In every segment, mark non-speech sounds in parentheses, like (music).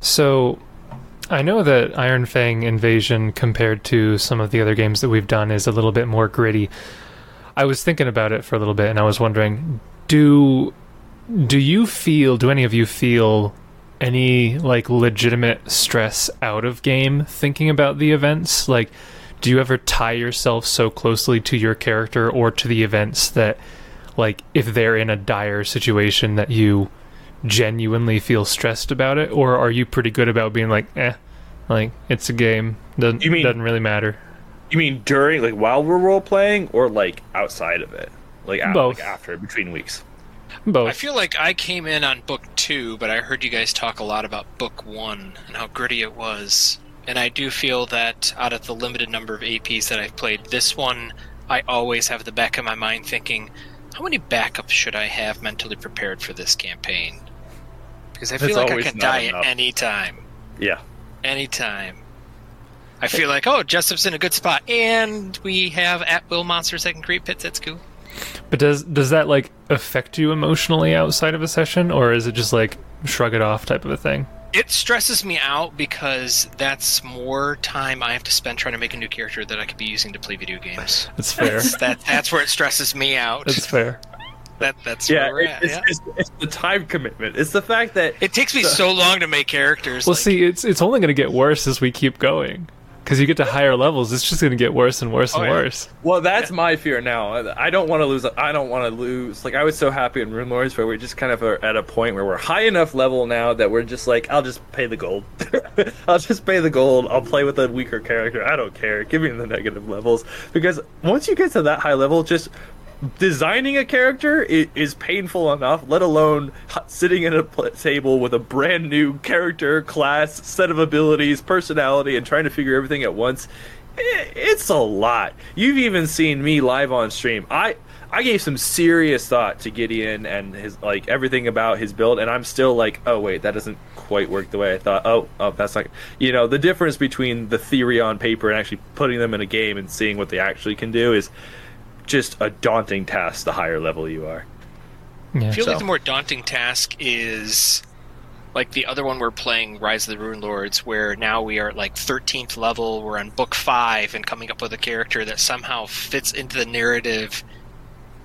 So I know that Iron Fang Invasion compared to some of the other games that we've done is a little bit more gritty. I was thinking about it for a little bit and I was wondering do do you feel do any of you feel any like legitimate stress out of game thinking about the events? Like do you ever tie yourself so closely to your character or to the events that like if they're in a dire situation that you genuinely feel stressed about it or are you pretty good about being like eh like it's a game doesn't You mean- doesn't really matter You mean during, like while we're role playing, or like outside of it, like, a- Both. like after between weeks? both I feel like I came in on book two, but I heard you guys talk a lot about book one and how gritty it was. And I do feel that out of the limited number of APs that I've played, this one I always have the back of my mind thinking, how many backups should I have mentally prepared for this campaign? Because I feel That's like I always can not die enough. at any time. Yeah. Anytime. I feel like, oh, Jessup's in a good spot, and we have at will monsters that can create pits at school. but does does that like affect you emotionally outside of a session or is it just like shrug it off type of a thing It stresses me out because that's more time I have to spend trying to make a new character that I could be using to play video games. it's fair That's- that, that's where it stresses me out. it's fair that, that's Yeah, where we're it- at. it's, yeah. It's, it's the time commitment. It's the fact that It takes me so long to make characters. well like, see it's it's only going to get worse as we keep going because you get to higher levels it's just going to get worse and worse Oh, and yeah. worse Well, that's my fear now. I I don't want to lose. I don't want to lose. Like I was so happy in Rune Lords, where we're just kind of are at a point where we're high enough level now that we're just like, I'll just pay the gold. (laughs) I'll just pay the gold. I'll play with a weaker character. I don't care. Give me the negative levels because once you get to that high level, just designing a character i- is painful enough. Let alone h- sitting at a pl- table with a brand new character, class, set of abilities, personality, and trying to figure everything at once. I- it's a lot. You've even seen me live on stream. I I gave some serious thought to Gideon and his like everything about his build, and I'm still like, oh wait, that doesn't quite work the way I thought. Oh, oh, that's not. You know, the difference between the theory on paper and actually putting them in a game and seeing what they actually can do is just a daunting task. The higher level you are, yeah I feel so. like the more daunting task is like the other one we're playing, Rise of the Rune Lords, where now we are at like 13th level, we're on book 5, and coming up with a character that somehow fits into the narrative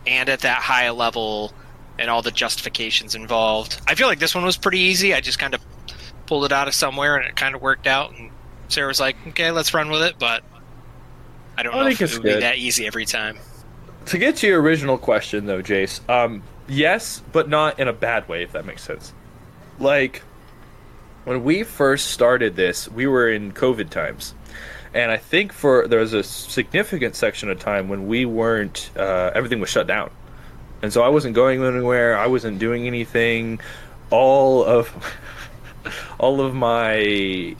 and at that high level and all the justifications involved. I feel like this one was pretty easy. I just kind of pulled it out of somewhere and it kind of worked out. And Sarah was like, okay, let's run with it, but I don't I know think if it it's would be good. that easy every time. to get to your original question though jace um yes but not in a bad way if that makes sense like when we first started this we were in covid times and i think for there was a significant section of time when we weren't uh, everything was shut down and so i wasn't going anywhere i wasn't doing anything all of (laughs) all of my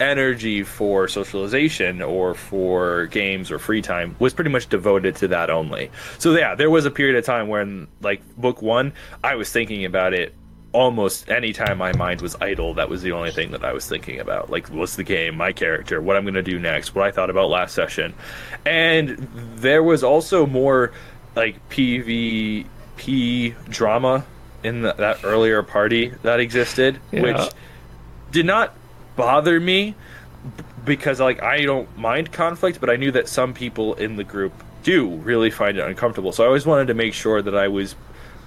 energy for socialization or for games or free time was pretty much devoted to that only. So yeah, there was a period of time when like book 1, I was thinking about it almost any time my mind was idle that was the only thing that i was thinking about like what's the game my character what i'm going to do next what i thought about last session and there was also more like pvp drama in the, that earlier party that existed Yeah. which did not bother me b- because like I don't mind conflict, but I knew that some people in the group do really find it uncomfortable. So I always wanted to make sure that I was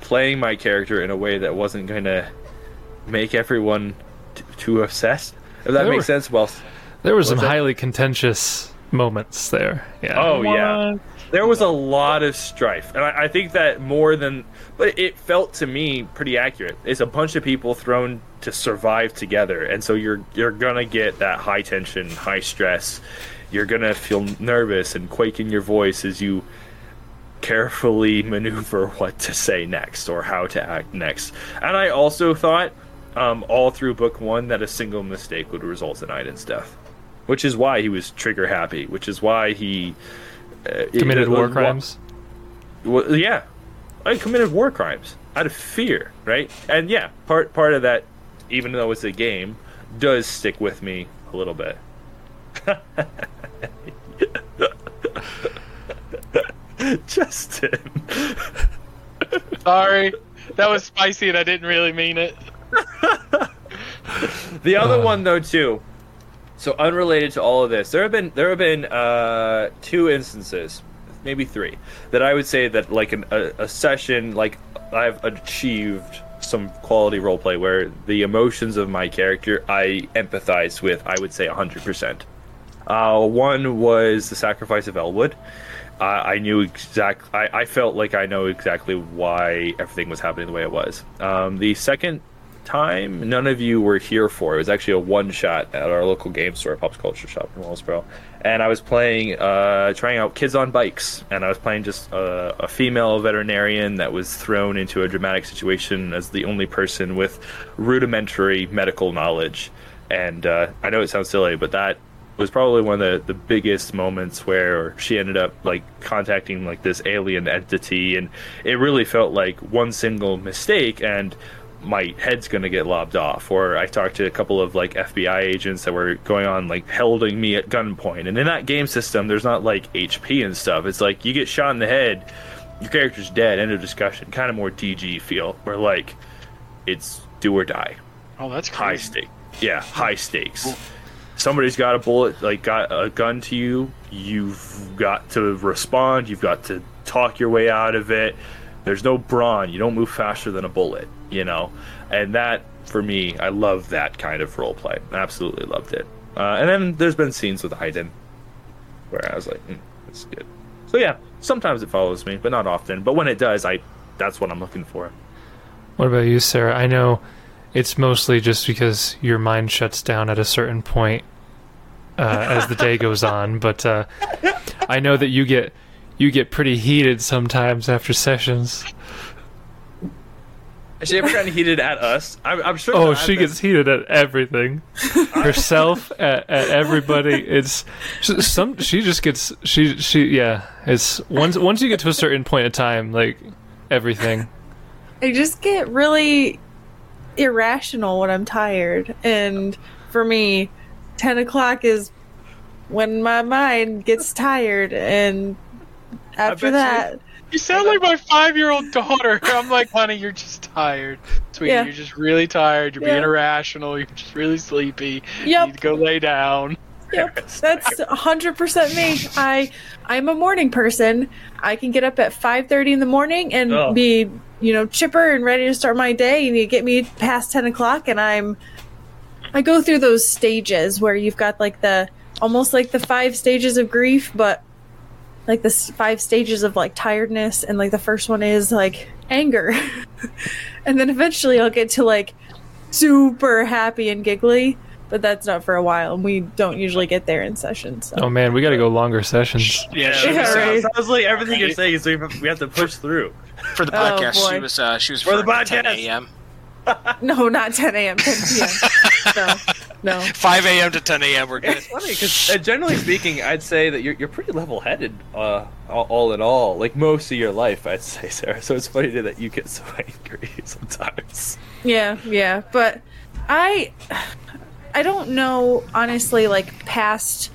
playing my character in a way that wasn't going to make everyone t- too obsessed. If that There makes were- sense, well, there were some that? highly contentious moments there yeah Oh, yeah. there was a lot of strife, and I, I think that more than, but it felt to me pretty accurate. It's a bunch of people thrown to survive together, and so you're you're gonna get that high tension, high stress. You're gonna feel nervous and quake in your voice as you carefully (laughs) maneuver what to say next or how to act next. And I also thought, um, all through book one, that a single mistake would result in Aiden's death, which is why he was trigger happy, which is why he uh, committed it- war wa- crimes Well, yeah, I committed war crimes out of fear, right? And yeah, part part of that, even though it's a game, does stick with me a little bit. (laughs) Justin. Sorry. That was spicy and I didn't really mean it. The other Uh. one though too. So unrelated to all of this, there have been there have been uh, two instances, maybe three, that I would say that like an, a, a session like I've achieved some quality roleplay where the emotions of my character I empathize with. I would say hundred percent. Uh, one was the sacrifice of Elwood. Uh, I knew exact. I, I felt like I know exactly why everything was happening the way it was. Um, the second time, none of you were here for. It was actually a one shot at our local game store, Pop's Culture Shop in Wellsboro, and I was playing, uh, trying out Kids on Bikes, and I was playing just a, a female veterinarian that was thrown into a dramatic situation as the only person with rudimentary medical knowledge. And uh, I know it sounds silly, but that was probably one of the, the biggest moments where she ended up like contacting like this alien entity and it really felt like one single mistake and my head's gonna get lobbed off or i talked to a couple of like fbi agents that were going on like holding me at gunpoint and in that game system there's not like hp and stuff it's like you get shot in the head your character's dead end of discussion kind of more dg feel where like it's do or die Oh, that's high crazy. stake. Yeah, high stakes. Somebody's got a bullet, like got a gun to you. You've got to respond. You've got to talk your way out of it. There's no brawn. You don't move faster than a bullet. You know, and that for me, I love that kind of role play. I absolutely loved it. Uh, and then there's been scenes with Hayden where I was like, mm, that's good. So yeah, sometimes it follows me, but not often. But when it does, I that's what I'm looking for. What about you, Sarah? I know it's mostly just because your mind shuts down at a certain point uh, as the day goes on, but uh, I know that you get you get pretty heated sometimes after sessions. Oh, Has she ever gotten heated at us? I'm, I'm sure. Oh, that I've she been- gets heated at (laughs) everything, herself, at, at everybody. It's she- some. She just gets she she yeah. It's once once you get to a certain point of time, like everything. I just get really irrational when I'm tired. And for me, 10 o'clock is when my mind gets tired. And after bet that, You sound like my five-year-old daughter. (laughs) I'm like, honey, you're just tired, sweetie. Yeah. You're just really tired. You're being Yeah. irrational. You're just really sleepy. You need yep, to go lay down. (laughs) yep, that's 100% me. I, I'm a morning person. I can get up at 5.30 in the morning and Oh. be, you know, chipper and ready to start my day. And you get me past 10 o'clock and I'm, I go through those stages where you've got like the, almost like the five stages of grief, but like the s- five stages of like tiredness and like the first one is like anger (laughs) and then eventually i'll get to like super happy and giggly but that's not for a while and we don't usually get there in sessions so. Oh man, we got to go longer sessions. Yeah, she Yeah, Yeah, was, right. uh, sounds, sounds like everything you're saying is we have, we have to push through. for the Oh, podcast. she boy. was uh, she was For the referring to 10 podcast. a.m. (laughs) no not 10 a.m 10 p.m no no 5 a.m. to 10 a.m. We're good. It's funny because uh, generally speaking, I'd say that you're, you're pretty level-headed, uh, all, all in all, like most of your life, I'd say, Sarah. So it's funny that you get so (laughs) angry sometimes. yeah yeah but i i don't know honestly like past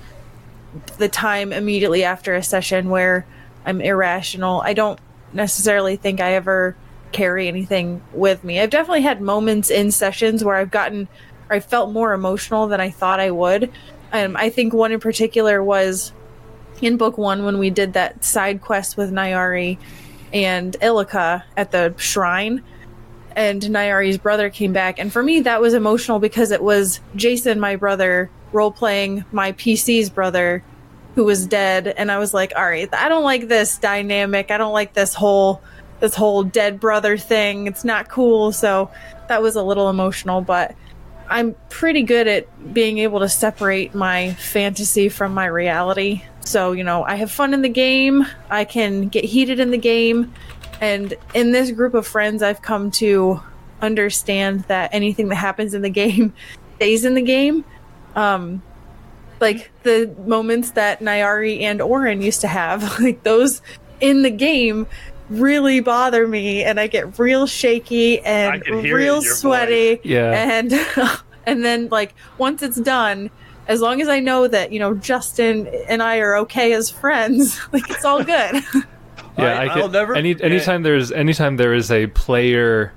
the time immediately after a session where i'm irrational i don't necessarily think i ever carry anything with me i've definitely had moments in sessions where i've gotten or i felt more emotional than i thought i would um, i think one in particular was in book one when we did that side quest with nyari and ilika at the shrine and Nyari's brother came back. And for me, that was emotional because it was Jason, my brother, role playing my PC's brother who was dead. And I was like, all right, I don't like this dynamic. I don't like this whole this whole dead brother thing. It's not cool. So that was a little emotional, but I'm pretty good at being able to separate my fantasy from my reality. So, you know, I have fun in the game. I can get heated in the game. And in this group of friends, I've come to understand that anything that happens in the (laughs) game stays in the game. Um, like the moments that Nyari and Orin used to have, (laughs) like those in the game really bother me and I get real shaky I and can hear it in real your voice. sweaty Yeah, and (laughs) and then like once it's done as long as i know that you know justin and i are okay as friends (laughs) like it's all good yeah. I- I, could, I'll never Any forget- anytime there's anytime there is a player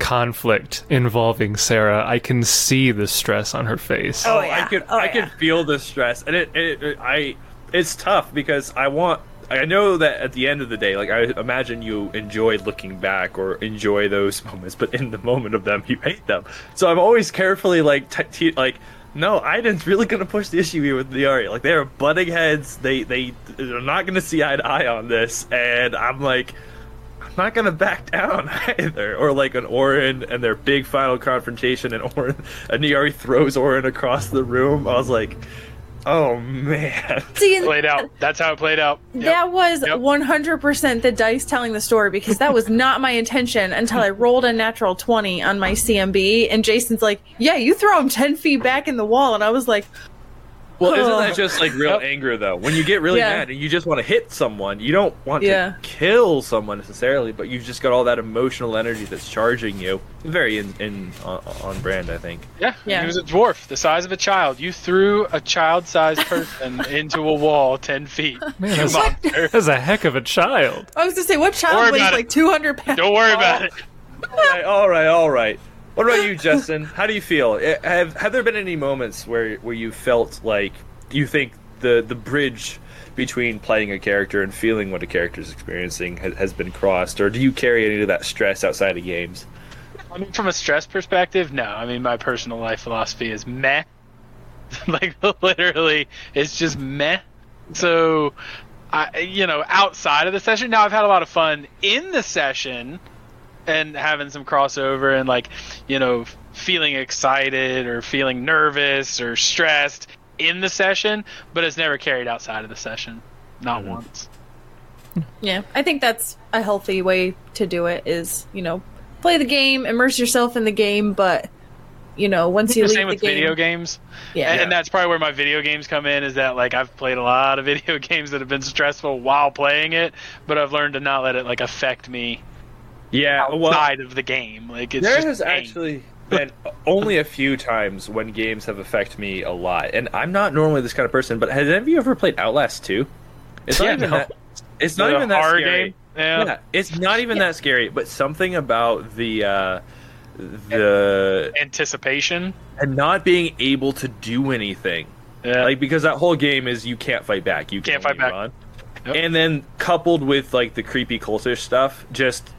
conflict involving Sarah, I can see the stress on her face. Oh, I yeah. could Oh, I yeah. could feel the stress, and it, it, it- I it's tough because I want I know that at the end of the day, like I imagine you enjoy looking back or enjoy those (laughs) moments, but in the moment of them, you hate them. So I'm always carefully like t- t- like. No, Aiden's (laughs) really going to push the issue here with Liari. Like they are butting heads. They they are not going to see eye to eye on this, and I'm like, not gonna back down (laughs) either. Or like an Orin and their big final confrontation, and Orin (laughs) and Niari throws Orin across the room. I was like, oh man. (laughs) See, and Played out. That's how it played out. Yep. that was Yep. 100% the dice telling the story because that was not my intention until I rolled a natural 20 on my CMB. And Jason's like, Yeah, you throw him 10 feet back in the wall. And I was like, Well, isn't Oh. (laughs) that just like real Yep. anger though? When you get really Yeah. mad and you just want to hit someone, you don't want Yeah. to kill someone necessarily, but you've just got all that emotional energy that's charging you. Very in, in on, on brand, I think. Yeah, Yeah. he was a dwarf, the size of a child. You threw a child-sized person (laughs) into a wall ten feet. Man, you that's- (laughs) monster. That's a heck of a child. I was going to say, What worry child weighs about it. like 200 pounds? (laughs) Don't worry about it. all right, all right, all right. What about you, Justin? How do you feel? Eh, Have have there been any moments where where you felt like you think the the bridge between playing a character and feeling what a character is experiencing has, has been crossed, or do you carry any of that stress outside of games? I mean, from a stress perspective, no. I mean, my personal life philosophy is meh. (laughs) like literally, it's just meh. So, I you know, outside of the session, now I've had a lot of fun in the session, and having some crossover and like, you know, feeling excited or feeling nervous or stressed in the session, but it's never carried outside of the session. Not once. Yeah, I think that's a healthy way to do it. Is you know, play the game, immerse yourself in the game, but you know, once you the leave same the with game, video games. yeah, And, and that's probably where my video games come in is that like I've played a lot of (laughs) video games that have been stressful while playing it, but I've learned to not let it like affect me Yeah, well, outside of the game. Like it's there just has game. (laughs) actually been only a few times when games have affected me a lot, and I'm not normally this kind of person. But has any of you ever played Outlast Two? It's not Yeah, even no. that. It's not The even that horror scary. game. Yeah. Yeah, it's not even that scary, but something about the uh, the Anticipation. and not being able to do anything, Yeah. like because that whole game is you can't fight back, you can Can't fight only back. run. Yep. and then coupled with like the creepy cultish stuff, just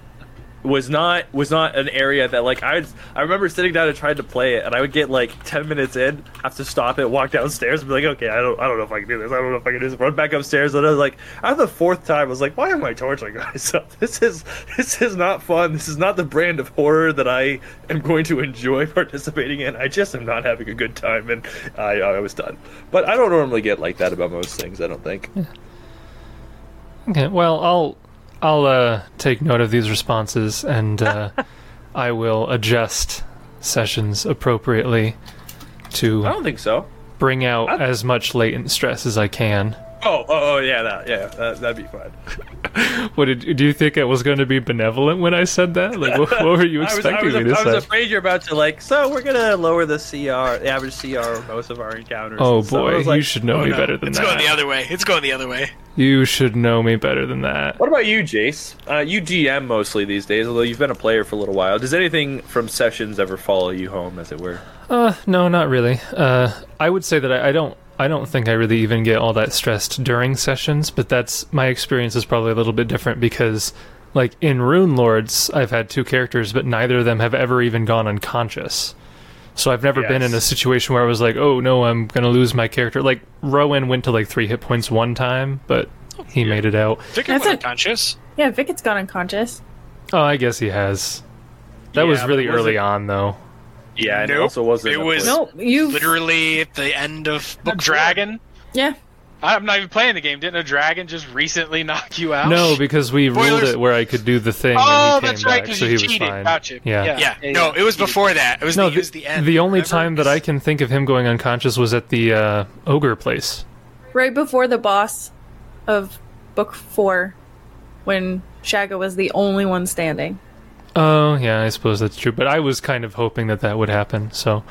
was not was not an area that like I would, I remember sitting down and trying to play it, and I would get like ten minutes in, have to stop it, walk downstairs, and be like, okay, I don't I don't know if I can do this, I don't know if I can do this, run back upstairs, and I was like, after the fourth time, I was like, why am I torturing (laughs) myself? This is this is not fun. This is not the brand of horror that I am going to enjoy (laughs) participating in. I just am not having a good time, and I I was done. But I don't normally get like that about most things. I don't think. Okay, well, I'll I'll uh, take note of these responses and (laughs) uh, I will adjust sessions appropriately to I don't think so. bring out I- as much latent stress as I can. Oh, oh, oh yeah, that, yeah, that, that'd be fun. What did, do you think I was going to be benevolent when I said that? Like, what, what were you (laughs) I was, expecting I was, me to I was say? afraid you're about to like. So we're gonna lower the CR, the average CR of most of our encounters. oh So I boy, was like, you should know oh, me no. better than It's that. going the other way. It's going the other way. you should know me better than that. What about you, Jace? Uh, you GM mostly these days, although you've been a player for a little while. Does anything from sessions ever follow you home, as it were? Uh, no, not really. Uh, I would say that I, I don't. I don't think I really even get all that stressed during sessions, but that's my experience is probably a little bit different because, like in Rune Lords, I've had two characters, but neither of them have ever even gone unconscious. So I've never been Yes. in a situation where I was like, "Oh no, I'm gonna lose my character." Like Rowan went to like three hit points one time, but he made it out. Vicar That's went a- unconscious. yeah. Vickett's gone unconscious. Oh, I guess he has. That was Yeah, but really was early it- on, though. Yeah, and it Nope. also wasn't. It a was- play- No, you Literally at the end of The book dragon. yeah. I'm not even playing the game. Didn't a dragon just recently (laughs) knock you out? No, because we ruled Spoilers. it where I could do the thing. Oh, and he that's came right, back, 'cause so you he was cheated. fine. Gotcha. Yeah. Yeah. Yeah. Yeah, No, yeah. it was before that. It was No, the, the, it was the end. the only Remember? time that I can think of him going unconscious was at the uh, ogre place. right before the boss of book four, when Shaga was the only one standing. Oh, yeah, I suppose that's true. But I was kind of hoping that that would happen. So,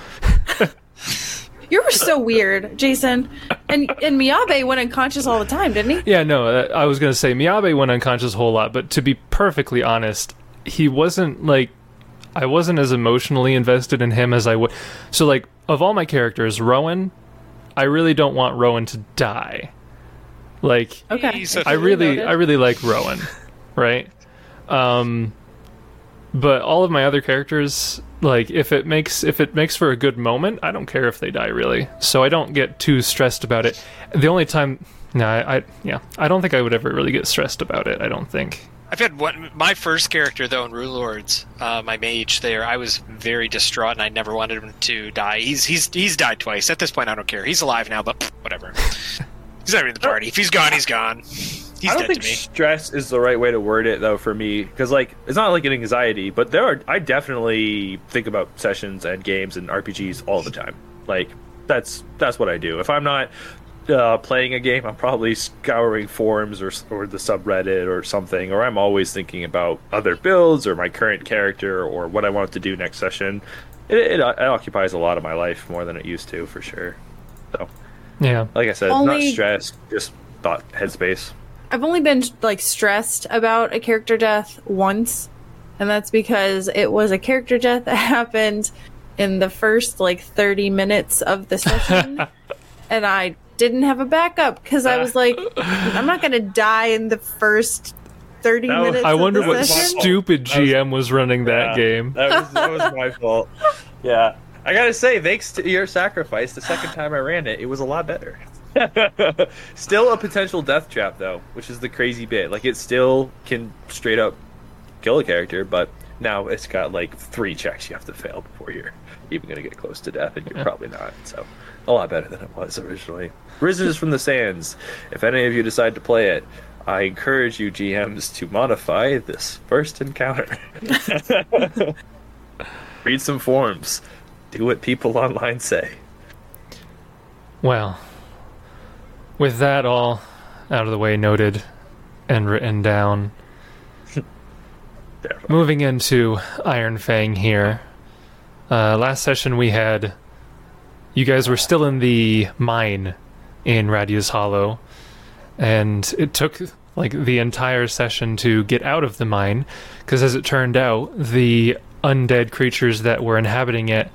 You were so weird, Jason. And and Miyabe went unconscious all the time, didn't he? yeah, no, uh, I was going to say Miyabe went unconscious a whole lot. But to be perfectly honest, he wasn't like. I wasn't as emotionally invested in him as I would. So like of all my characters, Rowan, I really don't want Rowan to die. Like Okay. He's a- I really, Noted. I really like Rowan, right? Um, but all of my other characters, like if it makes if it makes for a good moment, I don't care if they die really. So I don't get too stressed about it. The only time, no, I, I yeah, I don't think I would ever really get stressed about it. I don't think. I've had one. My first character, though, in Rune Lords, uh, my mage there, I was very distraught, and I never wanted him to die. He's he's he's died twice. At this point, I don't care. He's alive now, but pff, whatever. he's not even in the party. If he's gone, he's gone. He's I don't dead think to me. stress is the right way to word it though for me because like it's not like an anxiety, but there are I definitely think about sessions and games and RPGs all the time. Like that's that's what I do. If I'm not uh, playing a game, I'm probably scouring forums or or the subreddit or something, or I'm always thinking about other builds or my current character or what I want to do next session. It, it, it occupies a lot of my life more than it used to for sure. So Yeah, like I said, Only- not stress, just thought headspace. I've only been like stressed about a character death once, and that's because it was a character death that (laughs) happened in the first like 30 minutes of the session, and I didn't have a backup because I was like, I'm not gonna die in the first 30 That was- minutes. I of wonder the what was my session. fault. stupid That was- GM was running that Yeah, game. That was, that was (laughs) my fault. Yeah. I gotta say, thanks to your sacrifice, the second time I ran it, it was a lot better. (laughs) still a potential death trap though, which is the crazy bit. Like it still can straight up kill a character, but now it's got like three checks you have to fail before you're even gonna get close to death, and you're probably not. So a lot better than it was originally. Risen is from the Sands. If any of you decide to play it, I encourage you GMs to modify this first encounter. (laughs) Read some forums. Do what people online say. Well, with that all out of the way, noted and written down, There. moving into Iron Fang here. Uh, last session we had, you guys were still in the mine in Radius Hollow, and it took like the entire session to get out of the mine, because as it turned out, the undead creatures that were inhabiting it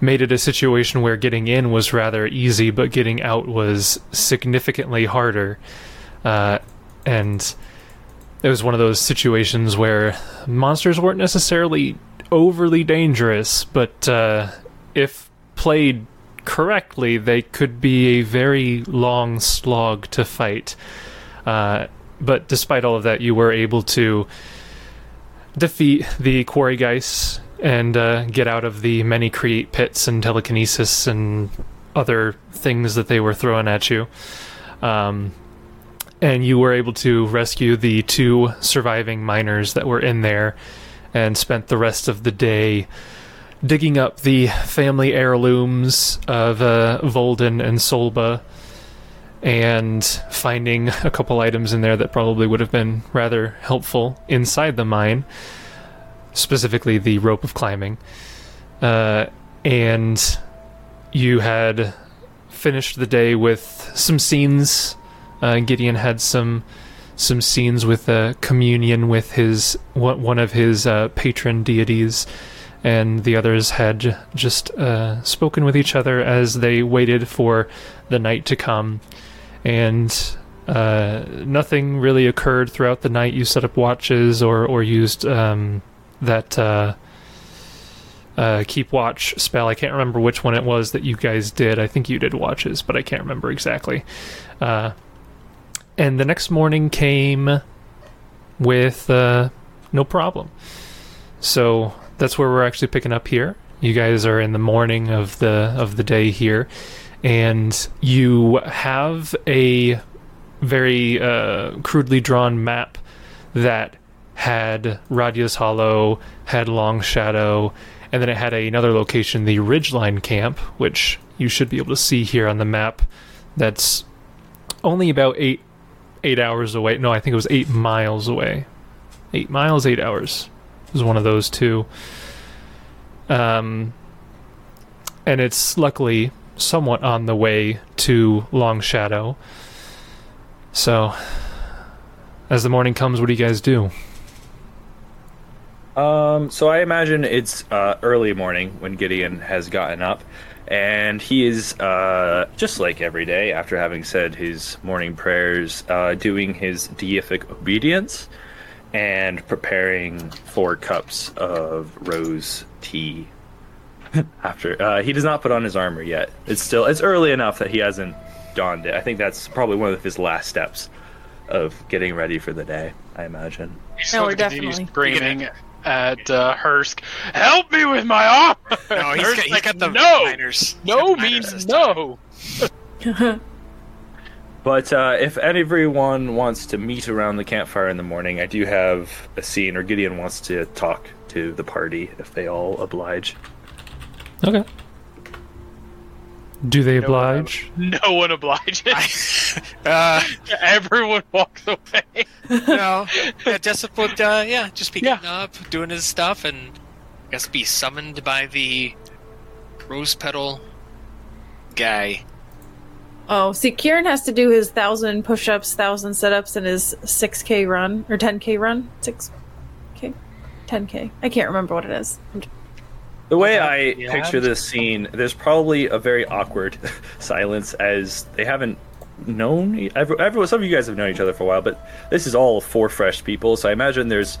made it a situation where getting in was rather easy, but getting out was significantly harder. Uh, and it was one of those situations where monsters weren't necessarily overly dangerous, but uh, if played correctly, they could be a very long slog to fight. Uh, but despite all of that, you were able to defeat the quarry geists and uh, get out of the many create pits and telekinesis and other things that they were throwing at you. Um, and you were able to rescue the two surviving miners that were in there and spent the rest of the day digging up the family heirlooms of uh, Volden and Solba and finding a couple items in there that probably would have been rather helpful inside the mine, specifically the rope of climbing. Uh, and you had finished the day with some scenes. Uh, Gideon had some some scenes with uh, communion with his one one of his uh, patron deities, and the others had j- just uh, spoken with each other as they waited for the night to come. And uh, nothing really occurred throughout the night. You set up watches or or used um, that. Uh, uh, keep watch spell. I can't remember which one it was that you guys did. I think you did watches, but I can't remember exactly. Uh, and the next morning came with uh, no problem. So that's where we're actually picking up here. You guys are in the morning of the of the day here, and you have a very uh, crudely drawn map that had Radius Hollow, had Long Shadow, and then it had another location, the Ridgeline Camp, which you should be able to see here on the map. That's only about eight eight hours away. No, I think it was eight miles away. Eight miles, eight hours. It was one of those two. Um, and it's luckily somewhat on the way to Long Shadow. So, as the morning comes, what do you guys do? Um, so I imagine it's uh, early morning when Gideon has gotten up, and he is uh, just like every day after having said his morning prayers, uh, doing his deific obedience and preparing four cups of rose tea. after uh, he does not put on his armor yet, it's still it's early enough that he hasn't donned it. I think that's probably one of his last steps of getting ready for the day. I imagine. He's No, still we're continuing definitely- screaming at uh, Hursk. Help me with my arm. No, he's Hursk got, he's like, got the no. miners. He's got (laughs) No the miners means this time. no. But uh, if everyone wants to meet around the campfire in the morning, I do have a scene, or Gideon wants to talk to the party if they all oblige. Okay. Do they No oblige? No one obliges. (laughs) Uh, (laughs) Everyone walks away. no, yeah, Jessup would, uh, yeah, just be Yeah. getting up, doing his stuff, and I guess be summoned by the rose petal guy. Oh, see, Kieran has to do his thousand push-ups, thousand sit-ups, and his six k run or ten k run, six k, ten k. I can't remember what it is. The way I yeah. picture this scene, there's probably a very awkward (laughs) silence as they haven't known e- every- everyone. Some of you guys have known each other for a while, but this is all four fresh people, so I imagine there's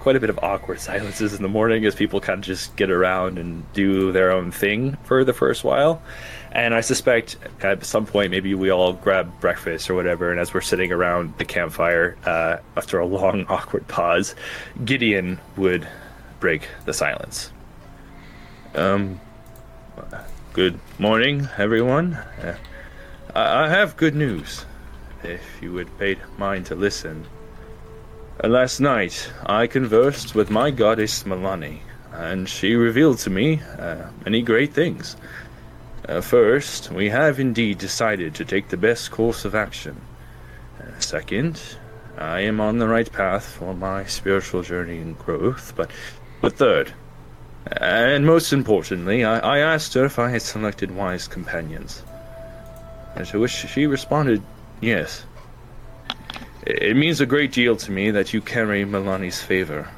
quite a bit of awkward (laughs) silences in the morning as people kind of just get around and do their own thing for the first while. And I suspect at some point maybe we all grab breakfast or whatever, and as we're sitting around the campfire uh, after a long (laughs) awkward pause, Gideon would break the silence. Um, good morning, everyone. Uh, I, I have good news, if you would pay mind to listen. Uh, last night, I conversed with my goddess Milani, and she revealed to me uh, many great things. Uh, first, we have indeed decided to take the best course of action. Uh, second, I am on the right path for my spiritual journey and growth, but, but third, and most importantly, I, I asked her if I had selected wise companions. And to which she responded, yes. It it means a great deal to me that you carry Milani's favor.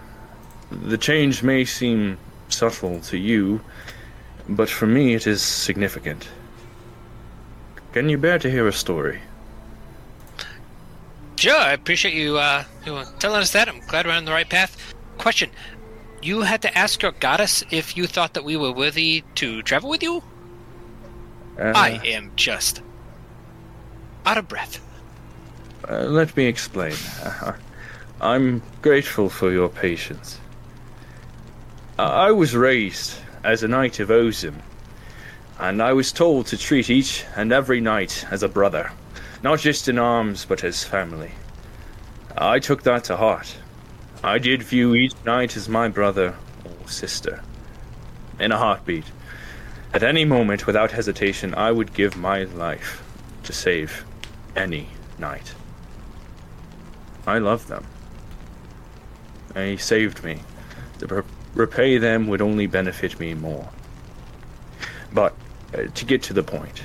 The change may seem subtle to you, but for me it is significant. Can you bear to hear a story? Sure, I appreciate you, uh, you know, telling us that. I'm glad we're on the right path. Question You had to ask your goddess if you thought that we were worthy to travel with you? Uh, I am just out of breath. Uh, let me explain. (laughs) Uh, I'm grateful for your patience. I I was raised as a knight of Ozum, and I was told to treat each and every knight as a brother, not just in arms, but as family. I took that to heart. I did view each knight as my brother or sister. In a heartbeat. At any moment, without hesitation, I would give my life to save any knight. I love them. They saved me. To re- repay them would only benefit me more. But uh, to get to the point,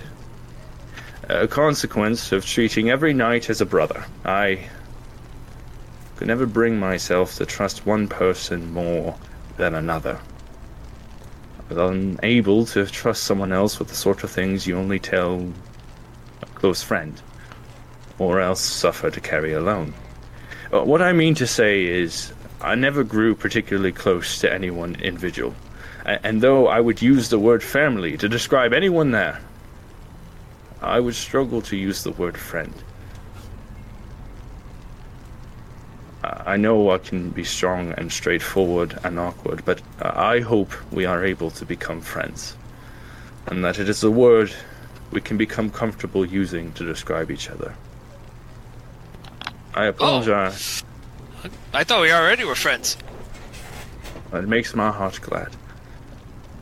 a consequence of treating every knight as a brother, I could never bring myself to trust one person more than another. I was unable to trust someone else with the sort of things you only tell a close friend or else suffer to carry alone. Uh, What I mean to say is, I never grew particularly close to any one individual, A- and though I would use the word family to describe anyone there, I would struggle to use the word friend. I I know I can be strong and straightforward and awkward, but I I hope we are able to become friends, and that it is a word we can become comfortable using to describe each other. I apologize. I thought we already were friends. It makes my heart glad.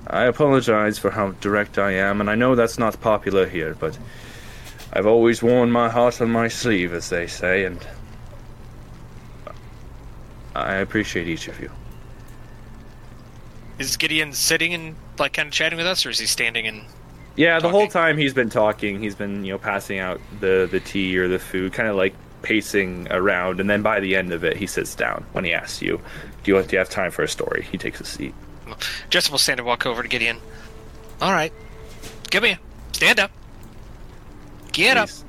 I apologize for how direct I am, and I know that's not popular here, but I've always worn my heart on my sleeve, as they say, and I appreciate each of you. Is Gideon sitting and like kind of chatting with us, or is he standing and Yeah, the whole Talking. time he's been talking, he's been you know passing out the the tea or the food, kind of like pacing around, and then by the end of it, he sits down when he asks you, "Do you have, do you have time for a story?" He takes a seat. Jessup will stand and walk over to Gideon. All right, come here. Stand up. Get up. He's-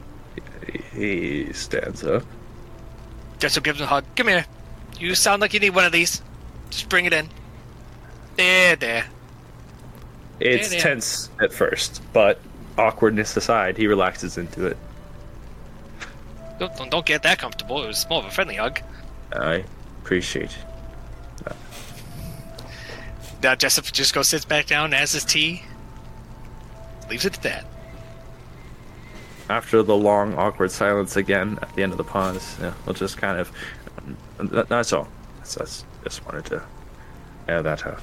He, he stands up. Jessup gives him a hug. Come here. You sound like you need one of these. Just bring it in. There, there. It's Yeah, yeah. tense at first, but awkwardness aside, he relaxes into it. Don't, don't, don't get that comfortable. It was more of a friendly hug. I appreciate it. Now Jessup just goes sits back down, has his tea, leaves it at that. after the long awkward silence again at the end of the pause yeah, we'll just kind of that, that's all that's, that's just wanted to air that out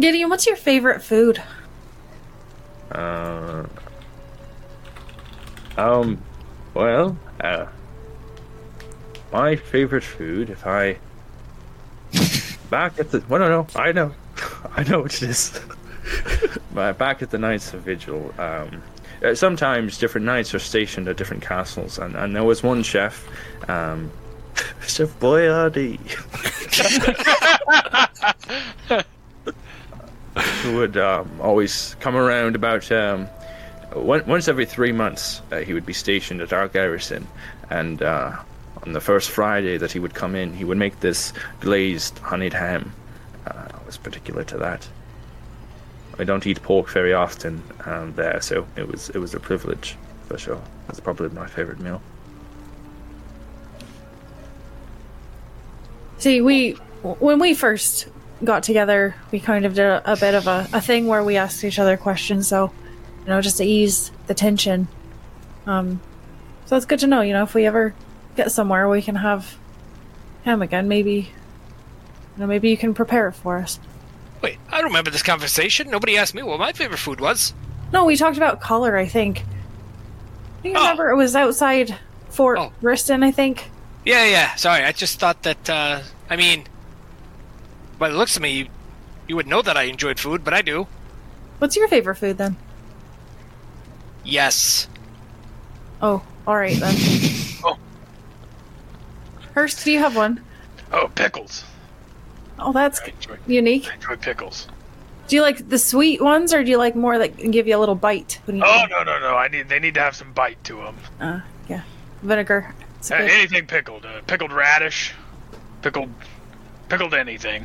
Gideon, what's your favorite food? uh, um well uh, my favorite food if i back at the well no no i know (laughs) i know what it is (laughs) but back at the Knights of Vigil, um, uh, sometimes different knights are stationed at different castles, and, and there was one chef, um, (laughs) Chef Boyardee, who would um, always come around about um, on- once every three months. Uh, he would be stationed at our garrison, and uh, on the first Friday that he would come in, he would make this glazed honeyed ham. Uh, I was particular to that. I don't eat pork very often um, there, so it was it was a privilege for sure. That's probably my favorite meal. See, we when we first got together, we kind of did a, a bit of a, a thing where we asked each other questions, so you know, just to ease the tension. Um, so it's good to know, you know, if we ever get somewhere, we can have him again. Maybe, you know, maybe you can prepare it for us. Wait, I remember this conversation. Nobody asked me what my favorite food was. No, we talked about color. I think. Do you Oh. remember it was outside Fort Oh. Riston? I think. Yeah, yeah. Sorry, I just thought that. uh I mean, by the looks of me, you, you would know that I enjoyed food, but I do. What's your favorite food then? Yes. Oh, all right then. Oh. Hurst, do you have one? Oh, pickles. Oh, that's I enjoy, unique. I enjoy pickles. Do you like the sweet ones, or do you like more that can give you a little bite? When you (laughs) Oh no no no! I need they need to have some bite to them. Uh, yeah, vinegar. It's good. anything pickled, uh, pickled radish, pickled, pickled anything.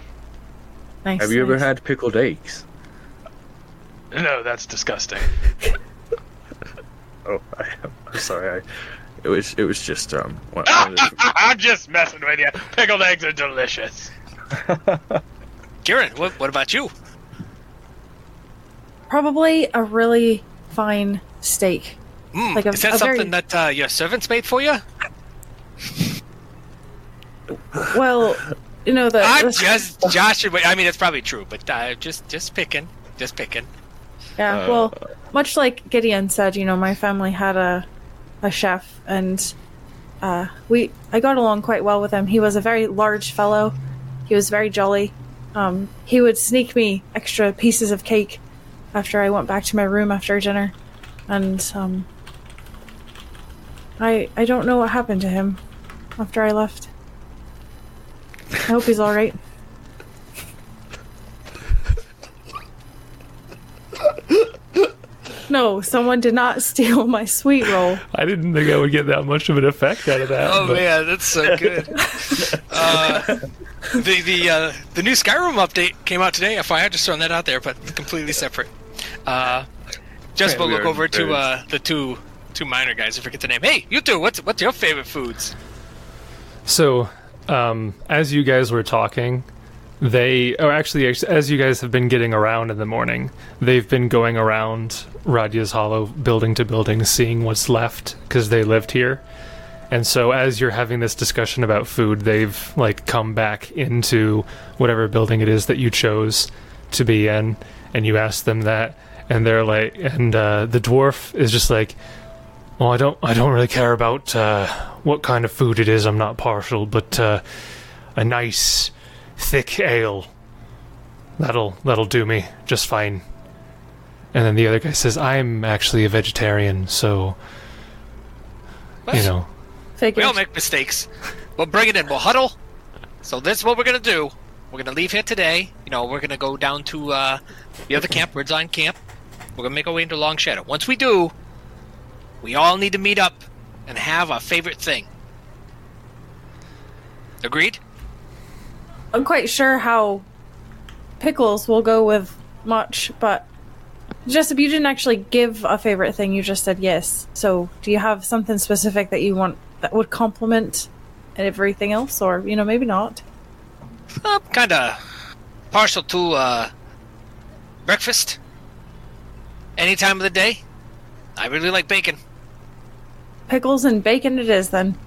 nice. Have you ever nice. had pickled eggs? No, that's disgusting. (laughs) Oh, (laughs) I have. I'm sorry. I, it was it was just um. One, one of (laughs) the- I'm just messing with you. Pickled eggs are delicious. Kieran, what, what about you? Probably a really fine steak. Mm, Like a- is that a very- something that uh, your servants made for you? Well, you know the. I'm the- just Josh. I mean, it's probably true, but uh, just just picking, just picking. Yeah, Uh, well, much like Gideon said, you know, my family had a a chef, and uh, we I got along quite well with him. He was a very large fellow. He was very jolly. Um, he would sneak me extra pieces of cake after I went back to my room after dinner, and um, I I don't know what happened to him after I left. I hope he's all right. No, someone did not (laughs) steal my sweet roll. I didn't think I would get that much of an effect out of that. (laughs) Oh but man, that's (laughs) so good. uh, the the uh, the new Skyrim update came out today. FYI, I just thrown that out there, but we're completely separate. Uh, just Yeah, will we look are over to nerds. uh, the two two minor guys. I forget the name. Hey, you two, what's what's your favorite foods? So, um, as you guys were talking, they, or actually, ex- as you guys have been getting around in the morning, they've been going around Radya's Hollow, building to building, seeing what's left because they lived here. And so, as you're having this discussion about food, they've like come back into whatever building it is that you chose to be in, and you ask them that, and they're like, and uh, the dwarf is just like, well, I don't. I don't really care about uh, what kind of food it is. I'm not partial, but uh, a nice, thick ale. That'll that'll do me just fine. And then the other guy says, "I'm actually a vegetarian, so But you know. Figures. we all make mistakes. We'll bring it in. We'll huddle. So this is what we're gonna do. We're gonna leave here today. You know, we're gonna go down to uh, the other camp, Redline Camp. We're gonna make our way into Long Shadow. Once we do, we all need to meet up and have our favorite thing. Agreed? I'm quite sure how pickles will go with much, but Jessup, you didn't actually give a favorite thing. You just said yes. So, do you have something specific that you want that would complement everything else, or you know, maybe not? I'm kind of Uh, partial to uh, breakfast. Any time of the day. I really like bacon. Pickles and bacon, it is then.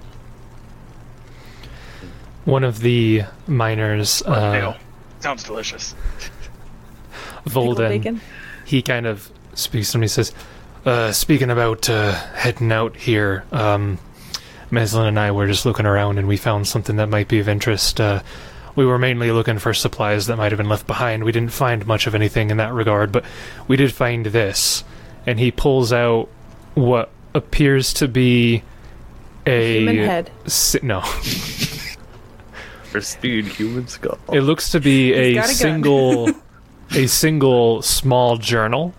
One of the miners, uh, Ew. Sounds delicious. Pickled Volden, bacon. he kind of speaks to me. Says, uh, "Speaking about uh, heading out here, um, Meslin and I were just looking around, and we found something that might be of interest. Uh, we were mainly looking for supplies that might have been left behind. We didn't find much of anything in that regard, but we did find this." And he pulls out what appears to be a Human head. si- no. Pristine human skull. It looks to be He's a got a gun. single, a single small journal,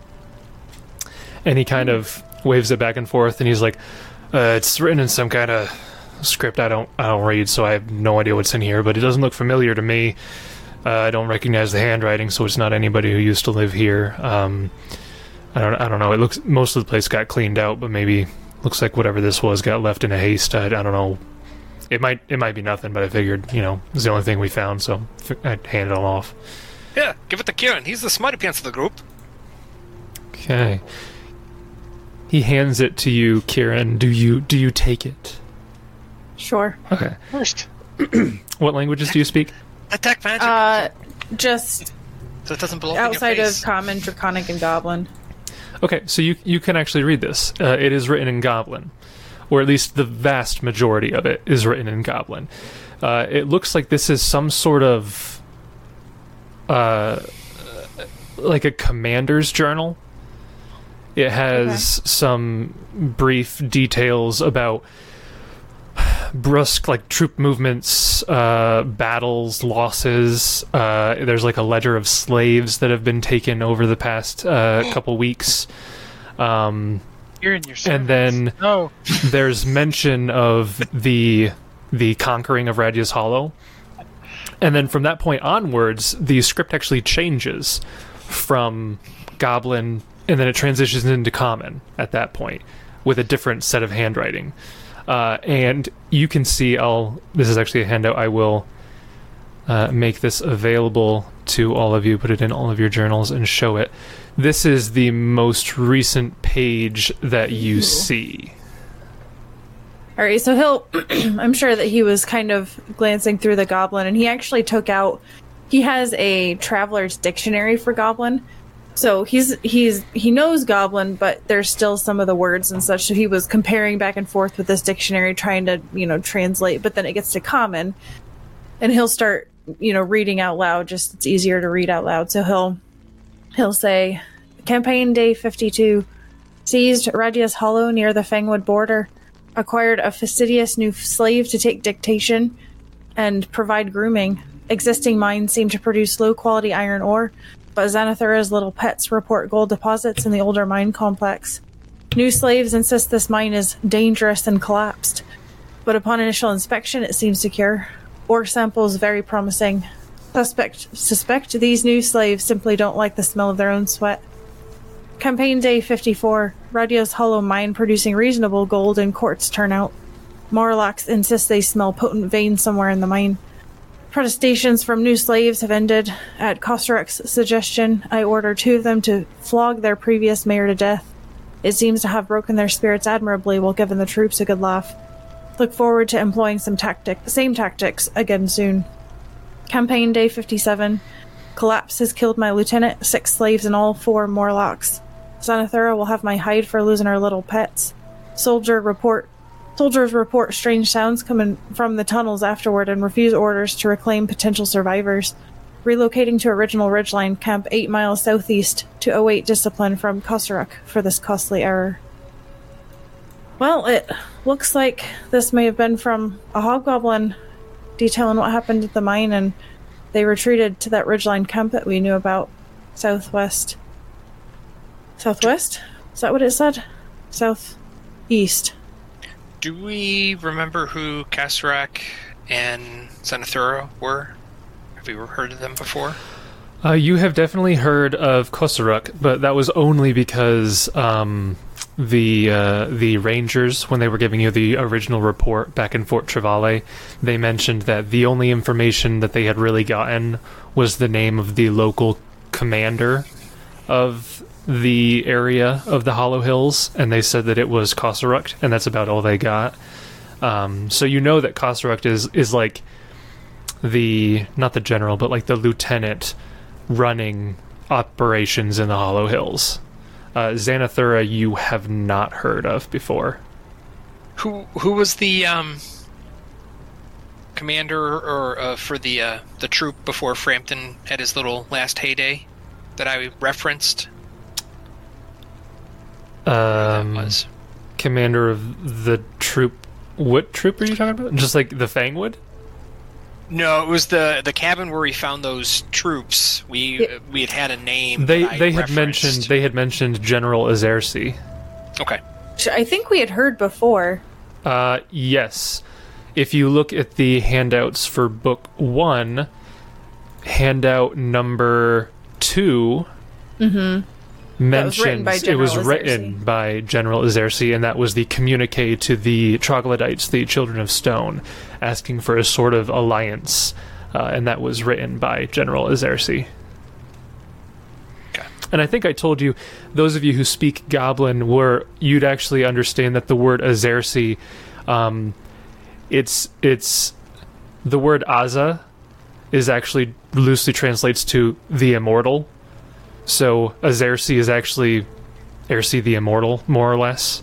and he kind of waves it back and forth, and he's like, uh, "It's written in some kind of script I don't I don't read, so I have no idea what's in here, but it doesn't look familiar to me. Uh, I don't recognize the handwriting, so it's not anybody who used to live here. Um, I don't I don't know. It looks most of the place got cleaned out, but maybe looks like whatever this was got left in a haste. I, I don't know it might it might be nothing, but I figured you know it's the only thing we found, so fi- I'd hand it all off. Yeah, give it to Kieran. He's the smarty pants of the group. Okay. He hands it to you, Kieran. Do you do you take it? Sure. Okay. First. What languages do you speak? Attack magic. Uh, just so it doesn't blow up in outside your of face. common, draconic, and goblin. Okay, so you you can actually read this. Uh, it is written in Goblin, or at least the vast majority of it is written in Goblin. Uh, it looks like this is some sort of, uh, like a commander's journal. It has some brief details about brusque like troop movements, uh, battles, losses. Uh, there's like a ledger of slaves that have been taken over the past uh, couple weeks. Um, You're in your service. and then No. there's mention of the the conquering of Radius Hollow. And then from that point onwards, the script actually changes from Goblin and then it transitions into Common at that point with a different set of handwriting. Uh, and you can see, I'll, this is actually a handout, I will uh, make this available to all of you, put it in all of your journals and show it. This is the most recent page that you see. All right, so he'll. (clears throat) I'm sure that he was kind of glancing through the goblin, and he actually took out. He has a traveler's dictionary for goblin, so he's he's he knows goblin, but there's still some of the words and such. So he was comparing back and forth with this dictionary, trying to you know translate. But then it gets to common, and he'll start you know reading out loud. Just it's easier to read out loud. So he'll he'll say, "Campaign day 52, seized Radius Hollow near the Fangwood border." acquired a fastidious new slave to take dictation and provide grooming. Existing mines seem to produce low quality iron ore, but Xanathara's little pets report gold deposits in the older mine complex. New slaves insist this mine is dangerous and collapsed, but upon initial inspection, it seems secure. Ore samples very promising. Suspect suspect these new slaves simply don't like the smell of their own sweat. Campaign Day 54. Radio's Hollow Mine producing reasonable gold and quartz turnout. Morlocks insist they smell potent veins somewhere in the mine. Protestations from new slaves have ended. At Kostarek's suggestion, I order two of them to flog their previous mayor to death. It seems to have broken their spirits admirably while giving the troops a good laugh. Look forward to employing some tactic, same tactics again soon. Campaign Day 57. Collapse has killed my lieutenant, six slaves, and all four Morlocks. Xanathura will have my hide for losing our little pets. Soldier report. Soldiers report strange sounds coming from the tunnels afterward and refuse orders to reclaim potential survivors. Relocating to original Ridgeline camp eight miles southeast to await discipline from Kosaruk for this costly error. Well, it looks like this may have been from a hobgoblin detailing what happened at the mine, and they retreated to that ridgeline camp that we knew about southwest. Southwest? Is that what it said? Southeast. Do we remember who Kasarak and Xenothura were? Have we heard of them before? Uh, you have definitely heard of Kosaruk, but that was only because um, the uh, the Rangers, when they were giving you the original report back in Fort Trevale, they mentioned that the only information that they had really gotten was the name of the local commander of the area of the Hollow Hills, and they said that it was Kosaruk, and that's about all they got. Um, so you know that Kosaruk is is like the not the general, but like the lieutenant running operations in the Hollow Hills. Uh, Xanathura, you have not heard of before. Who who was the um, commander or uh, for the uh, the troop before Frampton had his little last heyday that I referenced? Um, that was commander of the troop. What troop are you talking about? Just like the Fangwood? no, it was the the cabin where we found those troops. We Yeah. we had had a name. They that I they had referenced. mentioned they had mentioned General Azersi. okay. Which I think we had heard before. Uh, yes. If you look at the handouts for book one, handout number 2 Mm-hmm. was mentions written by it was General written by General Azersi, and that was the communique to the troglodytes, the Children of Stone, asking for a sort of alliance, uh, and that was written by General Azersi. Okay. And I think I told you, those of you who speak Goblin, were you'd actually understand that the word Azersi, um, it's it's the word Aza is actually loosely translates to the immortal. So Azersi is actually Ersi the immortal, more or less.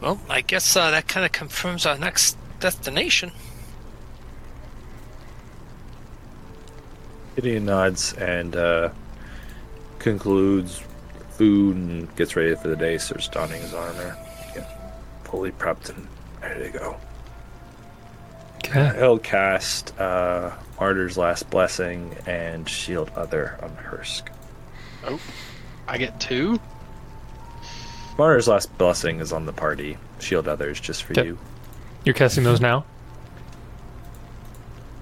Well, I guess uh, that kind of confirms our next destination. Gideon nods and uh, concludes food and gets ready for the day, starts donning his armor. Get fully prepped and ready to go. Okay. He'll cast uh, Martyr's Last Blessing and Shield Other on Hursk. I get two. Martyr's Last Blessing is on the party. Shield Other is just for Okay. you. You're casting those now?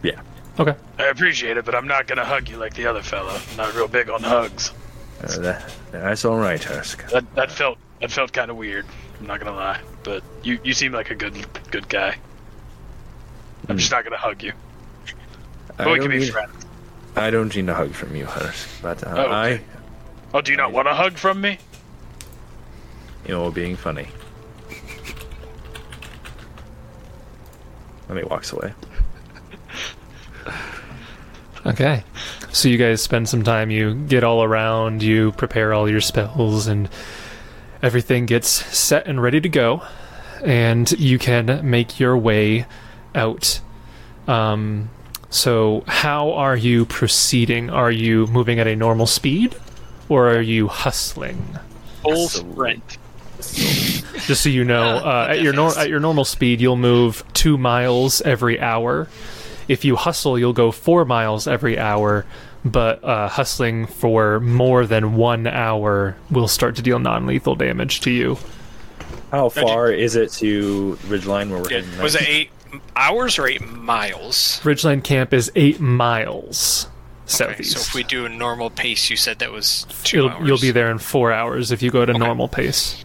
Yeah. Okay. I appreciate it, but I'm not gonna hug you like the other fella. I'm not real big on hugs. Uh, that- that's all right, Hursk. That that felt that felt kind of weird. I'm not gonna lie, but you you seem like a good good guy. I'm just not gonna hug you. But I we don't can be need- friends. I don't need a hug from you, Hursk, but uh, Oh, okay. I, Oh, do you not want a hug from me? you know, being funny. And he walks away. Okay. So you guys spend some time, you get all around, you prepare all your spells, and everything gets set and ready to go. And you can make your way out. Um, so, how are you proceeding? Are you moving at a normal speed, or are you hustling? Full Absolutely. sprint. Just so you (laughs) know, Ah, uh, at your nor- yes. at your normal speed, you'll move two miles every hour. If you hustle, you'll go four miles every hour. But uh, hustling for more than one hour will start to deal non-lethal damage to you. How far is it to Ridgeline where we're It heading? was next? it eight hours or eight miles? Ridgeline Camp is eight miles Okay, southeast. so if we do a normal pace, you said that was 2 You'll, hours. you'll be there in four hours if you go at a normal pace.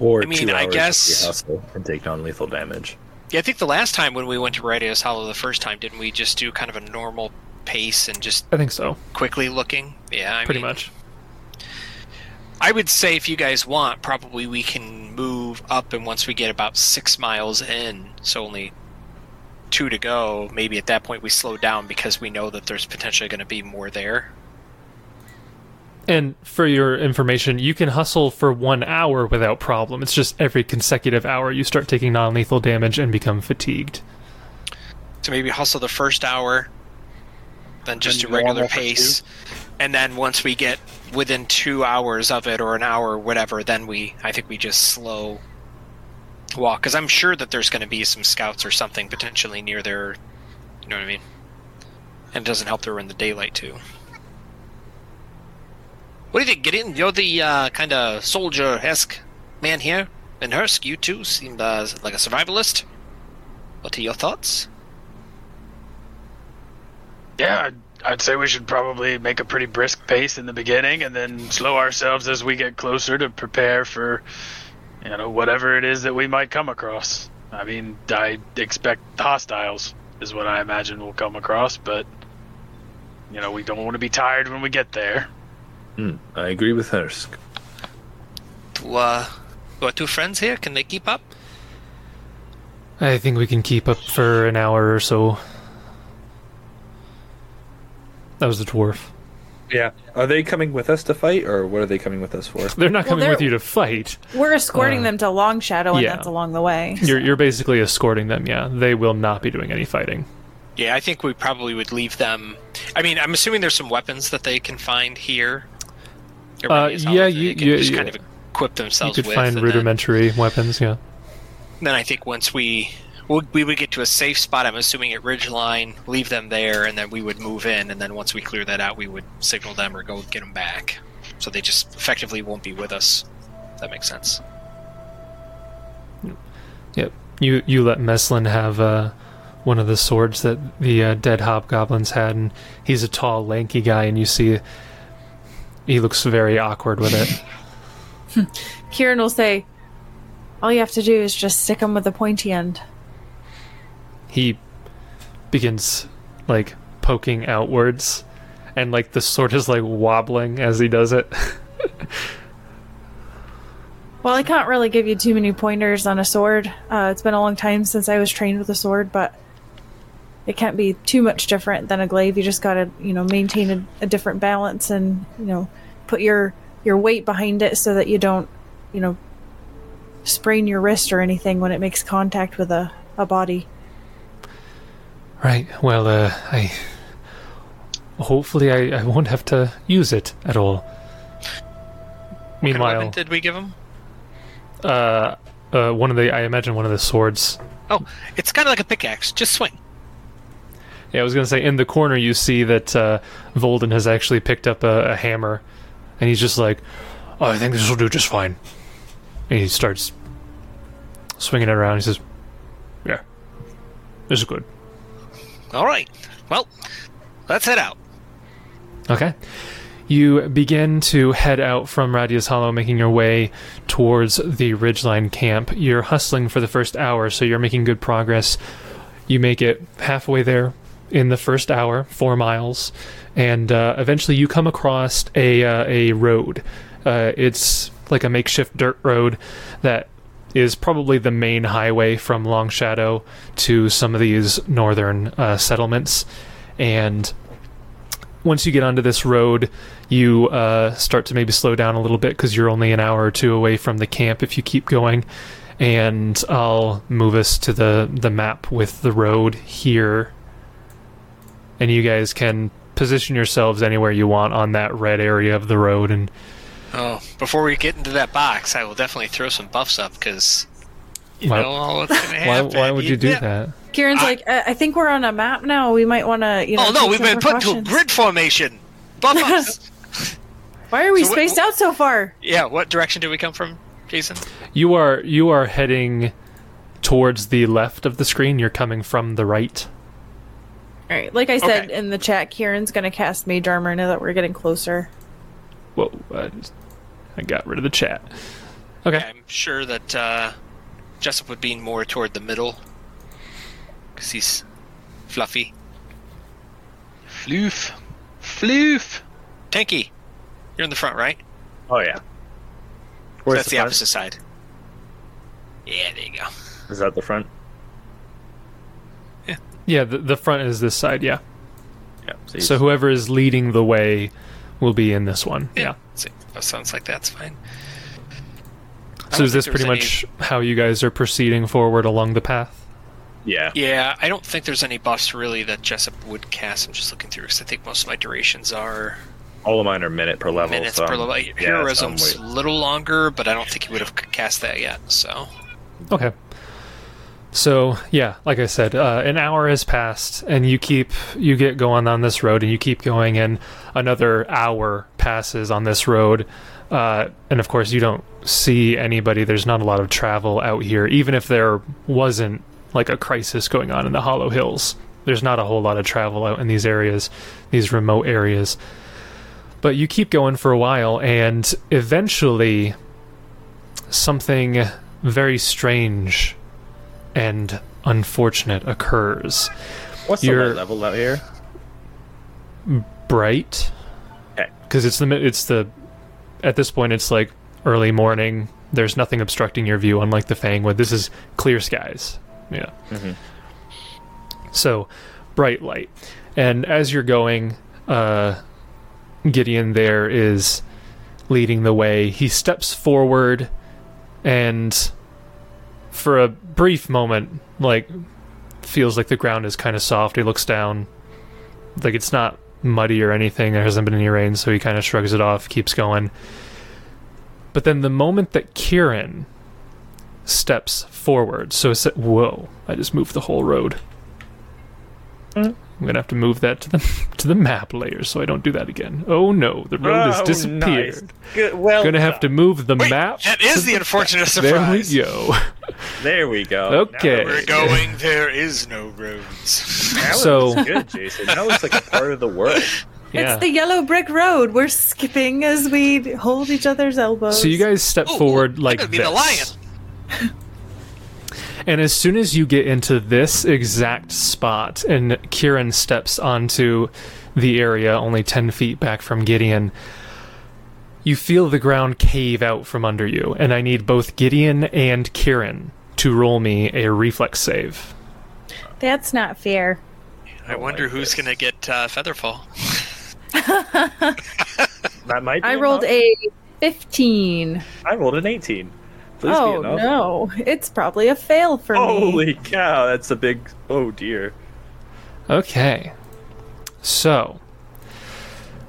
Or I mean, two I hours if guess- you hustle and take non-lethal damage. Yeah, I think the last time when we went to Radius Hollow the first time, didn't we just do kind of a normal pace and just I think so, quickly looking? Yeah, I pretty mean, much. I would say if you guys want, probably we can move up, and once we get about six miles in, so only two to go, maybe at that point we slow down because we know that there's potentially going to be more there. And for your information, you can hustle for one hour without problem. It's just every consecutive hour you start taking non lethal damage and become fatigued. So maybe hustle the first hour, then just Then do regular normal for pace, and then once we get within two hours of it or an hour or whatever, then we I think we just slow walk because I'm sure that there's going to be some scouts or something potentially near there. You know what I mean? And it doesn't help that we're in the daylight too. What do you think, Gideon? You're the uh, kind of soldier esque man here, and Hursk, you too seem uh, like a survivalist. What are your thoughts? Yeah, I'd, I'd say we should probably make a pretty brisk pace in the beginning and then slow ourselves as we get closer to prepare for, you know, whatever it is that we might come across. I mean, I expect hostiles is what I imagine we'll come across, but, you know, we don't want to be tired when we get there. I agree with Hursk. Do, uh, do our two friends here can they keep up? I think we can keep up for an hour or so. That was the dwarf. Yeah. Are they coming with us to fight, or what are they coming with us for? They're not Well, coming with they're- you to fight. We're escorting Uh, them to Long Shadow, and yeah. that's along the way. You're you're basically escorting them. Yeah, they will not be doing any fighting. Yeah, I think we probably would leave them. I mean, I'm assuming there's some weapons that they can find here. Everybody has Uh, yeah, knowledge that you- they can you- just you- kind of equip You themselves could with. find and then- rudimentary weapons. Yeah. Then I think once we we we would get to a safe spot, I'm assuming at Ridgeline, leave them there, and then we would move in. And then once we clear that out, we would signal them or go get them back. So they just effectively won't be with us. If that makes sense. Yep. You you let Meslin have uh, one of the swords that the uh, dead hobgoblins had, and he's a tall, lanky guy, and you see he looks very awkward with (laughs) it. Kieran will say, "All you have to do is just stick them with the pointy end." he begins like poking outwards, and like the sword is like wobbling as he does it. (laughs) Well, I can't really give you too many pointers on a sword. Uh, it's been a long time since I was trained with a sword, but it can't be too much different than a glaive. You just gotta, you know, maintain a, a different balance and you know, put your your weight behind it so that you don't, you know, sprain your wrist or anything when it makes contact with a, a body. Right. Well, uh, I hopefully I, I won't have to use it at all. What kind of Meanwhile, weapon did we give them? uh, uh, one of the I imagine one of the swords. Oh, it's kind of like a pickaxe. Just swing. Yeah, I was gonna say in the corner you see that uh, Volden has actually picked up a, a hammer, and he's just like, "Oh, I think this will do just fine." And he starts swinging it around. He says, "Yeah, this is good." All right. Well, let's head out. Okay. You begin to head out from Radius Hollow, making your way towards the Ridgeline camp. You're hustling for the first hour, so you're making good progress. You make it halfway there in the first hour, four miles, and uh, eventually you come across a uh, a road. Uh, it's like a makeshift dirt road that is probably the main highway from Long Shadow to some of these northern uh, settlements, and once you get onto this road, you uh, start to maybe slow down a little bit because you're only an hour or two away from the camp if you keep going. And I'll move us to the, the map with the road here. And you guys can position yourselves anywhere you want on that red area of the road. And Oh, before we get into that box, I will definitely throw some buffs up because you Why- know what's going (laughs) to why, happen. why would you do Yeah. that? Kieran's I- like, I-, I think we're on a map now. We might want to, you know. Oh no, take we've some been put into a precautions." grid formation. Buff ups. Why are we So what- spaced out so far? yeah, what direction did we come from, Jason? You are you are heading towards the left of the screen. You're coming from the right. All right, like I said Okay. in the chat, Kieran's gonna cast Mage Armor now that we're getting closer. Whoa! I, just- I got rid of the chat. Okay. I'm sure that uh, Jessup would be more toward the middle because he's fluffy, Floof. Floof. tanky. You're in the front, right? Oh yeah. So Where's that's the, front? opposite side. Yeah, there you go. Is that the front? Yeah, the, the front is this side, yeah. Yeah. you- So whoever is leading the way will be in this one. Yeah. (laughs) So- that sounds like that's fine. I So don't is this think pretty there was much how you guys are proceeding forward along the path? yeah. any- Yeah, I don't think there's any buffs really that Jessup would cast. I'm just looking through because I think most of my durations are All of mine are minute per level. minutes so per I'm- level. yeah, so I'm Heroism's way- a little longer, but I don't think he would have cast that yet. So Okay. So yeah, like I said, uh, an hour has passed, and you keep you get going on this road, and you keep going, and another hour passes on this road, uh, and of course you don't see anybody. There's not a lot of travel out here, even if there wasn't like a crisis going on in the Hollow Hills. There's not a whole lot of travel out in these areas, these remote areas. But you keep going for a while, and eventually something very strange and unfortunate occurs. What's You're- the light level out here? Bright, Okay. because it's the mi- it's the at this point it's like early morning. There's nothing obstructing your view, unlike the Fangwood. This is clear skies. Yeah. So, bright light, and as you're going, uh, Gideon there is leading the way. He steps forward, and for a brief moment, like feels like the ground is kind of soft. He looks down, like it's not muddy or anything. There hasn't been any rain, so he kind of shrugs it off, keeps going. But then the moment that Kieran steps forward, so it's whoa, I just moved the whole road. Mm. I'm gonna have to move that to the (laughs) to the map layer so I don't do that again. Oh no, the road has Oh, disappeared. nice. Good, well, Gonna have to move the Wait, map. that is the unfortunate (laughs) There we surprise. Oh, go. There (laughs) we go. Okay. Now We're going. There is no roads. that looks So- good, Jason. That looks like a part of the world. Yeah. It's the yellow brick road. We're skipping as we hold each other's elbows. So you guys step Ooh, forward that like could this. (laughs) be the lion. And as soon as you get into this exact spot, and Kieran steps onto the area only 10 feet back from Gideon, you feel the ground cave out from under you. And I need both Gideon and Kieran to roll me a reflex save. That's not fair. (laughs) I wonder who's going to get uh, Featherfall. That might. Be I rolled enough. a 15. I rolled an eighteen. Please oh, be enough. no. It's probably a fail for me. Holy cow! That's a big. Oh dear. Okay. So,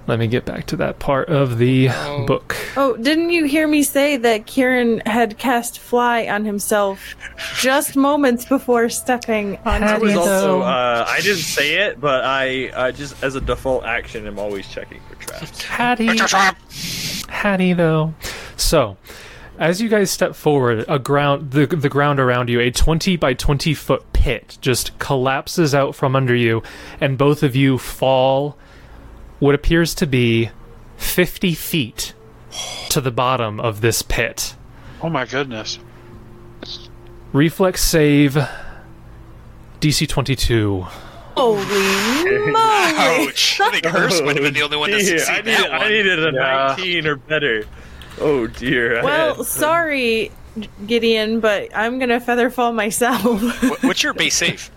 let me get back to that part of the Oh. book. Oh, didn't you hear me say that Kieran had cast fly on himself just moments before stepping onto I was the also. Uh, I didn't say it, but I uh, just as a default action, am always checking for traps. (laughs) Patty. Hattie, though. So, as you guys step forward, a ground the the ground around you, a twenty by twenty foot pit just collapses out from under you, and both of you fall what appears to be fifty feet to the bottom of this pit. Oh my goodness. Reflex save DC twenty two. Holy (laughs) moly! Ouch! (laughs) I think Hearst would have been the only (laughs) one to Dear, succeed I, needed, that one. I needed a Yeah. nineteen or better. Oh dear. I Well, had- sorry, Gideon, but I'm gonna feather (laughs) fall myself. What- What's your base save,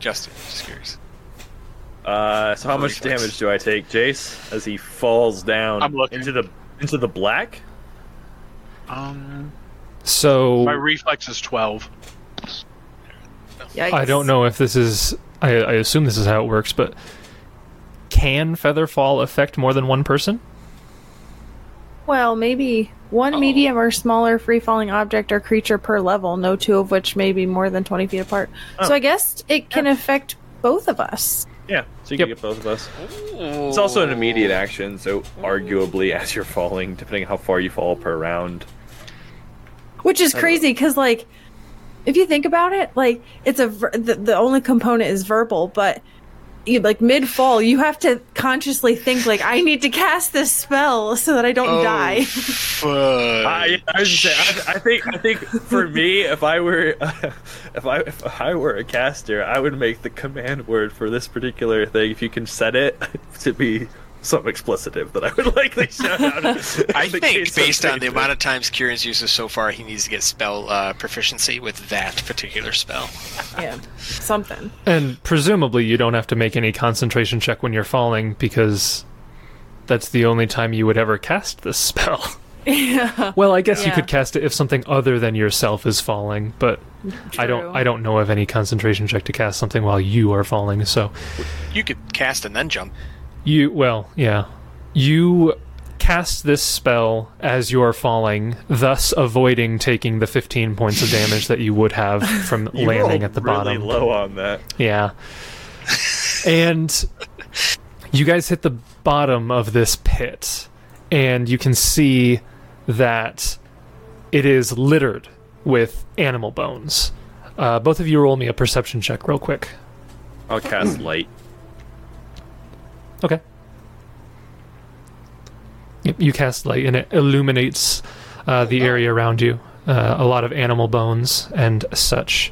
Justin? Just curious. Uh, so how much Reflex. damage do I take, Jace, as he falls down I'm looking. into the into the black? Um, So my reflex is 12. I don't know if this is. I, I assume this is how it works, but can feather fall affect more than one person? Well, maybe one medium or smaller free falling object or creature per level, no two of which may be more than 20 feet apart. So I guess it can affect both of us. Yeah, so you Yep. can get both of us. It's also an immediate action, so arguably, as you're falling, depending on how far you fall per round. Which is crazy because, like, if you think about it, like it's a ver- the, the only component is verbal, but you like mid fall, you have to consciously think like I need to cast this spell so that I don't Oh. die. I, I was just saying, I, I think, I think for me, if I were, (laughs) if I, if I were a caster, I would make the command word for this particular thing. If you can set it (laughs) to be some explicitive that I would (laughs) likely shout out. I think, based on the amount of times Kieran's used this so far, he needs to get spell uh, proficiency with that particular spell. yeah, something. And presumably, you don't have to make any concentration check when you're falling because that's the only time you would ever cast this spell. (laughs) yeah, Well, I guess you Yeah. could cast it if something other than yourself is falling, but I True. don't. I don't know of any concentration check to cast something while you are falling. So You could cast and then jump. you, well, yeah, You cast this spell as you are falling, thus avoiding taking the 15 points of damage that you would (laughs) have from You rolled landing at the really bottom. low on that. Yeah. and you guys hit the bottom of this pit, and you can see that it is littered with animal bones. Uh, both of you roll me a perception check real quick. I'll cast light. Okay. Yep, You cast light, and it illuminates uh, the area around you. Uh, a lot of animal bones and such.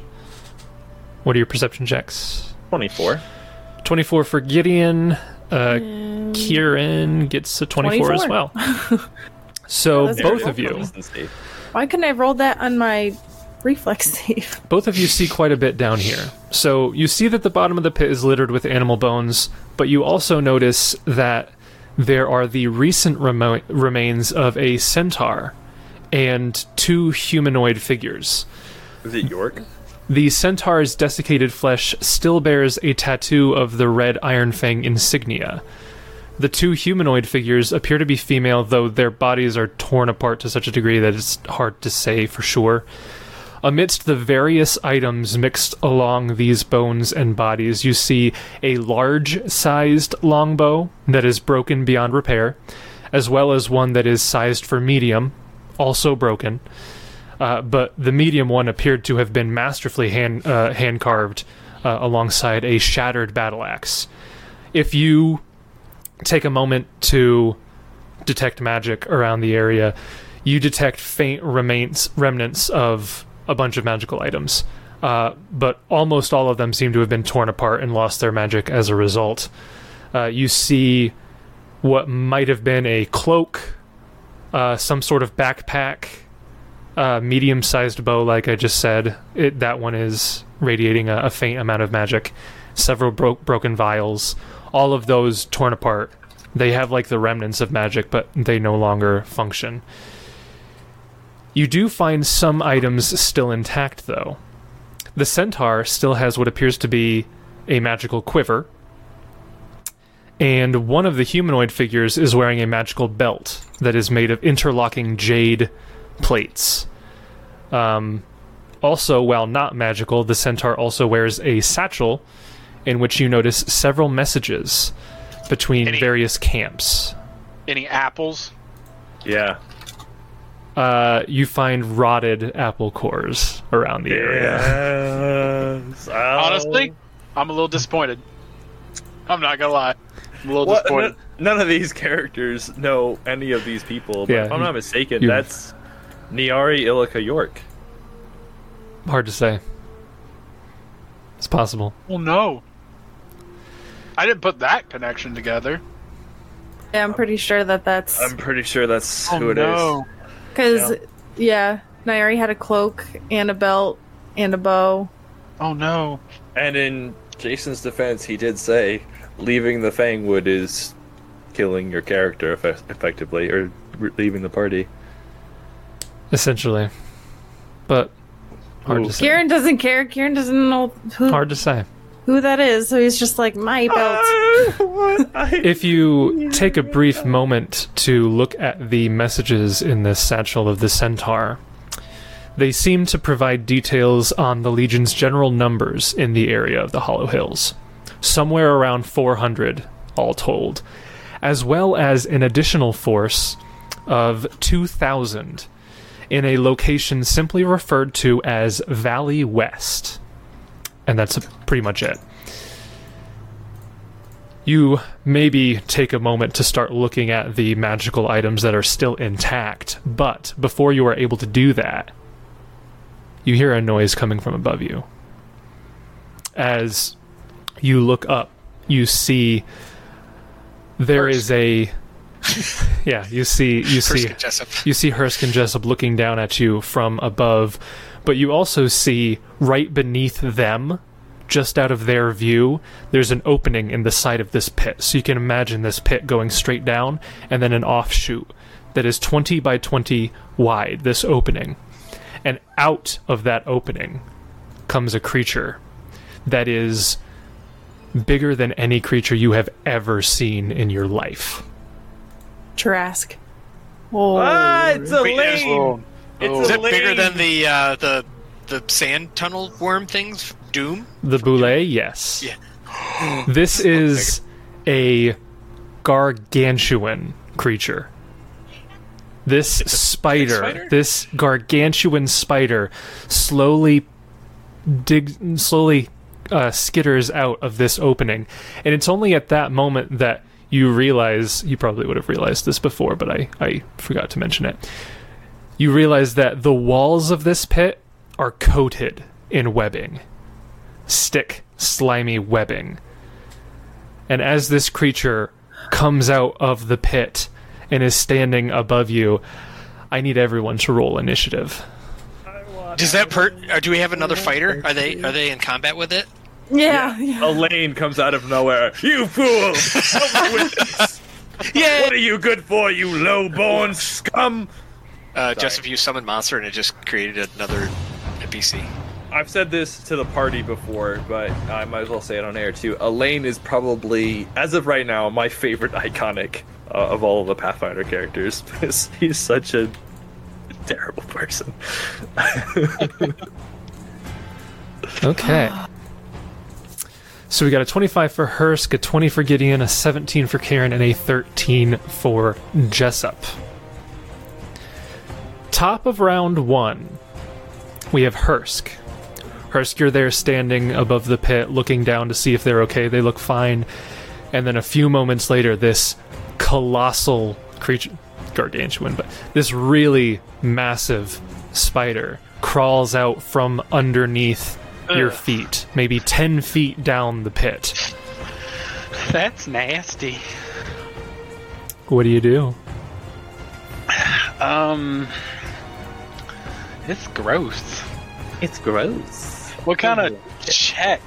What are your perception checks? Twenty-four. 24 for Gideon. Uh, Kieran gets a 24, as 24. well. so That's both very of you, Consistency. Why couldn't I have rolled that on my reflex save? (laughs) both of you see quite a bit down here. So you see that the bottom of the pit is littered with animal bones, but you also notice that there are the recent remo- remains of a centaur and two humanoid figures. Is it York? The centaur's desiccated flesh still bears a tattoo of the red Iron Fang insignia. The two humanoid figures appear to be female, though their bodies are torn apart to such a degree that it's hard to say for sure. Amidst the various items mixed along these bones and bodies, you see a large sized longbow that is broken beyond repair, as well as one that is sized for medium, also broken uh, but the medium one appeared to have been masterfully hand uh, hand carved uh, alongside a shattered battle axe. If you take a moment to detect magic around the area, you detect faint remains remnants of a bunch of magical items. Uh, but almost all of them seem to have been torn apart and lost their magic as a result. Uh, you see what might have been a cloak, uh, some sort of backpack, uh, medium-sized bow, like I just said, it, that one is radiating a, a faint amount of magic. Several bro- broken vials, all of those torn apart. They have like the remnants of magic, but they no longer function. You do find some items still intact, though. The centaur still has what appears to be a magical quiver, and one of the humanoid figures is wearing a magical belt that is made of interlocking jade plates. Um, also, while not magical, the centaur also wears a satchel in which you notice several messages between Any- various camps. Any apples? Yeah. Uh, you find rotted apple cores around the area. (laughs) Yes. I'll- Honestly, Um, I'm a little disappointed. I'm not gonna lie. I'm a little What- disappointed. none, none of these characters know any of these people. But Yeah. if I'm not mistaken, You- that's Niari Illica York. Hard to say. It's possible. Well, Oh, no. I didn't put that connection together. Yeah, I'm pretty sure that that's I'm pretty sure that's Oh who it is. no! because yeah. Nairi had a cloak and a belt and a bow. Oh no! And in Jason's defense, he did say leaving the Fangwood is killing your character effe- effectively, or re- leaving the party. Essentially. But hard Ooh. to say. Kieran doesn't care. Kieran doesn't know who Hard to say. who that is, so he's just like my belt. If you take a brief moment to look at the messages in the satchel of the centaur, they seem to provide details on the Legion's general numbers in the area of the Hollow Hills, somewhere around 400, all told, as well as an additional force of 2,000 in a location simply referred to as Valley West. And that's pretty much it you maybe take a moment to start looking at the magical items that are still intact, but before you are able to do that, you hear a noise coming from above you. As you look up, you see there is a (laughs) yeah, you see you First see get Jessup. you see Hursk and Jessup looking down at you from above, but you also see right beneath them, just out of their view, there's an opening in the side of this pit. So you can imagine this pit going straight down and then an offshoot that is 20 by 20 wide, this opening. And out of that opening comes a creature that is bigger than any creature you have ever seen in your life. Trask. Oh, Ah, it's a Wait, there's- lane. Is oh. It's a it bigger lane. than the uh, the the sand tunnel worm things? Doom. The boulet, yes. Yeah. this is a gargantuan creature. This spider, spider? this gargantuan spider, slowly dig, slowly uh, skitters out of this opening, and it's only at that moment that you realize you probably would have realized this before, but I I forgot to mention it. You realize that the walls of this pit are coated in webbing stick, slimy webbing. And as this creature comes out of the pit and is standing above you, I need everyone to roll initiative. Does that per? Or do we have another fighter? Are they are they in combat with it? yeah, yeah. Elaine comes out of nowhere. You (laughs) fool! Help me with this. Yeah. What are you good for, you low-born scum? Uh, Joseph, you summoned monster and it just created another NPC. I've said this to the party before, but I might as well say it on air too. Elaine is probably, as of right now, my favorite iconic uh, of all of the Pathfinder characters. (laughs) because He's such a terrible person. Okay. (gasps) So we got a 25 for Hursk, a 20 for Gideon, a 17 for Karen, and a 13 for Jessup. Top of round one, we have Hursk. Hursk, you're there standing above the pit, looking down to see if they're okay. They look fine. And then a few moments later, this colossal creature, gargantuan, but this really massive spider crawls out from underneath your feet, maybe 10 feet down the pit. That's nasty. What do you do? Um, it's gross. It's gross. What kind of check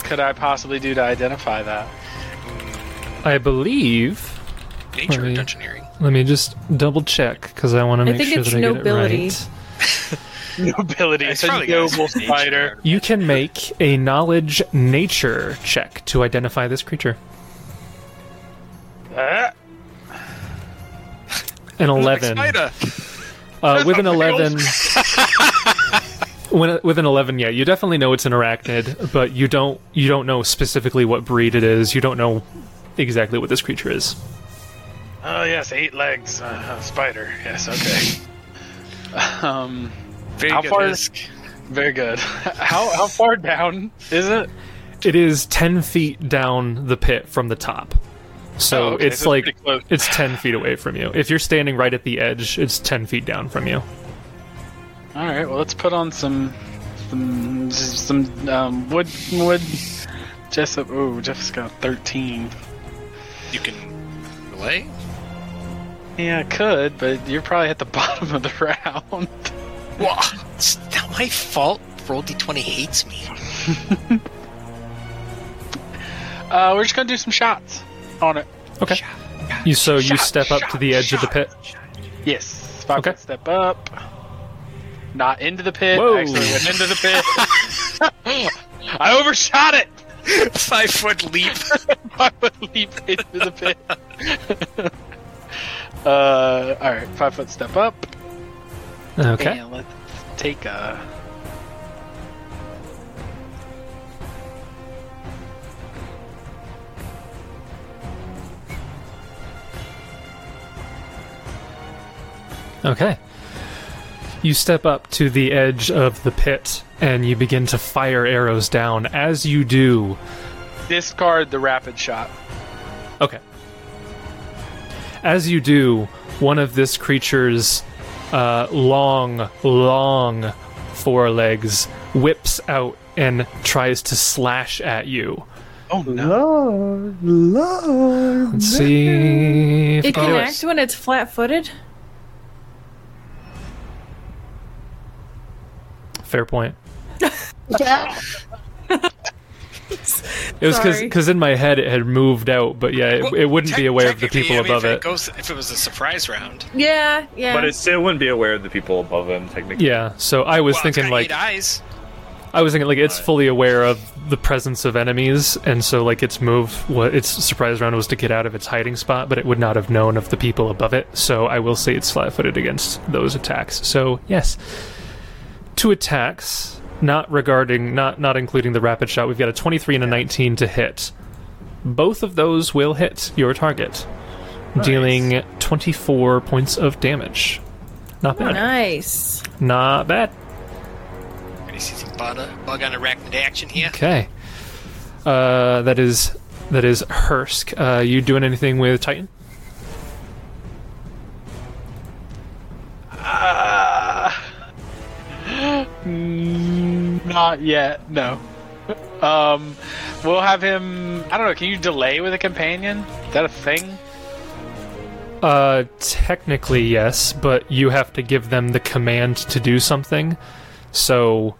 could I possibly do to (laughs) identify that? I believe. Nature Right. dungeoneering. Let me just double check because I want to make think sure it's that I nobility. get it right. Nobility. It's a got noble some nature spider. in You can make a knowledge nature check to identify this creature. Ah, An there. 11. Spider. Uh, with an Something eleven, when, with an eleven, yeah, you definitely know it's an arachnid, but you don't you don't know specifically what breed it is. You don't know exactly what this creature is. oh yes, eight legs. Uh, spider. Yes. Okay. um, Very How good far- risk. very good. (laughs) How how far down is it? It is ten feet down the pit from the top, so Oh, okay, it's so it's like pretty close. it's ten feet away from you. If you're standing right at the edge, it's ten feet down from you. All right. Well, let's put on some some some um, wood wood. Jessup. Oh, Jeff's got thirteen. You can relay. Yeah, I could, but you're probably at the (laughs) bottom of the round. Wah. It's not my fault. Roll d20 hates me. (laughs) Uh, we're just gonna do some shots on it. Okay, you so you step up to the edge of the pit. Yes. Five Okay. foot step up. Not into the pit. Whoa. Actually went into the pit. (laughs) I overshot it. (laughs) Five foot (laughs) leap. I would leap into the pit. (laughs) uh, all right. Five foot step up. Okay, And let's take a. okay. You step up to the edge of the pit and you begin to fire arrows down. As you do, Discard the rapid shot. Okay. As you do, one of this creature's uh, long, long forelegs whips out and tries to slash at you. Oh no. Lord, Lord. Let's see. If It you can do act when it's flat-footed. Fair point. It was Sorry. because in my head it had moved out, but yeah, it, it wouldn't be aware of the Technically, people I mean, above if it. goes, if it was a surprise round. Yeah, yeah. But it still wouldn't be aware of the people above him, technically. Yeah, so I was Well, it's thinking got like eight eyes. I was thinking like it's fully aware of the presence of enemies, and so like its move, what its surprise round was to get out of its hiding spot, but it would not have known of the people above it. So I will say it's flat-footed against those attacks. So yes, two attacks, not regarding, not not including the rapid shot. We've got a twenty-three and a nineteen to hit. Both of those will hit your target, dealing twenty-four points of damage. Not bad. Nice. Not bad. Maybe see some bug, bug on arachnid action here. Okay. Uh, that is that is Hursk. Uh, you doing anything with Titan? Mm, Not yet. No. Um, we'll have him. I don't know. Can you delay with a companion? Is that a thing? Uh, technically yes, but you have to give them the command to do something. So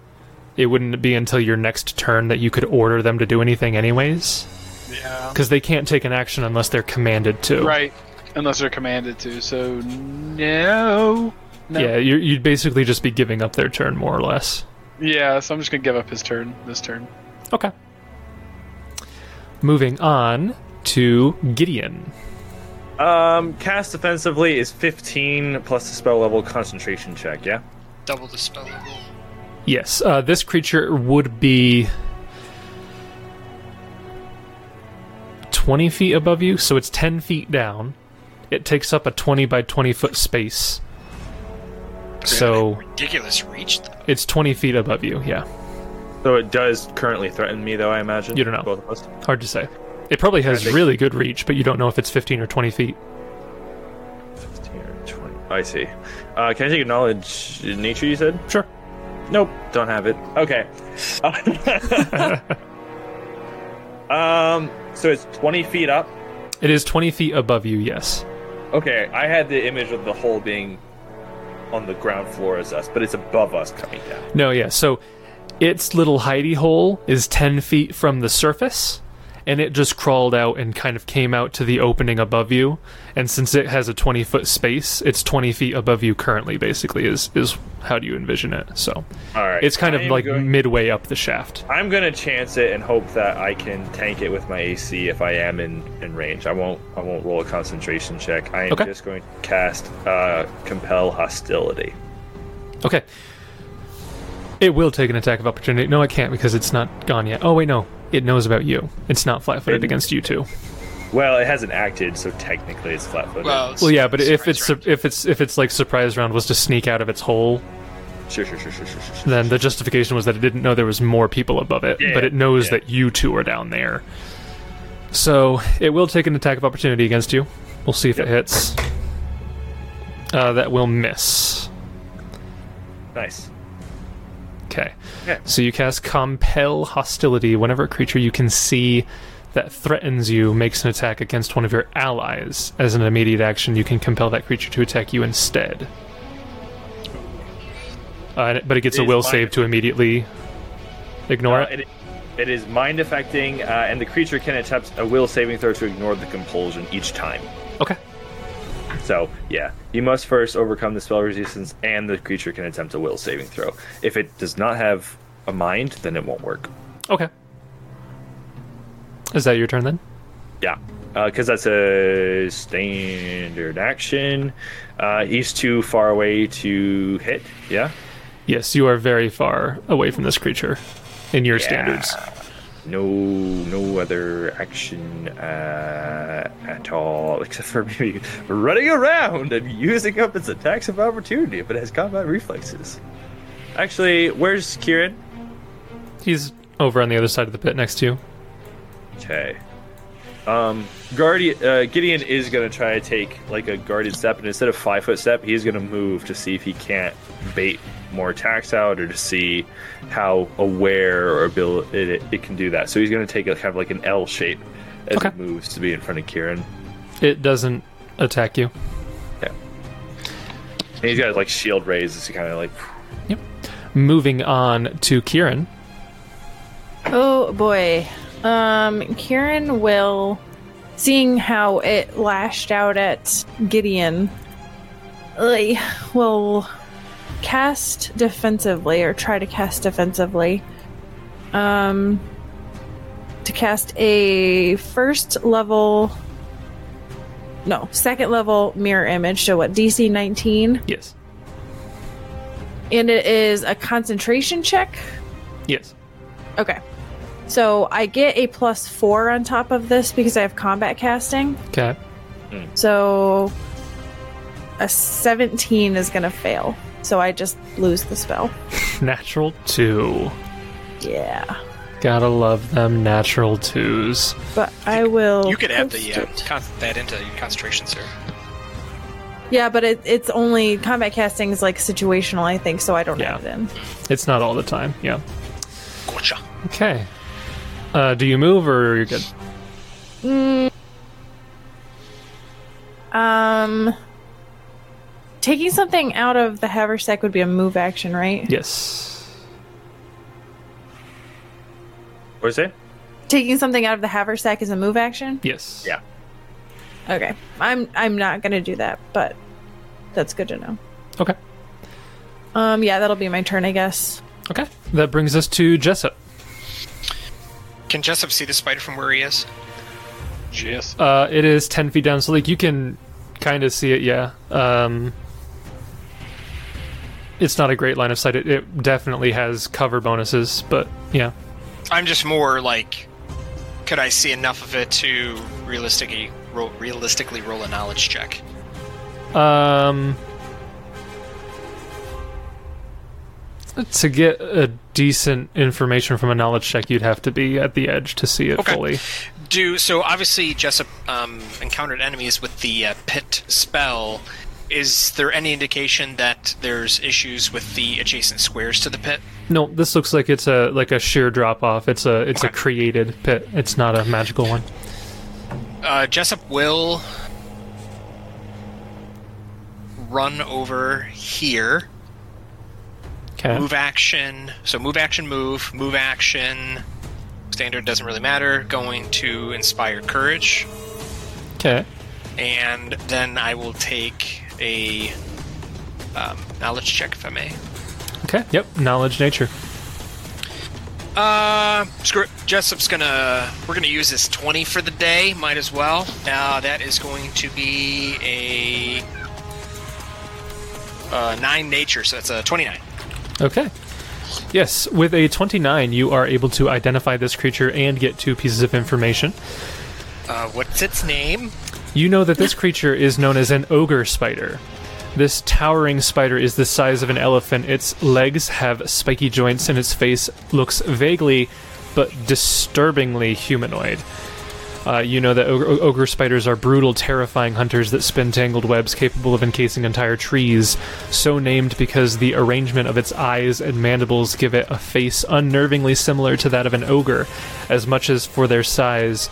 it wouldn't be until your next turn that you could order them to do anything, anyways, Yeah. because they can't take an action unless they're commanded to. Right. Unless they're commanded to. So no. No. Yeah, you, you'd basically just be giving up their turn more or less. Yeah, so I'm just gonna give up his turn. This turn. Okay. Moving on to Gideon. Um, cast offensively is 15 plus the spell level concentration check, yeah? Double the spell level. Yes, uh, this creature would be 20 feet above you, so it's 10 feet down. It takes up a 20 by 20 foot space. So ridiculous reach. Though. it's 20 feet above you, yeah. So it does currently threaten me, though, I imagine. You don't know. Both of us. Hard to say. It probably has I think- really good reach, but you don't know if it's 15 or 20 feet. 15 or 20. I see. Uh, can I take a knowledge in nature, you said? Sure. Nope, don't have it. Okay. (laughs) um, so it's 20 feet up. It is 20 feet above you, yes. Okay, I had the image of the hole being on the ground floor as us, but it's above us coming down. No, yeah. So its little hidey hole is 10 feet from the surface, and it just crawled out and kind of came out to the opening above you. And since it has a 20 foot space, it's 20 feet above you currently, basically, is, is how do you envision it? So All right. it's kind I of am like going- midway up the shaft. I'm gonna chance it and hope that I can tank it with my AC if I am in, in range. I won't I won't roll a concentration check. I am Okay. just going to cast uh, compel hostility. Okay. It will take an attack of opportunity. No, it can't because it's not gone yet. Oh, wait, no. It knows about you. It's not flat footed It- against you two. Well, it hasn't acted, so technically it's flat footed. Well, it's Well, yeah, but if surprise it's round. if it's if it's like surprise round was to sneak out of its hole, sure, sure, sure, sure, sure, sure. sure. then the justification was that it didn't know there was more people above it, Yeah, but it knows yeah. that you two are down there. So it will take an attack of opportunity against you. We'll see if it hits. Uh, that will miss. Nice. Okay. Yeah. So you cast Compel Hostility whenever a creature you can see that threatens you makes an attack against one of your allies. As an immediate action, you can compel that creature to attack you instead. Uh, and it- but it gets a Is will mine- save to immediately ignore Uh, it. it, it is mind affecting, uh, and the creature can attempt a will saving throw to ignore the compulsion each time. Okay. So, yeah, you must first overcome the spell resistance, and the creature can attempt a will saving throw. If it does not have a mind, then it won't work. Okay. Is that your turn then? Yeah, because that's a standard action. Uh, he's too far away to hit. Yeah, Yes, you are very far away from this creature in your standards. no, no other action uh, at all except for maybe running around and using up its attacks of opportunity if it has combat reflexes. Actually, where's Kieran? He's over on the other side of the pit next to you. Okay. Um, Guardian uh, Gideon is gonna try to take like a guarded step, and instead of five foot step, he's gonna move to see if he can't bait more attacks out, or to see how aware or abil it, it can do that. So he's gonna take a kind of like an L shape as Okay. it moves to be in front of Kieran. It doesn't attack you. Yeah. And he's got like shield raised to kind of like Moving on to Kieran. Oh boy. Um, Kieran will, seeing how it lashed out at Gideon, like, will cast defensively or try to cast defensively. um, to cast a first level, no, second level mirror image. So what? DC 19, Yes. and it is a concentration check. Yes. Okay, so I get a plus four on top of this because I have combat casting. Okay. So a 17 is going to fail. So I just lose the spell. Natural two. Yeah. Gotta love them natural twos. But I will. You could add the post uh, it. con- that into your concentration, sir. Yeah, but it, it's only. Combat casting is like situational, I think, so I don't Yeah. have it in. It's not all the time. Yeah. Gotcha. Okay. Uh, do you move or you're good? Um. Taking something out of the haversack would be a move action, right? Yes. What is it? Taking something out of the haversack is a move action. Yes. Yeah. Okay, I'm I'm not gonna do that, but that's good to know. Okay. Um, yeah, that'll be my turn, I guess. Okay. That brings us to Jessup. Can Jessup see the spider from where he is? Yes. Uh, it is ten feet down, so like you can kind of see it. Yeah. Um, it's not a great line of sight. It, it definitely has cover bonuses, but yeah. I'm just more like, could I see enough of it to realistically roll, realistically roll a knowledge check? Um, to get a decent information from a knowledge check, you'd have to be at the edge to see it Okay. fully. Do so. Obviously, Jessup um, encountered enemies with the uh, pit spell. Is there any indication that there's issues with the adjacent squares to the pit? No, this looks like it's a like a sheer drop off. It's a it's a Okay. created pit. It's not a magical one. Uh, Jessup will run over here. Okay. Move action. So move action, move, move action. Standard doesn't really matter. Going to inspire courage. Okay. And then I will take a um, knowledge check if I may. Okay. Yep. Knowledge nature. Uh, screw it. Jessup's gonna. We're gonna use this 20 for the day. Might as well. Uh, that is going to be a. Uh, 9 nature, so that's a 29. Okay. Yes, with a 29, you are able to identify this creature and get two pieces of information. Uh, what's its name? You know that this creature is known as an ogre spider. This towering spider is the size of an elephant. Its legs have spiky joints, and its face looks vaguely but disturbingly humanoid. Uh, you know that ogre, ogre spiders are brutal, terrifying hunters that spin tangled webs capable of encasing entire trees, so named because the arrangement of its eyes and mandibles give it a face unnervingly similar to that of an ogre. As much as for their size,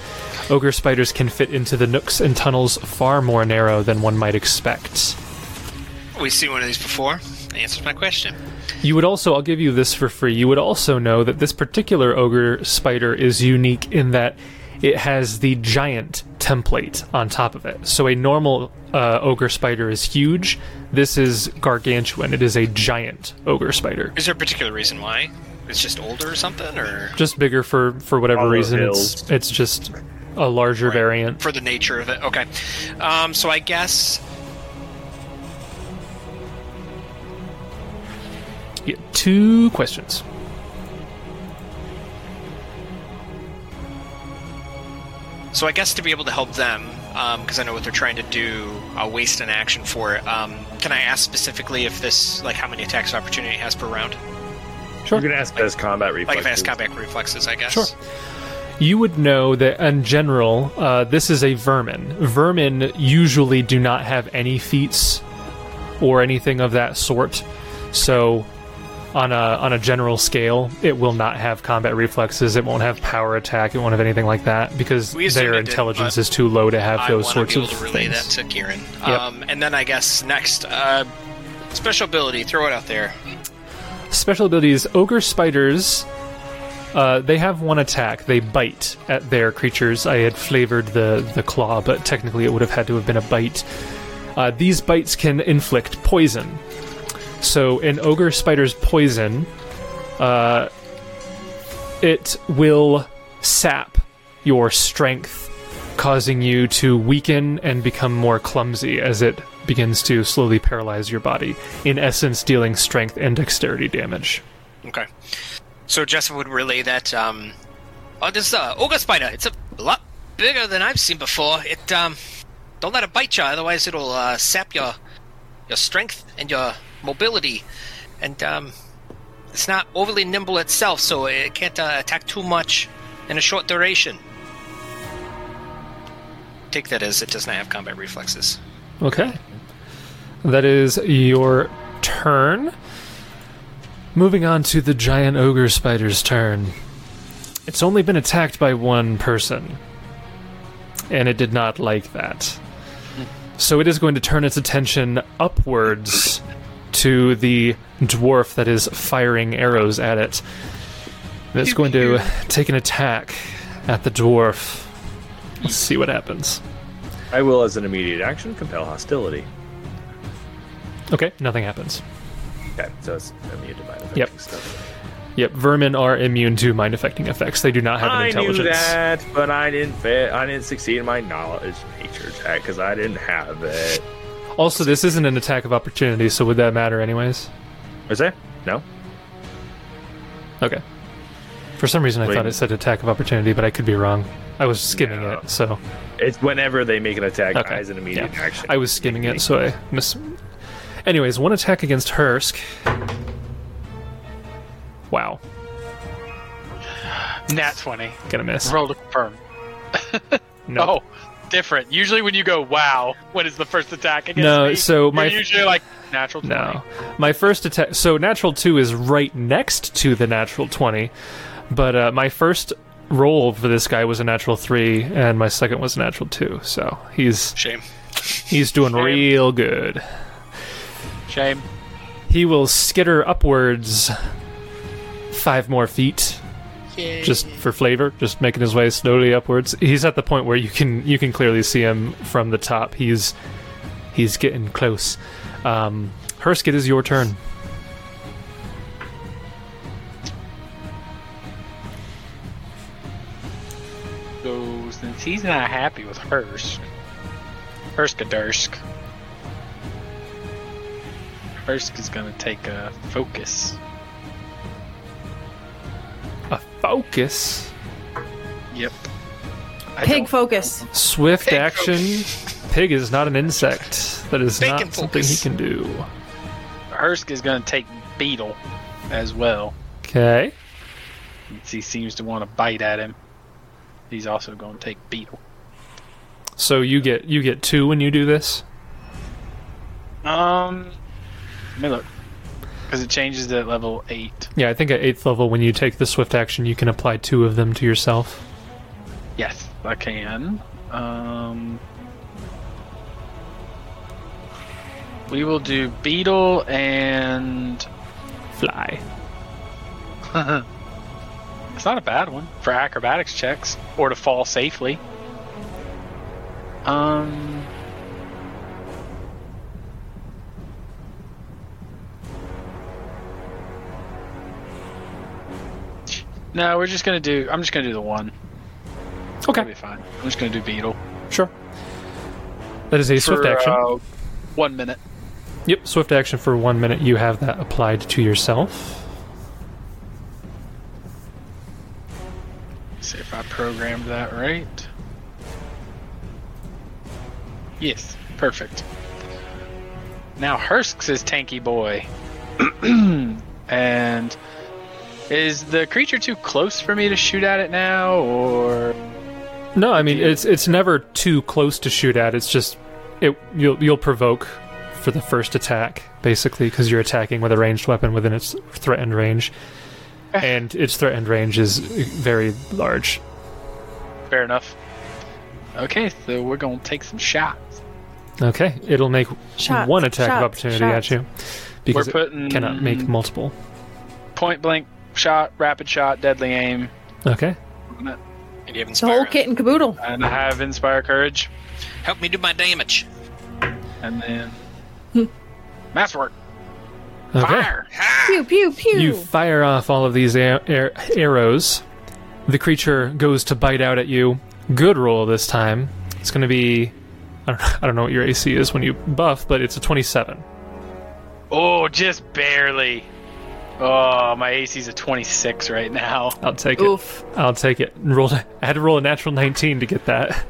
ogre spiders can fit into the nooks and tunnels far more narrow than one might expect. We've seen one of these before. That answers my question. You would also, I'll give you this for free, you would also know that this particular ogre spider is unique in that it has the giant template on top of it. So a normal uh, ogre spider is huge. This is gargantuan. It is a giant ogre spider. Is there a particular reason why? It's just older or something, or Just bigger for, for whatever Hollow reason. It's, hills. it's just a larger variant. for the nature of it? Okay. Um, so I guess Yeah, two questions. So I guess to be able to help them, because I know what they're trying to do, I'll waste an action for it. Um, can I ask specifically if this, like, how many attacks of opportunity it has per round? Sure. You can ask as combat reflexes. Like, if it has combat reflexes, I guess. Sure. you would know that in general, uh, this is a vermin. Vermin usually do not have any feats or anything of that sort. So, on a on a general scale, it will not have combat reflexes. It won't have power attack. It won't have anything like that because We assume their it did, intelligence but is too low to have I those want sorts to be able of to relay things. that to Kieran. Yep. Um, and then I guess next, uh, special ability, throw it out there. Special abilities: ogre spiders. Uh, they have one attack. They bite at their creatures. I had flavored the the claw, but technically it would have had to have been a bite. Uh, these bites can inflict poison. So an ogre spider's poison uh, it will sap your strength, causing you to weaken and become more clumsy as it begins to slowly paralyze your body, in essence, dealing strength and dexterity damage. Okay. So Jessa would relay that. Um, oh, this uh, ogre spider. It's a lot bigger than I've seen before. It um, don't let it bite you, otherwise it'll uh, sap your your strength and your mobility. And um, it's not overly nimble itself, so it can't uh, attack too much in a short duration. Take that as it does not have combat reflexes. Okay. That is your turn. Moving on to the giant ogre spider's turn. It's only been attacked by one person, and it did not like that. So it is going to turn its attention upwards to the dwarf that is firing arrows at it. And It's going to take an attack at the dwarf. Let's see what happens. I will, as an immediate action, compel hostility. Okay, nothing happens. Okay, so it's immune to mind affecting Yep. stuff. Yep, vermin are immune to mind affecting effects. They do not have an I knew intelligence. that, but I didn't. Fa- I didn't succeed in my knowledge nature check because I didn't have it. Also, this isn't an attack of opportunity, so would that matter anyways? Is it? No. Okay. For some reason, I Wait. thought it said attack of opportunity, but I could be wrong. I was skimming No. it, so It's whenever they make an attack okay. as an immediate Yeah. action. I was skimming it, so I miss. Anyways, one attack against Hursk. Wow, Nat 20. gonna miss. Roll (laughs) to confirm. Nope. Oh, different. Usually when you go wow, when it's the first attack against No, me, so you're my- usually like natural 20. No. My first attack. So natural 2 is right next to the natural 20. But uh, my first roll for this guy was a natural 3, and my second was a natural 2. So he's Shame. he's doing real good. Shame. He will skitter upwards five more feet. Just for flavor, just making his way slowly upwards. He's at the point where you can you can clearly see him from the top. He's he's getting close. Um, Hursk, it is your turn. So since he's not happy with Hursk, Hurskadursk, Hursk is gonna take a focus. A focus. Yep. I Pig don't- focus. Swift Pig action. Pig is not an insect. That is They not can something he focus. can do. Hursk is gonna take Beetle as well. Okay. since He seems to want to bite at him. He's also gonna take Beetle. So you get you get two when you do this. Um, let me look. Because it changes at level eight. Yeah, I think at eighth level when you take the swift action, you can apply two of them to yourself. Yes, I can. Um, we will do Beetle and. Fly. It's not a bad one for acrobatics checks or to fall safely. Um. No, we're just gonna do. I'm just gonna do the one. It'll be Okay. fine. I'm just gonna do beetle. Sure. That is a swift for, action. uh, one minute. Yep, swift action for one minute. You have that applied to yourself. See if I programmed that right. Yes, perfect. Now Hursk's is tanky boy. (clears throat) and is the creature too close for me to shoot at it now or No, I mean it's it's never too close to shoot at. It's just it you'll you'll provoke for the first attack basically because you're attacking with a ranged weapon within its threatened range, Eh. and its threatened range is very large. fair enough. Okay, so we're going to take some shots. Okay, it'll make Shots, one attack shots, of opportunity at shots. you because We're it putting- cannot make multiple. Point blank shot, rapid shot, deadly aim. Okay, And you have The whole inspired. kit and caboodle. And I have inspire courage Help me do my damage. and then masterwork. okay. Hmm. Fire. Pew pew pew. You fire off all of these ar- ar- arrows The creature goes to bite out at you. Good roll this time. It's going to be. I don't, (laughs) I don't know what your AC is when you buff, but it's a 27. Oh, just barely. Oh, my AC's a 26 right (laughs) now. I'll take Oof. it. I'll take it. (laughs) Roll. I had to roll a natural 19 to get that.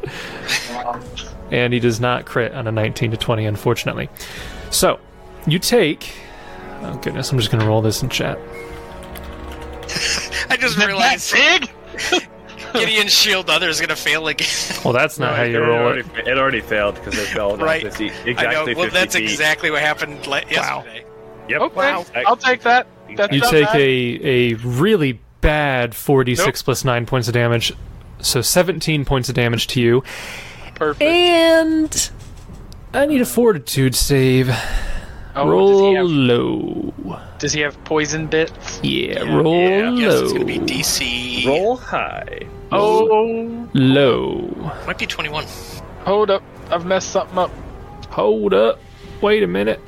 and he does not crit on a 19 to 20, unfortunately. So, you take. Oh, goodness. I'm just going to roll this in chat. I (laughs) just realized Sig? Gideon's shield other is gonna fail again. Well, that's not how you it, roll already, it. it already failed because (laughs) it fell down Right. 50, I know. exactly Well, 50 that's feet. exactly what happened le- yesterday. Yep. Okay, Wow. I'll take that. That's You not take bad. a, a really bad 46 Nope. plus 9 points of damage, so 17 points of damage to you. perfect. And I need a fortitude save. Oh, roll does, he low. have, does he have poison bits? Yeah, roll yeah. low. Yes, it's gonna be DC. Roll high. Oh, low. Might be 21. hold up. I've messed something up. Hold up. Wait a minute.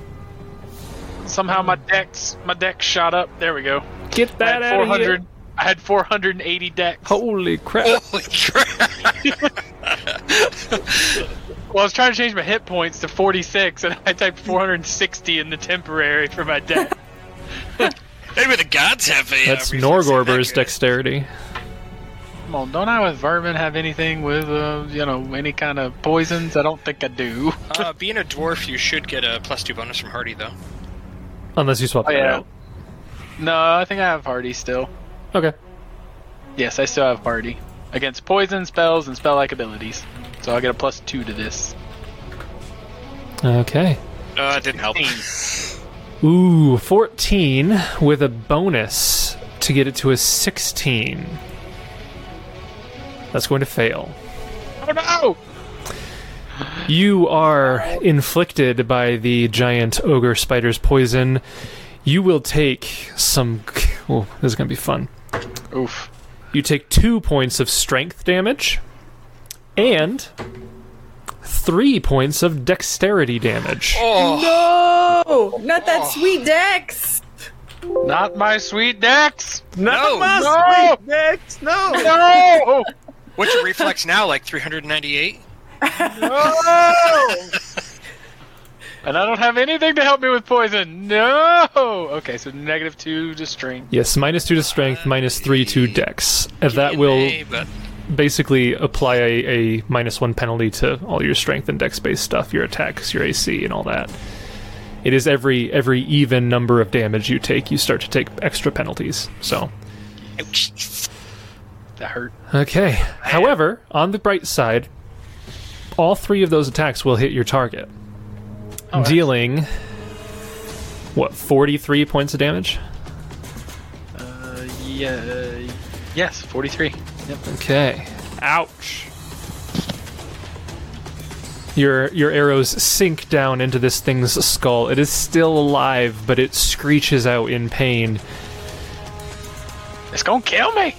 Somehow my dex, my dex shot up. There we go. Get I that had out of 400. here. I had 480 dex. Holy crap. Holy crap! Well, I was trying to change my hit points to 46, and I typed 460 in the temporary for my dex. Maybe the gods have a. That's uh, reflex that Norgorber's good. dexterity. Come on, don't I with vermin have anything with, uh, you know, any kind of poisons? I don't think I do. Uh, being a dwarf, you should get a plus two bonus from Hardy, though. Unless you swap Oh, that yeah. out. No, I think I have Hardy still. Okay. Yes, I still have Hardy. Against poison spells and spell like abilities. So I'll get a plus two to this. Okay. Uh, it didn't help. Ooh, 14 with a bonus to get it to a 16. That's going to fail. Oh no! You are inflicted by the giant ogre spider's poison. You will take some. Oh, this is going to be fun. Oof. You take two points of strength damage and three points of dexterity damage. Oh, No, not that sweet Dex. Not my sweet dex! No, no! Next, no. No! what's your reflex now? Like 398? and I don't have anything to help me with poison. No! Okay, so negative two to string. Yes, minus two to strength, minus three to dex. And that will Yay, but basically apply a, a minus one penalty to all your strength and dex based stuff, your attacks, your AC, and all that. It is every every even number of damage you take, you start to take extra penalties. So ouch. That hurt. okay. However, on the bright side, all three of those attacks will hit your target, dealing what forty three points of damage. Uh, yeah. uh, Yes, 43. Yep. Okay. Ouch. Your your arrows sink down into this thing's skull. It is still alive, but it screeches out in pain. It's gonna kill me!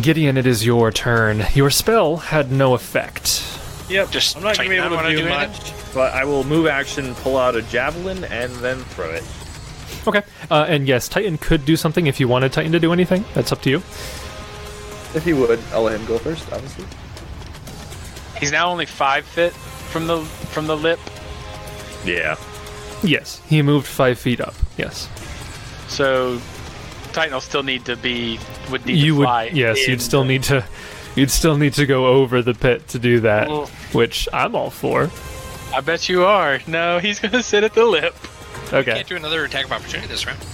Gideon, it is your turn. Your spell had no effect. Yep. Just I'm not going to be tighten able that to one do up, much, Giovanni. but I will move action, pull out a javelin, and then throw it. Okay. Uh, and yes, Titan could do something if you wanted Titan to do anything. That's up to you. If he would, I'll let him go first, obviously. He's now only five fit from the from the lip, Yeah. Yes, he moved five feet up. Yes, so Titan will still need to be would need you to would. fly. Yes, in. you'd still need to. You'd still need to go over the pit to do that, Well- which I'm all for. I bet you are. No, he's gonna sit at the lip. (laughs) Okay. Can't do another attack of opportunity this round.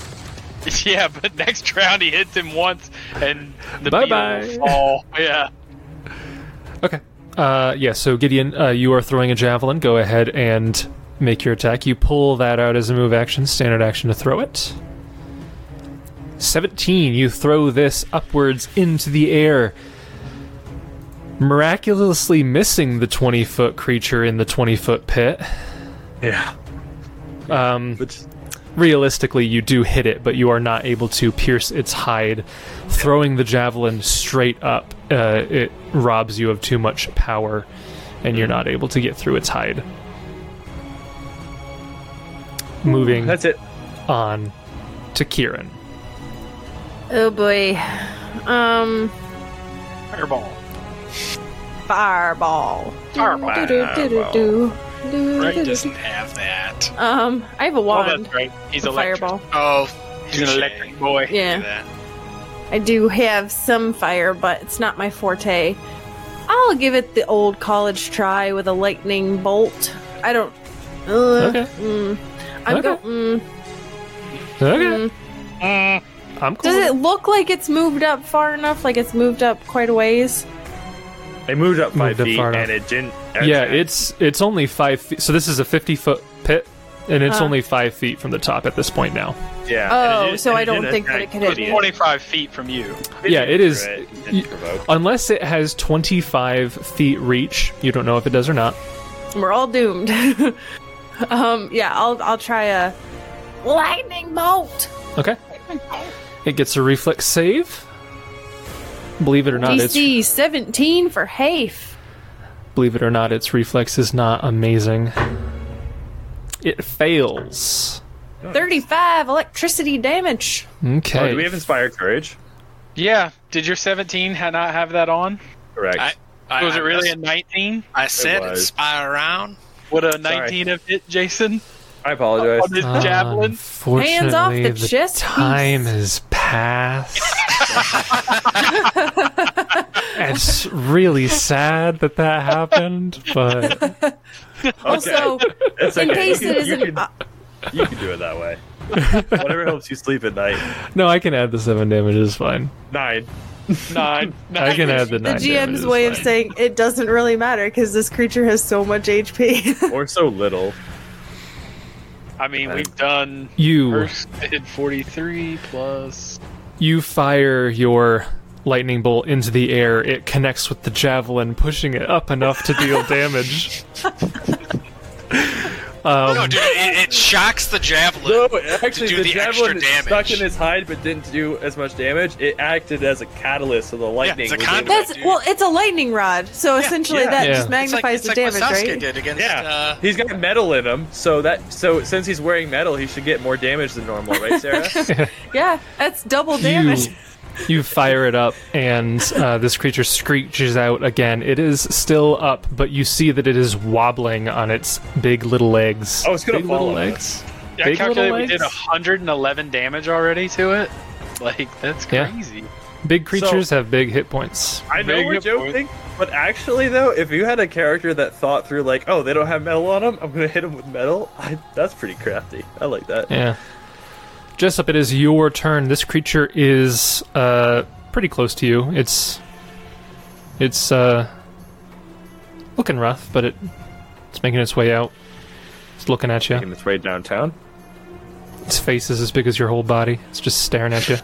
Yeah, but next round he hits him once and the Bye-bye. beetle will fall. Yeah. Okay. Uh, yeah, so Gideon, uh, you are throwing a javelin. Go ahead and make your attack. You pull that out as a move action, standard action to throw it. 17. You throw this upwards into the air, miraculously missing the 20 foot creature in the 20 foot pit. Yeah. Um, But realistically you do hit it but you are not able to pierce its hide throwing the javelin straight up uh, it robs you of too much power and you're not able to get through its hide moving that's it. on to kieran Oh boy. Um, Fireball. Fireball. Fireball. Do-do-do-do-do. Brian Do-do-do-do. doesn't have that. Um, I have a Oh, wand. that's right. He's A electric. fireball. Oh, He's an electric boy. Yeah. I do have some fire, but it's not my forte. I'll give it the old college try with a lightning bolt. I don't. Uh, Okay. Mm, I'm Okay. go- mm, Okay. mm. Eh. I'm cool. Does with it look like it's moved up far enough? Like it's moved up quite a ways? They moved up five Moved up feet, far enough. and it didn't. it. Yeah, it's it's only five feet. So this is a 50 foot pit, and it's Huh. only five feet from the top at this point now. yeah. Oh, and it- so and I it don't didn't think that attack it could hit Lydia. me. 25 feet from you. Yeah, it is- Right, it didn't provoke. Unless it has 25 feet reach, you don't know if it does or not. We're all doomed. (laughs) um, yeah, I'll I'll try a lightning bolt. Okay. It gets a reflex save. Believe it or not, Ah, it's DC 17 for Hafe. believe it or not, its reflex is not amazing. It fails. 35 electricity damage. Okay. Oh, do we have Inspire Courage? Yeah. Did your 17 ha- not have that on? Correct. I, I, was I- it really a 19? I said It it was. spy around. Would a 19 have hit Jason I (laughs) apologize. on his Ah. (laughs) javelin? Uh, Unfortunately, Hands off the the chest piece. time has (laughs) passed. it's really sad that that happened, but Also, It's in okay. case You it can- you isn't. can- You can do it that (laughs) way. Whatever helps you sleep at night. no, I can add the seven damage. It's fine. Nine. Nine. I can add the the nine. damage, GM's it's way of fine. saying it doesn't really matter because this creature has so much HP. Or so little. I mean, we've done you first hit 43 plus. you fire your lightning bolt into the air. It connects with the javelin, pushing it up enough to deal damage. um, No, dude, it, it shocks the javelin. No, actually, do the, the extra javelin damage. stuck in his hide but didn't do as much damage. It acted as a catalyst, so the lightning. it's a was con- able- (laughs) That's well, it's a lightning rod, so essentially yeah. that Yeah. just It's like, magnifies it's like what Sasuke the damage, right? did against. yeah, Uh, he's got metal in him, so that so since he's wearing metal, he should get more damage than normal, right, Sarah? (laughs) Yeah, that's (laughs) double damage. You, you fire it up, and uh, this creature screeches out again. It is still up, but you see that it is wobbling on its big little legs. Oh, it's gonna big fall little on legs. Yeah, I Big little calculate we did legs. 111 damage already to it. Like, that's Yeah. crazy. Big creatures have big hit points. I know Very we're good point. joking, but actually, though, if you had a character that thought through, like, oh, they don't have metal on them, I'm gonna hit them with metal. I, that's pretty crafty. I like that. Yeah. Jessup, it is your turn. This creature is uh, pretty close to you. It's it's uh, looking rough, but it it's making its way out. It's looking at you. Making its way downtown. Its face is as big as your whole body. It's just staring at you.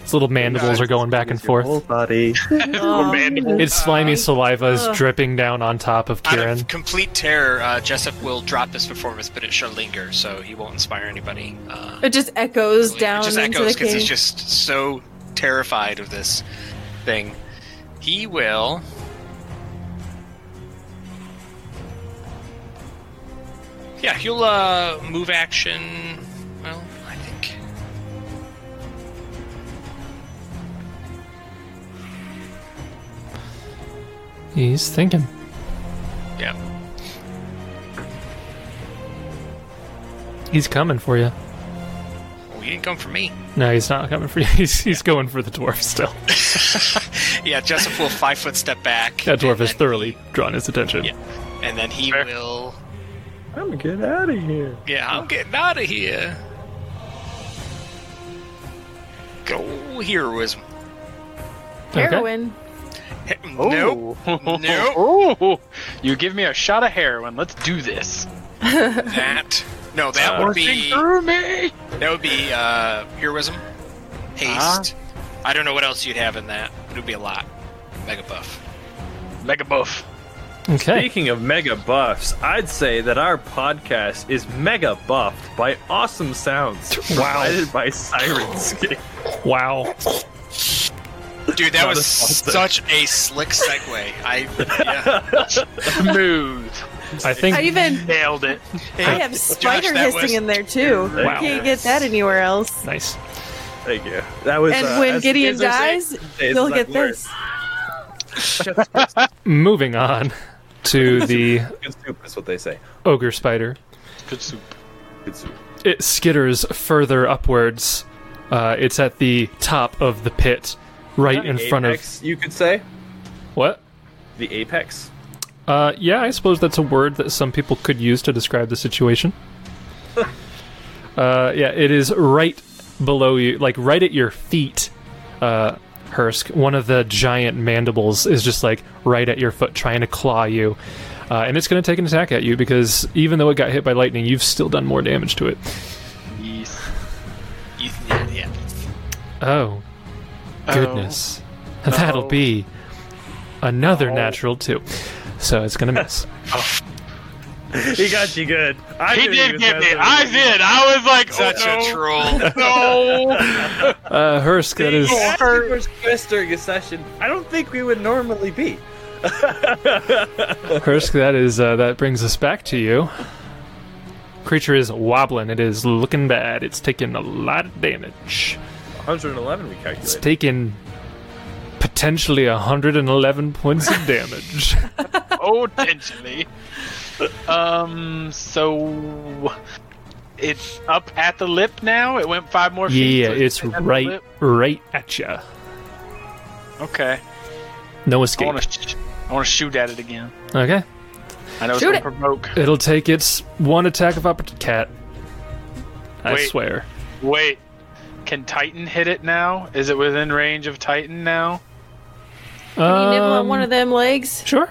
Its little mandibles are going back and Whole forth. body. Um, Its slimy saliva is Ugh. dripping down on top of out Kieran. of complete terror, uh, Jessup will drop his performance, but it shall linger, so he won't inspire anybody. Uh, Um, It just echoes down it just into echoes the king. he's just so terrified of this thing. He will. Yeah, he'll uh, move action. Well, I think. He's thinking. Yeah. He's coming for you. Well, he didn't come for me. No, he's not coming for you. (laughs) He's, he's going for the dwarf still. Yeah, Jessup will five foot step back. That dwarf and has then thoroughly drawn his attention. Yeah. he- and then he Fair. will. (laughs) I'm gonna get out of here. Yeah, I'm getting out of here. Go heroism. Heroin. He- Oh. Nope. Nope. (laughs) Ooh. You give me a shot of heroin. Let's do this. That. No, that would be through me. that would be uh, heroism, haste. Uh-huh. I don't know what else you'd have in that. It would be a lot. Mega buff. Mega buff. Okay. Speaking of mega buffs, I'd say that our podcast is mega buffed by (laughs) awesome sounds provided by Sirenscape. Wow. Dude, that Not was a sponsor. such a slick segue. (laughs) I yeah. Smooth. I think I even Nailed it. I have spider that hissing was- in there too. You Wow. Can't get that anywhere else. nice. Thank you. That was. And uh, when as Gideon kids are saying dies, these days, he'll it's get like, this. Moving on to the Good soup is what they say. ogre spider. Good soup. Good soup. It skitters further upwards. Uh, it's at the top of the pit, right in front of Apex, you could say what? the apex. Uh, yeah, I suppose that's a word that some people could use to describe the (laughs) situation. uh, yeah, it is right below you, like right at your feet, uh, Hursk. One of the giant mandibles is just like right at your foot, trying to claw you. Uh, and it's going to take an attack at you because even though it got hit by lightning, you've still done more damage to it. Yes. You- yeah, yeah. Oh, goodness. That'll Oh. be another Oh. natural two. So it's going to miss. He got you good. I He knew did was get me. messing with I you. did. I was like, Such oh, a (laughs) troll. no. (laughs) Uh, Hursk, that is. If Ashley was pissed during a session. I don't think we would normally be. Kursk, that is uh, that brings us back to you. Creature is wobbling. It is looking bad. It's taking a lot of damage. 111, we It's calculated. taking potentially 111 points of (laughs) damage. oh, potentially. Um. So it's up at the lip now. It went five more feet. yeah, so it's at the right, lip. right at you. Okay. No I escape. want to. Sh- I want to shoot at it again. Okay, I know Shoot it's it. gonna provoke. it'll take its one attack of opportunity. Cat, I Wait. swear. Wait. Can Titan hit it now? Is it within range of Titan now? Can you nibble on Um, one of them legs? Sure,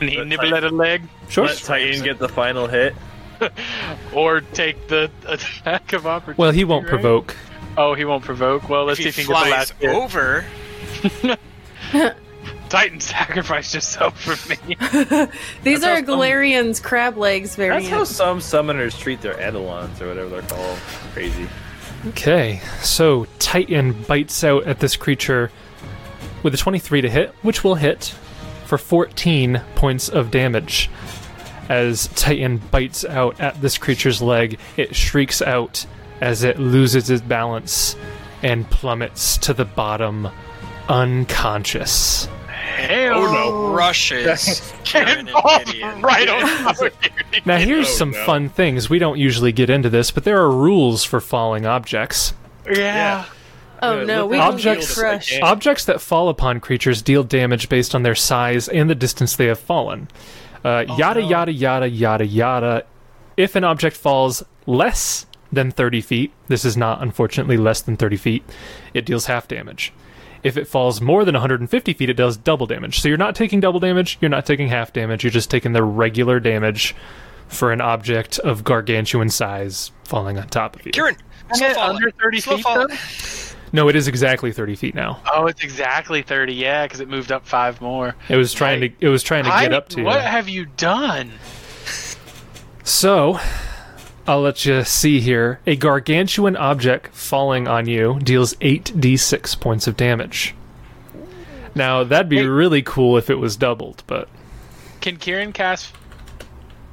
Can he Uh, Let nibble Titan- at a leg sure. Let Titan get the final hit. or take the (laughs) attack of opportunity? Well, he won't right? provoke. Oh, he won't provoke. Well, let's if he see if he can get the flies oh. last hit. over, Titan (laughs) sacrificed yourself for me. Oh, These that's are how some- Galarian's crab legs That's variant. how some summoners treat their Eidolons or whatever they're called. Crazy. Okay, so Titan bites out at this creature with a 23 to hit, which will hit for 14 points of damage. As Titan bites out at this creature's leg, it shrieks out as it loses its balance and plummets to the bottom, unconscious. Hell (laughs) rushes Karen and Gideon. right on top of you. Now, here's some no. fun things. We don't usually get into this, but there are rules for falling objects. Yeah. oh Yeah, no, look we at can get objects- crushed. Objects that fall upon creatures deal damage based on their size and the distance they have fallen. Uh, yada, yada, yada, yada, yada. If an object falls less than 30 feet, this is not unfortunately less than 30 feet, it deals half damage. If it falls more than 150 feet, it does double damage. So you're not taking double damage, you're not taking half damage, you're just taking the regular damage for an object of gargantuan size falling on top of you. Karen, slow it fall under it. 30 Slow feet, fall though? it. No, it is exactly 30 feet now. Oh, it's exactly 30. Yeah, because it moved up five more. It was trying to it was trying to get I- up to you. What have you done? So, I'll let you see here. A gargantuan object falling on you deals 8d6 points of damage. Now, that'd be really cool if it was doubled, but Can Kieran cast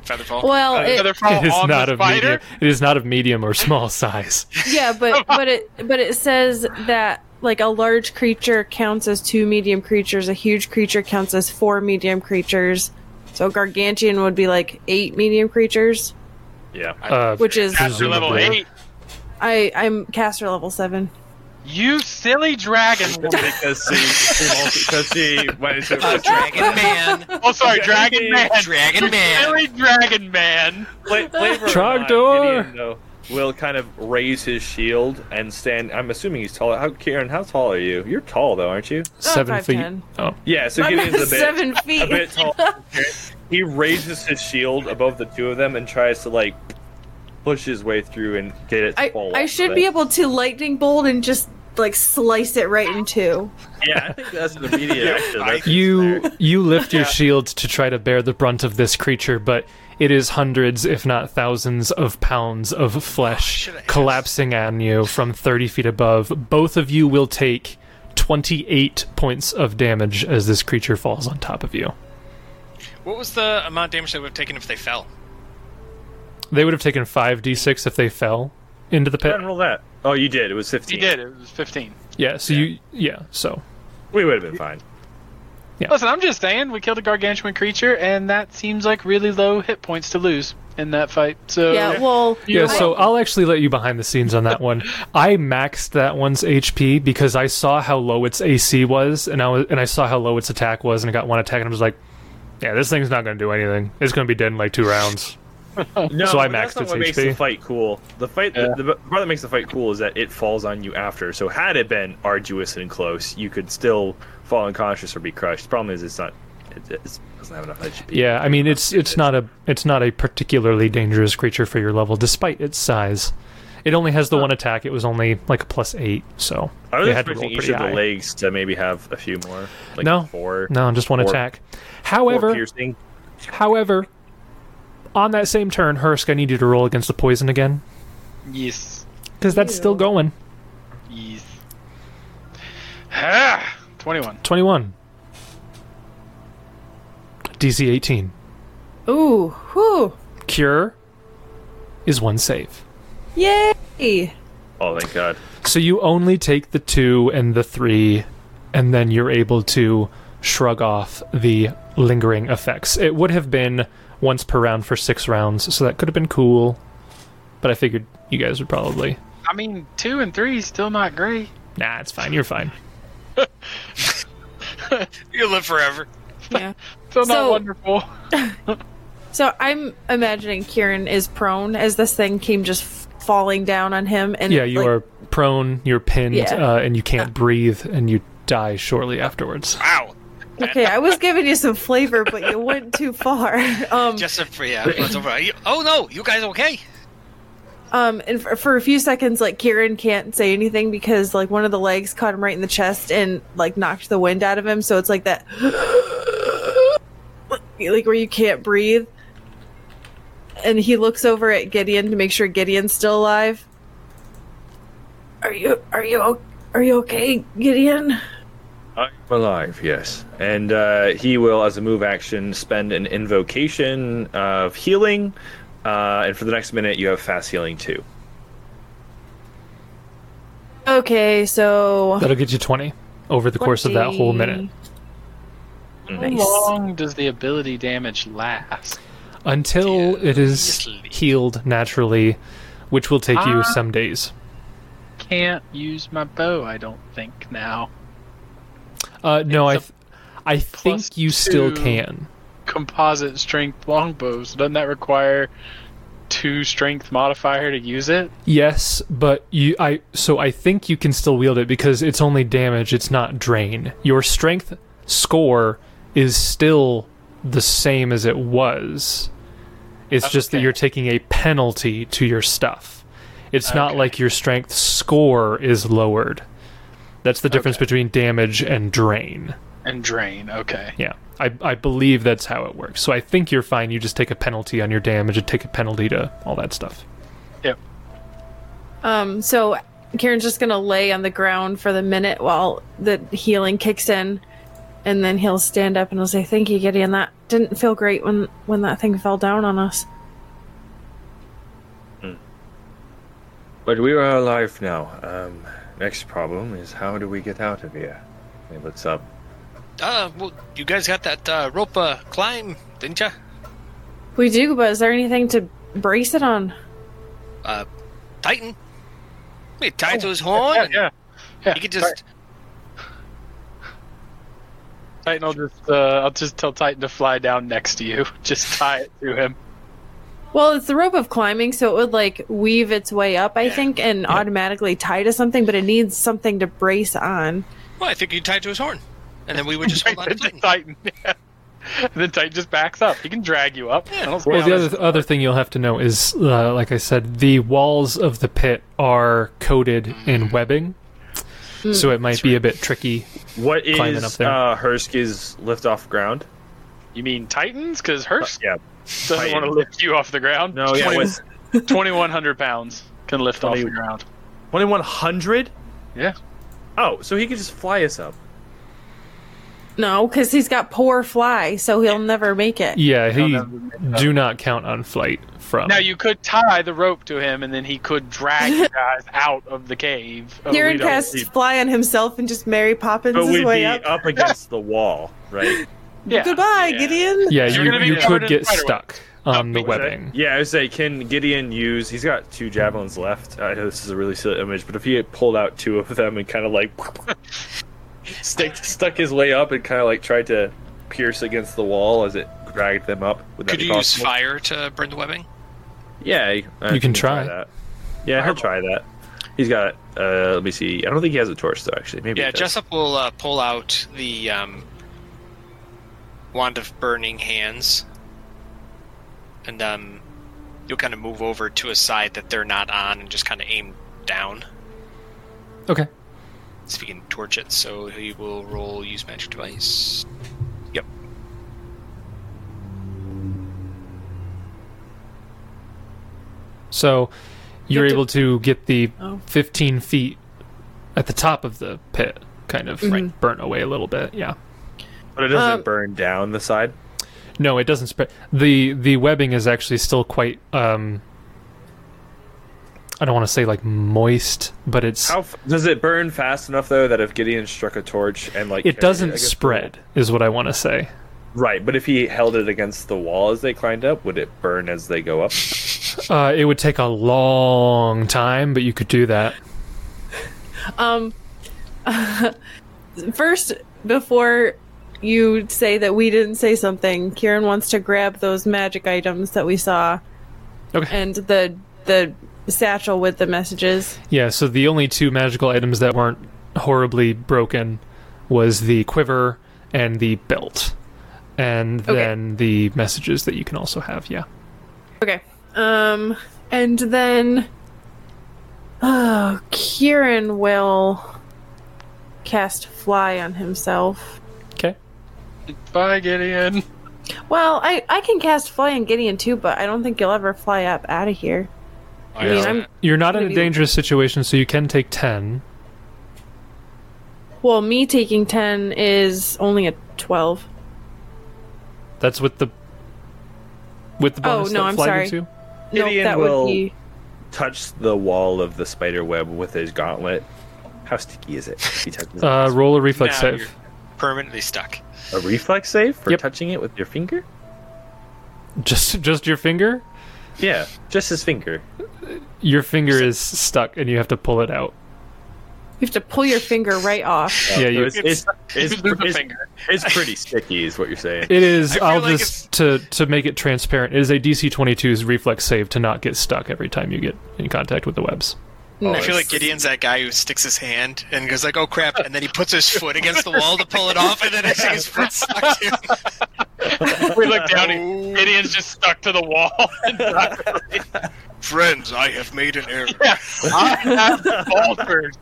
Featherfall. Well, it, Feather Fall it is Oh, on not the of spider? medium. It is not of medium or small (laughs) size. yeah, (laughs) but but it but it says that like a large creature counts as two medium creatures, a huge creature counts as four medium creatures. So gargantuan would be like eight medium creatures, Yeah. Uh, which is After level Presumably. 8, I I'm caster level seven. you silly dragon (laughs) woman. because he, because he went (laughs) into Uh, Dragon Man. Oh, sorry, dragon man. Dragon Man. Silly dragon man. Fla- flavor or not, Trogdor! Gideon, though, will kind of raise his shield and stand. I'm assuming he's taller. How, Kieran, how tall are you? You're tall though, aren't you? Seven uh, five, feet. ten. Oh, Yeah, so I'm Gideon's a bit (laughs) seven a feet. bit tall. he raises his shield above the two of them and tries to like push his way through and get it. To I, fall off I of should it. be able to lightning bolt and just like slice it right in two. (laughs) Yeah, I think that's an immediate action. That's- you you lift (laughs) your shield to try to bear the brunt of this creature, but it is hundreds, if not thousands, of pounds of flesh Oh, should've asked. collapsing on you from thirty feet above. Both of you will take twenty-eight points of damage as this creature falls on top of you. What was the amount of damage they would have taken if they fell? They would have taken five d six if they fell into the Go pit. ahead and roll that. Oh, you did. It was 15. He did. It was 15. Yeah. So you yeah. So We would have been fine. Yeah. Listen, I'm just saying we killed a gargantuan creature, and that seems like really low hit points to lose in that fight. So yeah, well, Yeah, so I'll actually let you behind the scenes on that one. I maxed that one's HP because I saw how low its AC was, and I was, and I saw how low its attack was, and it got one attack, and I was like, "Yeah, this thing's not going to do anything. It's going to be dead in like two rounds." No, So I maxed but that's not its what makes HP. the fight cool. The fight, Yeah. the, the part that makes the fight cool is that it falls on you after. So had it been arduous and close, you could still fall unconscious or be crushed. Problem is, it's not. It, it's- it doesn't have enough HP. Yeah, I mean it's it's not a it's not a particularly dangerous creature for your level, despite its size. It only has the one attack. It was only like a plus eight, so I was they had to roll expecting each pretty of the high. legs to maybe have a few more. Like no, four. no, just one four- attack. four However, piercing. However, on that same turn, Hursk, I need you to roll against the poison again yes, because that's still going. yes. (sighs) Ah, Twenty-one. Twenty-one, DC eighteen. ooh, whoo, Cure is one save, (laughs) yay! Oh, thank God. so you only take the two and the three, and then you're able to shrug off the lingering effects. It would have been once per round for six rounds, so that could have been cool. But I figured you guys would probably. I mean, two and three is still not great. Nah, it's fine. You're fine. You live forever. Yeah. Still not So- wonderful. So I'm imagining Kieran is prone as this thing came just f- falling down on him, and Yeah, you like, are prone, you're pinned, Yeah. uh, and you can't breathe, and you die shortly afterwards. Wow. Okay, I was giving you some flavor, but you went too far. (laughs) Um, Just a, yeah. it's over. You- Oh no, you guys okay? um, and for, for a few seconds, like Kieran can't say anything because like one of the legs caught him right in the chest and like knocked the wind out of him. So it's like that, (gasps) like where you can't breathe. And he looks over at Gideon to make sure Gideon's still alive. Are you? Are you? o- Are you okay, Gideon? I'm alive, yes. And uh, he will, as a move action, spend an invocation of healing. Uh, and for the next minute, you have fast healing too. Okay, so That'll get you 20 over the course of that whole minute 20. How Nice. long does the ability damage last? until it is Seriously. healed naturally, which will take you Ah. some days. Can't use my bow. I don't think now. Uh, no, I, It's th- I think plus you still two. can. composite strength longbow. So doesn't that require two strength modifier to use it? Yes, but you I so I think you can still wield it because it's only damage, it's not drain. Your strength score is still the same as it was. It's just that Okay. you're taking a penalty to your stuff. It's not Okay. like your strength score is lowered. That's the difference between damage and drain. And drain. Okay. Yeah. I, I believe that's how it works. So I think you're fine. You just take a penalty on your damage and take a penalty to all that stuff. Yep. Um, so Karen's just gonna lay on the ground for the minute while the healing kicks in, and then he'll stand up and he'll say, "Thank you, Gideon. That didn't feel great when when that thing fell down on us." But we are alive now. Um, next problem is how do we get out of here? Hey, what's up? Uh, well, you guys got that uh, rope uh, climb, didn't ya? We do, but is there anything to brace it on? Uh, Titan. He tied to his horn. Yeah. and Yeah. yeah. You could just. Titan. I'll just. Uh, I'll just tell Titan to fly down next to you. (laughs) Just tie it to him. Well, it's the rope of climbing, so it would like weave its way up, I think, and automatically tie to something, but it needs something to brace on. Well, I think you tied to his horn, and then we would (laughs) just hold on to Titan. Titan. Titan. Yeah. And then Titan just backs up. He can drag you up. I don't see Well, how the this- other other thing you'll have to know is, uh, like I said, the walls of the pit are coated in webbing, so it might be a bit tricky. What is Climbing up there. Uh, Hersk's lift off ground? You mean Titans? Because Hearst Yeah. doesn't want to Titan. lift you off the ground. No, yeah. What's, 2,100 pounds can lift off Twenty- the ground. 2100? Yeah. Oh, so he could just fly us up. No, because he's got poor fly, so he'll never make it. Yeah, he no, no. do not count on flight from. Now you could tie the rope to him, and then he could drag you guys (laughs) out of the cave. Oh, Kieran don't casts need- fly on himself and just Mary Poppins But his we'd way be up. up against the wall. right? Yeah. Goodbye, Yeah. Gideon. Yeah, You're you, gonna be you covered could in get spider stuck Oh, on the Was that- webbing. Yeah, I was say, can Gideon use? He's got two javelins left. I know this is a really silly image, but if he had pulled out two of them and kind of like (laughs) stuck, stuck his way up and kind of like tried to pierce against the wall as it dragged them up, would that Could be you use possible? fire to burn the webbing? Yeah, I- I You can think try. that. Yeah, he'll try that. He's got. Uh, let me see. I don't think he has a torch though. Actually, maybe. Yeah, he does. Jessup will uh, pull out the um, wand of burning hands, and um, you'll kind of move over to a side that they're not on, and just kind of aim down. Okay. See if you can torch it. So he will roll use magic device. Yep. So you're have to- able to get the Oh. 15 feet at the top of the pit, kind of like burnt away a little bit. Yeah. but it doesn't Um, Uh, burn down the side. No, it doesn't spread. the The webbing is actually still quite. um I don't want to say like moist, but it's How f- does it burn fast enough though that if Gideon struck a torch and like it carried doesn't against the spread. Is what I want to say. wall- right? But if he held it against the wall as they climbed up, would it burn as they go up? Uh, it would take a long time, but you could do that. Um, first, before you say that we didn't say something, Kieran wants to grab those magic items that we saw Okay. and the the satchel with the messages. Yeah. So the only two magical items that weren't horribly broken was the quiver and the belt, and Okay. then the messages that you can also have. Yeah. Okay. Um, and then, oh, Kieran will cast fly on himself. Okay. Bye, Gideon. Well, I I can cast fly on Gideon too, but I don't think you'll ever fly up out of here. I mean, I'm You're not in a Maybe- dangerous situation, so you can take ten. Well, me taking 10 is only a 12. That's with the with the Oh, bonus no, that I'm fly sorry. gives you? Gideon nope, that will- would be. Touch the wall of the spider web with his gauntlet. How sticky is it? He touches Uh, roll a reflex Now you're save. Permanently stuck. a reflex save for Yep. touching it with your finger. Just just your finger. Yeah, just his finger. Your finger is stuck, and you have to pull it out. You have to pull your finger right off. Oh, yeah, So you, it's, it's, it's, You (laughs) lose a it's- finger. it's pretty sticky, is what you're saying. it is. feel I'll like just to to make it transparent. It is a DC 22's reflex save to not get stuck every time you get in contact with the webs. Oh, I feel like Gideon's that guy who sticks his hand and goes like, "Oh crap!" and then he puts his foot against the wall to pull it off, and then I see (laughs) his foot stuck. To him. We look (laughs) down. and Gideon's just stuck to the wall. (laughs) Friends, I have made an error. yeah, I (laughs) have faltered.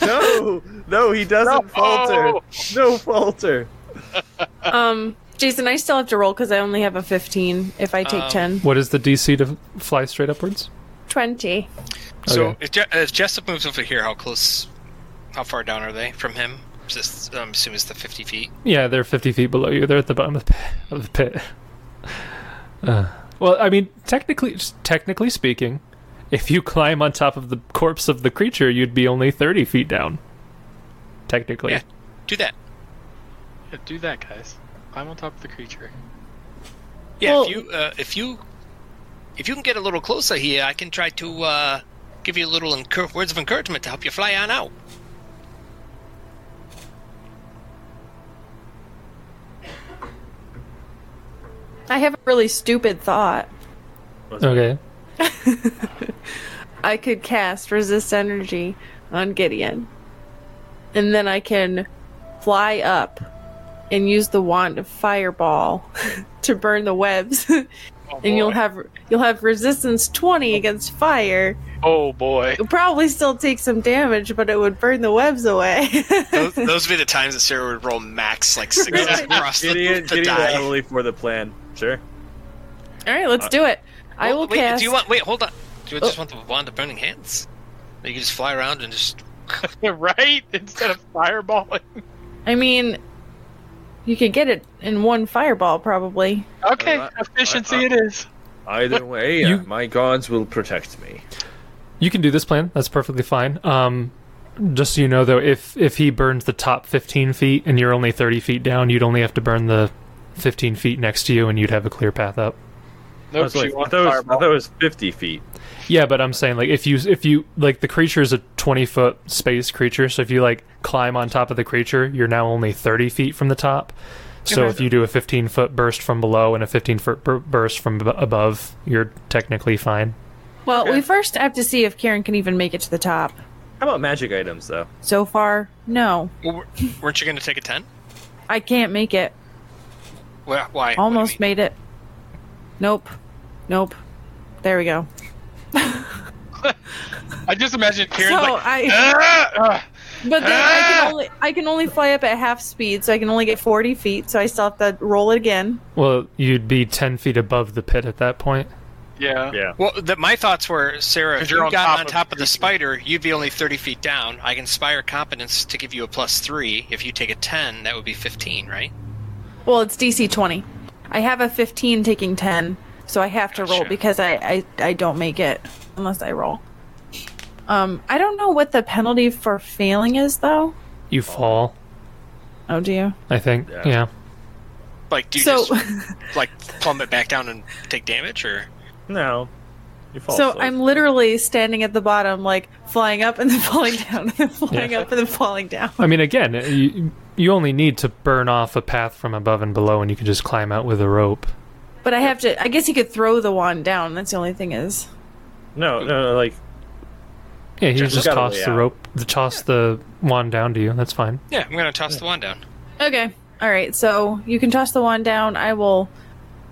no, no, he doesn't falter. No falter. Um, Jason, I still have to roll because I only have a 15 if I take Um, 10. What is the DC to fly straight upwards? 20. So Okay. if, Je- if Jessup moves over here, how close, how far down are they from him? Is this, I'm assuming it's the 50 feet. Yeah, they're 50 feet below you. They're at the bottom of the pit. Of the pit. Uh, well, I mean, technically, just technically speaking, if you climb on top of the corpse of the creature, you'd be only 30 feet down. Technically. Yeah. Do that. Yeah, do that, guys. Climb on top of the creature. Yeah. Well- if you uh, if you if you can get a little closer here, I can try to uh, give you a little encour- words of encouragement to help you fly on out. I have a really stupid thought. Okay. I could cast resist energy on Gideon. And then I can fly up and use the wand of fireball (laughs) to burn the webs. (laughs) Oh, and you'll boy. have you'll have resistance 20 against fire. Oh boy. (laughs) It'll probably still take some damage, but it would burn the webs away. (laughs) Those, those would be the times that Sarah would roll max like six Right. across the, Gideon, the Gideon die. totally for the plan. Sure. All right, let's do it. I will wait, cast. Do you want? Wait, hold on. Do you just Oh. want the wand of burning hands? You can just fly around and just. right? Instead of fireballing. (laughs) I mean, you could get it in one fireball, probably. Okay, Uh, efficiency uh, it is. Either way, You- uh, my gods will protect me. You can do this plan. That's perfectly fine. Um, Just so you know, though, if if he burns the top 15 feet and you're only 30 feet down, you'd only have to burn the 15 feet next to you, and you'd have a clear path up. I Nope, was, like, she I wants thought it was, I fireball. thought it was 50 feet. Yeah, but I'm saying like if you if you like the creature is a 20 foot space creature, so if you like climb on top of the creature, you're now only 30 feet from the top. So if you do a 15 foot burst from below and a 15 foot bur- burst from ab- above, you're technically fine. Well, Okay. we first have to see if Karen can even make it to the top. How about magic items, though? So far, no. Well, weren't you going to take a ten? I can't make it. Why? why? What do you Almost mean? made it. Nope. Nope. There we go. I just imagine Karen so like, I "Ah, ah." but then I ah." can only I can only fly up at half speed, so I can only get forty feet, so I still have to roll it again. Well, you'd be 10 feet above the pit at that point. yeah. Yeah. Well, the, my thoughts were, Sarah, 'Cause if you're you on got top on of top of the the spider, you'd be only 30 feet down. I can inspire competence to give you a plus three. If you take a 10, that would be 15, right? Well it's DC twenty. I have a fifteen taking ten, so I have to roll Gotcha. because I, I, I don't make it unless I roll. Um I don't know what the penalty for failing is though. You fall, Oh dear. I think. Yeah. Yeah. Like, do you (laughs) So just like plummet back down and take damage, or No. You fall So asleep. I'm literally standing at the bottom, like flying up and then (laughs) falling down, and then flying Yeah. up and then falling down. I mean, again, you, you only need to burn off a path from above and below, and you can just climb out with a rope. But I have to. I guess he could throw the wand down. That's the only thing is. No, no, no, like, Yeah, you Just just, gotta toss lay the out. rope, the, toss the wand down to you. That's fine. yeah, I'm gonna toss the wand down. Okay. All right. So you can toss the wand down. I will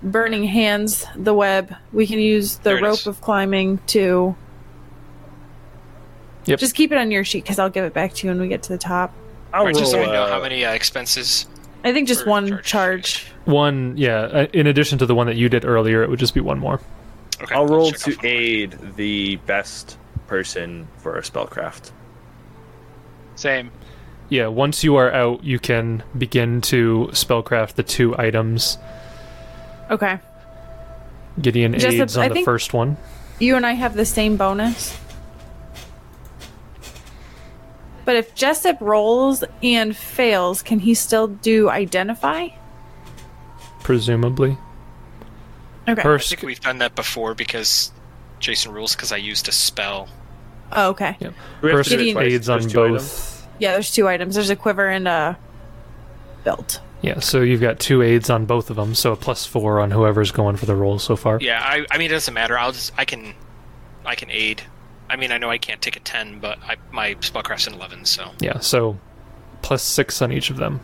burning hands the web. We can use the There it rope is. of climbing to. Yep. Just keep it on your sheet because I'll give it back to you when we get to the top. I'll Right, just so roll, we know uh, how many uh, expenses. I think just Or one charge. charge. One, yeah. uh, In addition to the one that you did earlier, it would just be one more. Okay, I'll roll check off to my- aid the best person for a spellcraft. Same. Yeah, once you are out, you can begin to spellcraft the two items. Okay. Gideon Jessup, aids on I the think- first one. You and I have the same bonus. But if Jessup rolls and fails, can he still do identify? presumably. Okay. Her I think we've done that before because Jason rules because I used a spell. Oh, okay. yeah. Do we have her to do it Gideon- sc- twice, aids those on two items? both. Yeah, there's two items. There's a quiver and a belt. Yeah, so you've got two aids on both of them, so a plus four on whoever's going for the roll so far. Yeah, I, I mean it doesn't matter. I'll just I can, I can aid. I mean I know I can't take a 10, but I, my spellcraft's an 11, so Yeah, so plus six on each of them.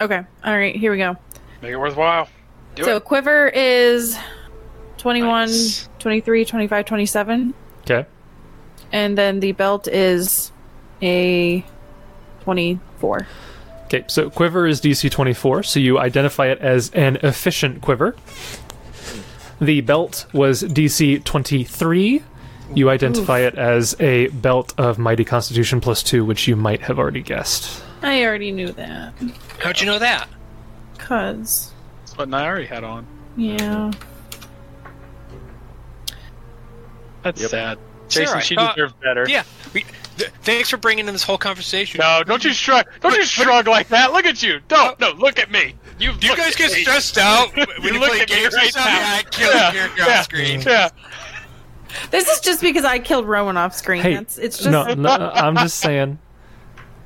Okay. All right, here we go. Make it worthwhile. do so it. quiver is 21, Nice. 23, 25, 27. Okay. And then the belt is a 24. Okay, so quiver is DC 24, so you identify it as an efficient quiver. The belt was DC 23. You identify it as a belt of mighty constitution plus 2, which you might have already guessed. I already knew that. How'd you know that? Because. That's what Nairi had on. Yeah. That's Yep. sad. uh, Sarah, Jason, I she thought- deserved better. Yeah. We, th- thanks for bringing in this whole conversation. No, don't you shrug. Don't you shrug like that. Look at you. Don't. No, look at me. You, Do you look guys at get me. stressed (laughs) out when you look play at me games or right something? now. I kill the Yeah, character yeah, on screen. Yeah. This is just because I killed Roman off screen. Hey, That's, it's just. no, no, I'm just saying.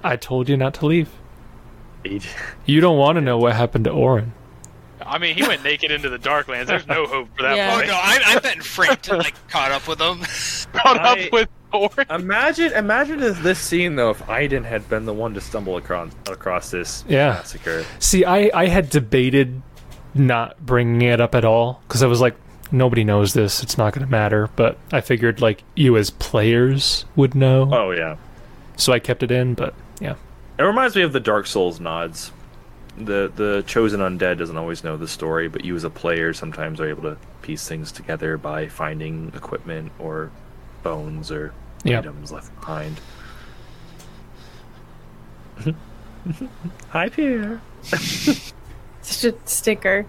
I told you not to leave. Aid. You don't want to know what happened to Orin. I mean, he went naked into the Darklands. There's no hope for that Yeah. Oh boy. no, I, I bet Frampton like caught up with them. Caught I- up with Thor. Imagine, imagine this, this scene though. If Aiden had been the one to stumble across across this Yeah. massacre, See, I, I had debated not bringing it up at all because I was like, nobody knows this. It's not going to matter. But I figured, like, you as players would know. oh yeah, So I kept it in, but yeah. it reminds me of the Dark Souls nods. The the chosen undead doesn't always know the story, but you as a player sometimes are able to piece things together by finding equipment or bones or Yeah. items left behind. (laughs) Hi Pierre. Such a sticker.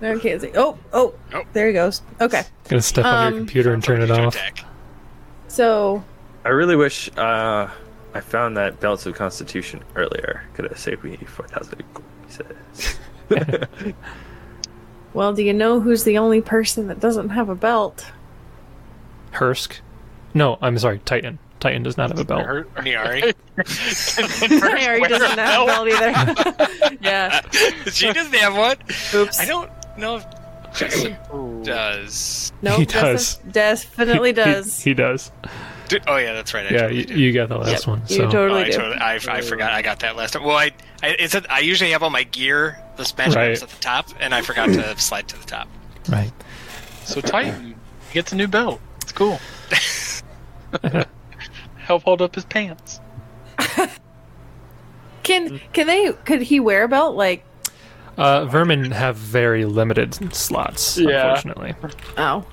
No, I can't see. Oh, oh, Oh. there he goes. Okay, Gonna step on Um, your computer and turn it off. Attack. so I really wish uh, I found that balance of constitution earlier. Could have saved me four thousand. He (laughs) says. Well, do you know who's the only person that doesn't have a belt? Hursk. No, I'm sorry, Titan. Titan does not have a belt. Hurt- Niari. (laughs) (laughs) Harry doesn't have a belt either. (laughs) yeah. she doesn't have one. Oops. I don't know if Justin does. Nope, He Justin does. Definitely He- does. He, he does. Do- oh yeah, that's right. I Yeah, totally you, do. you got the last Yep, one. you So Oh, totally I, do. totally, I, I forgot I got that last time. Well, I I, it's a, I usually have all my gear, the smash Right. items at the top, and I forgot to slide to the top. right. So Titan gets a new belt. It's cool. (laughs) Help hold up his pants. Can can they could he wear a belt like Uh, vermin have very limited slots, Yeah. unfortunately. oh.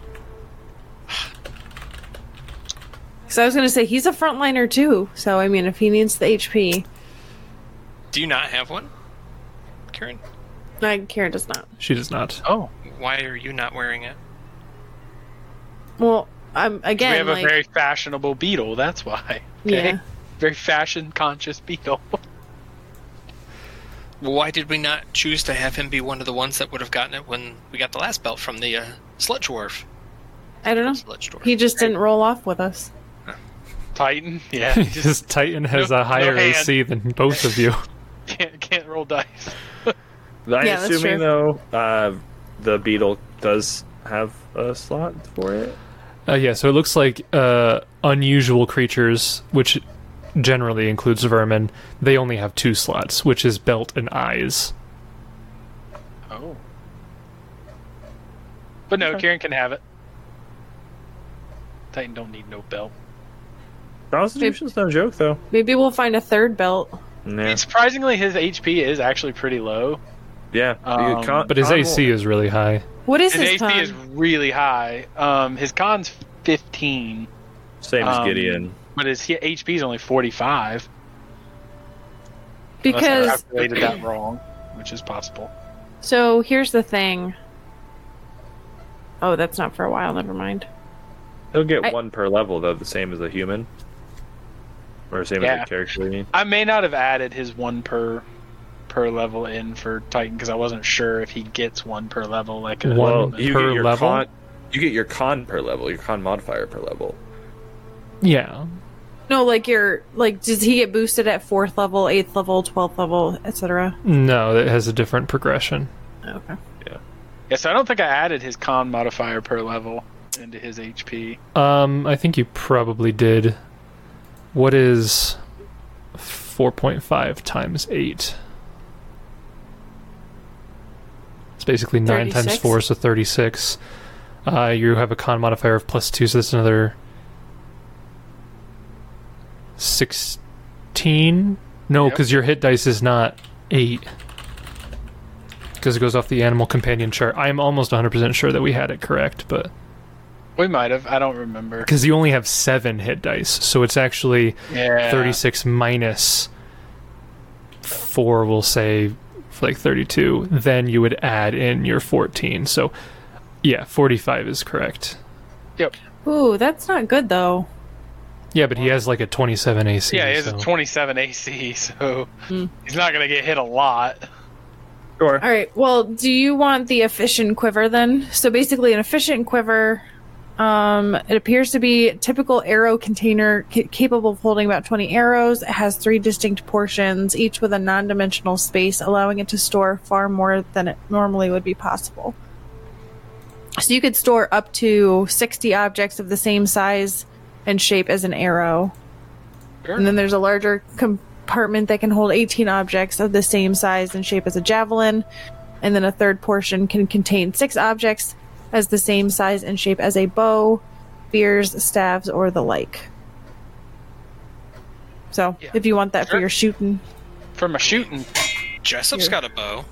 So I was gonna say he's a frontliner too. So I mean, if he needs the HP, Do you not have one, Karen? like Karen does not. She does (laughs) not. Oh, Why are you not wearing it? Well, I'm again. we have like, a very fashionable beetle. That's why. Yeah. Very fashion conscious beetle. (laughs) Well, why did we not choose to have him be one of the ones that would have gotten it when we got the last belt from the uh, sludge dwarf? I don't know. Sludge dwarf. He just didn't roll off with us. Titan. (laughs) Yeah. His (laughs) Titan has No- a higher no hand. AC than both of you. can't can't roll dice. I'm Yeah, that's assuming true. though, uh, the beetle does have a slot for it. Uh, yeah, so it looks like uh, unusual creatures, which generally includes vermin, they only have two slots, which is belt and eyes. Oh. But no, Karen can have it. Titan don't need no belt. Constitution's no joke though. Maybe we'll find a third belt. Yeah, Surprisingly, his HP is actually pretty low. yeah. Um, But his AC will- is really high. What is His his AC con? is really high. Um, his con's 15, same as um, Gideon. but his he- HP is only 45. Unless I because calculated (clears throat) that wrong, which is possible. so here's the thing. Oh, that's not for a while. Never mind. He'll get I- one per level though, the same as a human, or same Yeah. as a character. I mean, I may not have added his one per per level in for Titan because I wasn't sure if he gets one per level. Like a- One well, you per get your level? Con, you get your con per level, your con modifier per level. Yeah. No, like you're like does he get boosted at fourth level, eighth level, twelfth level, etc. No, that has a different progression. Okay. Yeah, so I don't think I added his con modifier per level into his HP. Um, I think you probably did. What is 4.5 times 8? It's basically 9 times 36? 4, so 36. Uh, you have a con modifier of plus 2, so that's another 16? No, Yep. because your hit dice is not 8. Because it goes off the animal companion chart. I'm almost 100% sure that we had it correct, but. We might have. I don't remember. because you only have seven hit dice, so it's actually Yeah. 36 minus four. We'll say for like 32. Then you would add in your 14. So yeah, 45 is correct. Ooh, that's not good though. Yeah, but he has like a 27 AC. Yeah, he has so- a 27 AC, so he's not going to get hit a lot. Sure. All right. Well, do you want the efficient quiver then? So basically, an efficient quiver. Um, it appears to be a typical arrow container ca- capable of holding about 20 arrows. It has three distinct portions, each with a non dimensional space, allowing it to store far more than it normally would be possible. So you could store up to 60 objects of the same size and shape as an arrow. And then there's a larger compartment that can hold 18 objects of the same size and shape as a javelin. And then a third portion can contain six objects as the same size and shape as a bow, spears, staves, or the like. So, Yeah. if you want that for Sure. your shooting, From a shooting. Jessup's got a bow.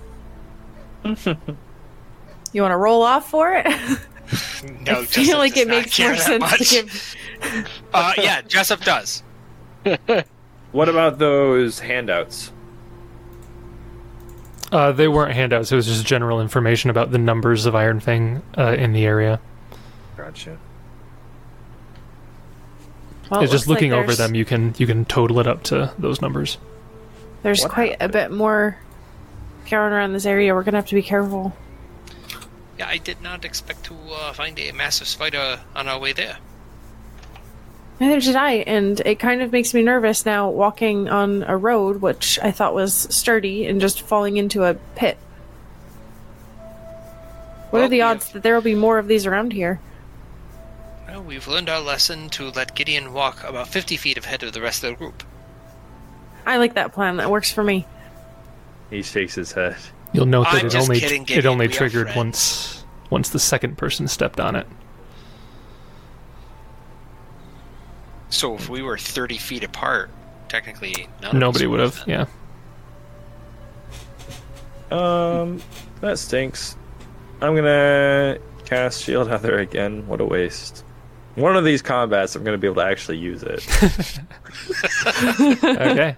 you want to roll off for it? (laughs) No, I Jessup feel like does it not makes care more that sense much. to give. (laughs) Uh, yeah, Jessup does. What about those handouts? Uh, they weren't handouts. It was just general information about the numbers of Iron Fang uh, in the area. Gotcha. Well, Oh, it it's just looks like looking over there's- them, you can you can total it up to those numbers. There's What quite happened? a bit more going around this area. We're gonna have to be careful. Yeah, I did not expect to uh, find a massive spider on our way there. Neither did I, and it kind of makes me nervous now walking on a road which I thought was sturdy and just falling into a pit. What Well, are the yeah. odds that there will be more of these around here? Well, we've learned our lesson to let Gideon walk about 50 feet ahead of the rest of the group. I like that plan. That works for me. He shakes his head. You'll note that I'm it just only kidding, it Gideon, only we are triggered friends. once once the second person stepped on it. So if we were 30 feet apart, technically none of us Nobody would have. done. Yeah. Um, that stinks. I'm gonna cast shield Heather again. What a waste. One of these combats, I'm gonna be able to actually use it. Okay.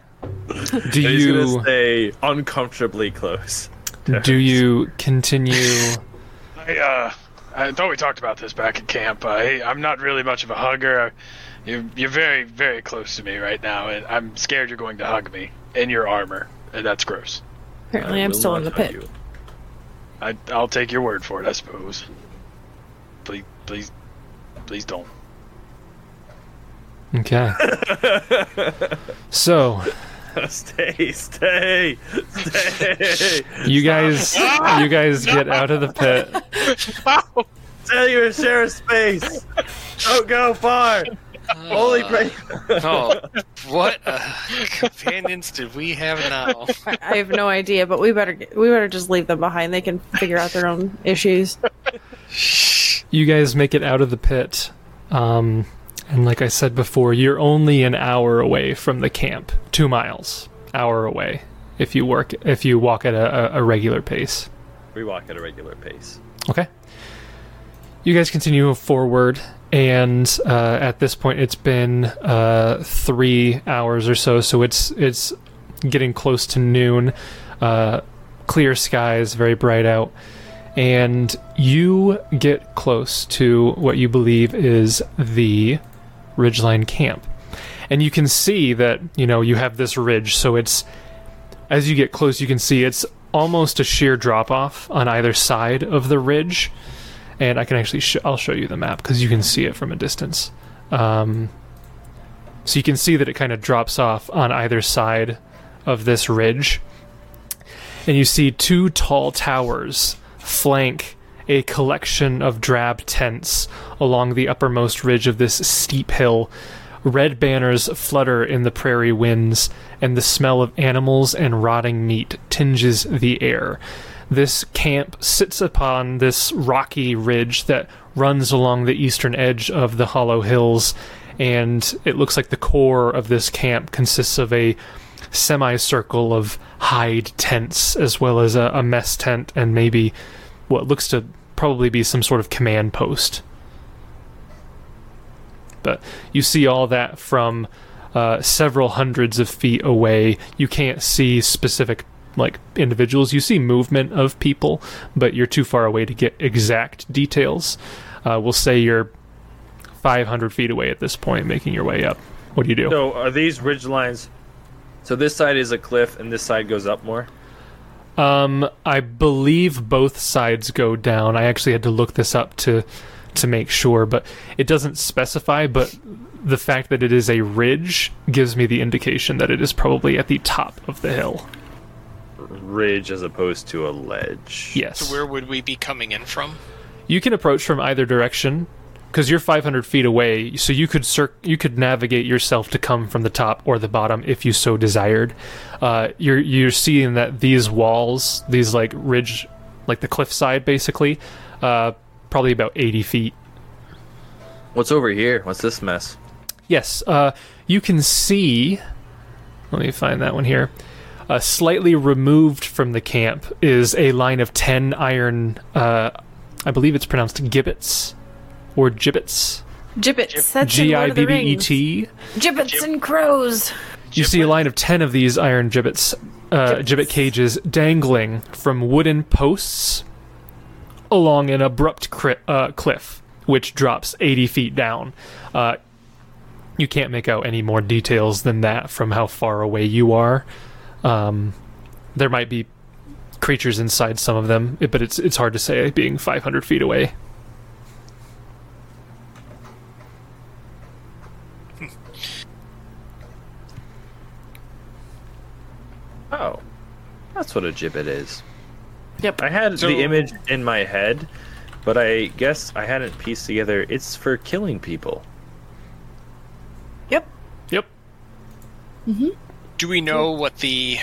Do He's you gonna stay uncomfortably close. do you continue? I, uh, I thought we talked about this back at camp. I, I'm not really much of a hugger. I, you're, you're very, very close to me right now, and I'm scared you're going to hug me in your armor, and that's gross. Apparently, I'm will still not in the hug pit. you. (laughs) I, I'll take your word for it, I suppose. Please, please, please don't. Okay. so stay, stay, stay. you guys you guys get out of the pit. Tell you to share a space. Don't go far. Holy pray. Oh, what uh, (laughs) companions did we have now? I I have no idea, but we better get, we better just leave them behind. They can figure out their own (laughs) issues. you guys make it out of the pit. Um, and like I said before, you're only an hour away from the camp, two miles, hour away, if you work if you walk at a, a- a regular pace. We walk at a regular pace. Okay. You guys continue forward, and uh, at this point, it's been uh, three hours or so, so it's it's getting close to noon. Uh, clear skies, very bright out, and you get close to what you believe is the Ridgeline Camp, and you can see that you know you have this ridge, so it's as you get close, you can see it's almost a sheer drop off on either side of the ridge. And I can actually, sh- I'll show you the map because you can see it from a distance. Um, so you can see that it kind of drops off on either side of this ridge. And you see two tall towers flank a collection of drab tents along the uppermost ridge of this steep hill Red banners flutter in the prairie winds, and the smell of animals and rotting meat tinges the air. This camp sits upon this rocky ridge that runs along the eastern edge of the hollow hills, and it looks like the core of this camp consists of a semicircle of hide tents as well as a, a mess tent and maybe what looks to probably be some sort of command post but you see all that from uh, several hundreds of feet away. You can't see specific like individuals. You see movement of people, but you're too far away to get exact details. Uh, we'll say you're 500 feet away at this point, making your way up. What do you do? So are these ridge lines? So this side is a cliff, and this side goes up more. Um, I believe both sides go down. I actually had to look this up to to make sure, but it doesn't specify. But the fact that it is a ridge gives me the indication that it is probably at the top of the hill. Ridge as opposed to a ledge. Yes, So where would we be coming in from? you can approach from either direction because you're 500 feet away. So you could cir- you could navigate yourself to come from the top or the bottom if you so desired. Uh, you're you're seeing that these walls, these like ridge, like the cliffside, basically, uh, probably about 80 feet What's over here? What's this mess? Yes, uh, you can see. Let me find that one here. Uh, slightly removed from the camp is a line of ten iron. Uh, I believe it's pronounced gibbets or gibbets. Gibbets. That's in G Lord i of the b b e Rings. t. Gibbets and crows. You see a line of ten of these iron gibbets, uh, gibbet cages, dangling from wooden posts along an abrupt cri- uh, cliff, which drops eighty feet down. Uh, you can't make out any more details than that from how far away you are. Um, there might be creatures inside some of them, it- but it's it's hard to say being 500 feet away. Oh, that's what a gibbet is. Yep. I had So- the image in my head, but I guess I hadn't pieced together. It's for killing people. Yep. Yep. Do we know what the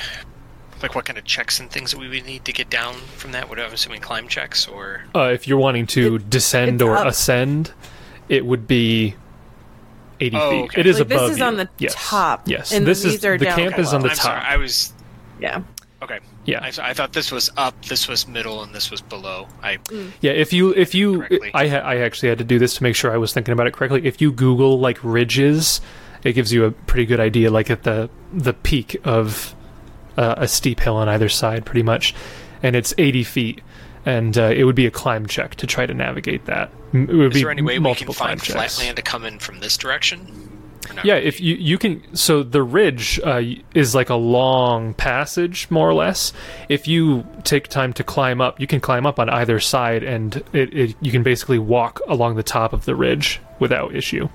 like what kind of checks and things that we would need to get down from that? What I'm assuming climb checks or Uh, if you're wanting to descend it's or up. ascend, it would be 80 Oh, feet. okay. It is Like, this above is on you. the Yes. top, Yes. and this these is are the down camp is on the I'm top. sorry, I was Yeah. okay. Yeah. I, I thought this was up, this was middle, and this was below. I Yeah, if you if you Correctly. I ha- I actually had to do this to make sure I was thinking about it correctly. If you Google like ridges, it gives you a pretty good idea, like at the the peak of uh, a steep hill on either side, pretty much, and it's eighty feet, and uh, it would be a climb check to try to navigate that. M- It would is be there any way we can multiple climb find checks. flat land to come in from this direction? Or not Yeah, really? if you you can, so the ridge uh, is like a long passage, more or less. If you take time to climb up, you can climb up on either side, and it, it you can basically walk along the top of the ridge without issue.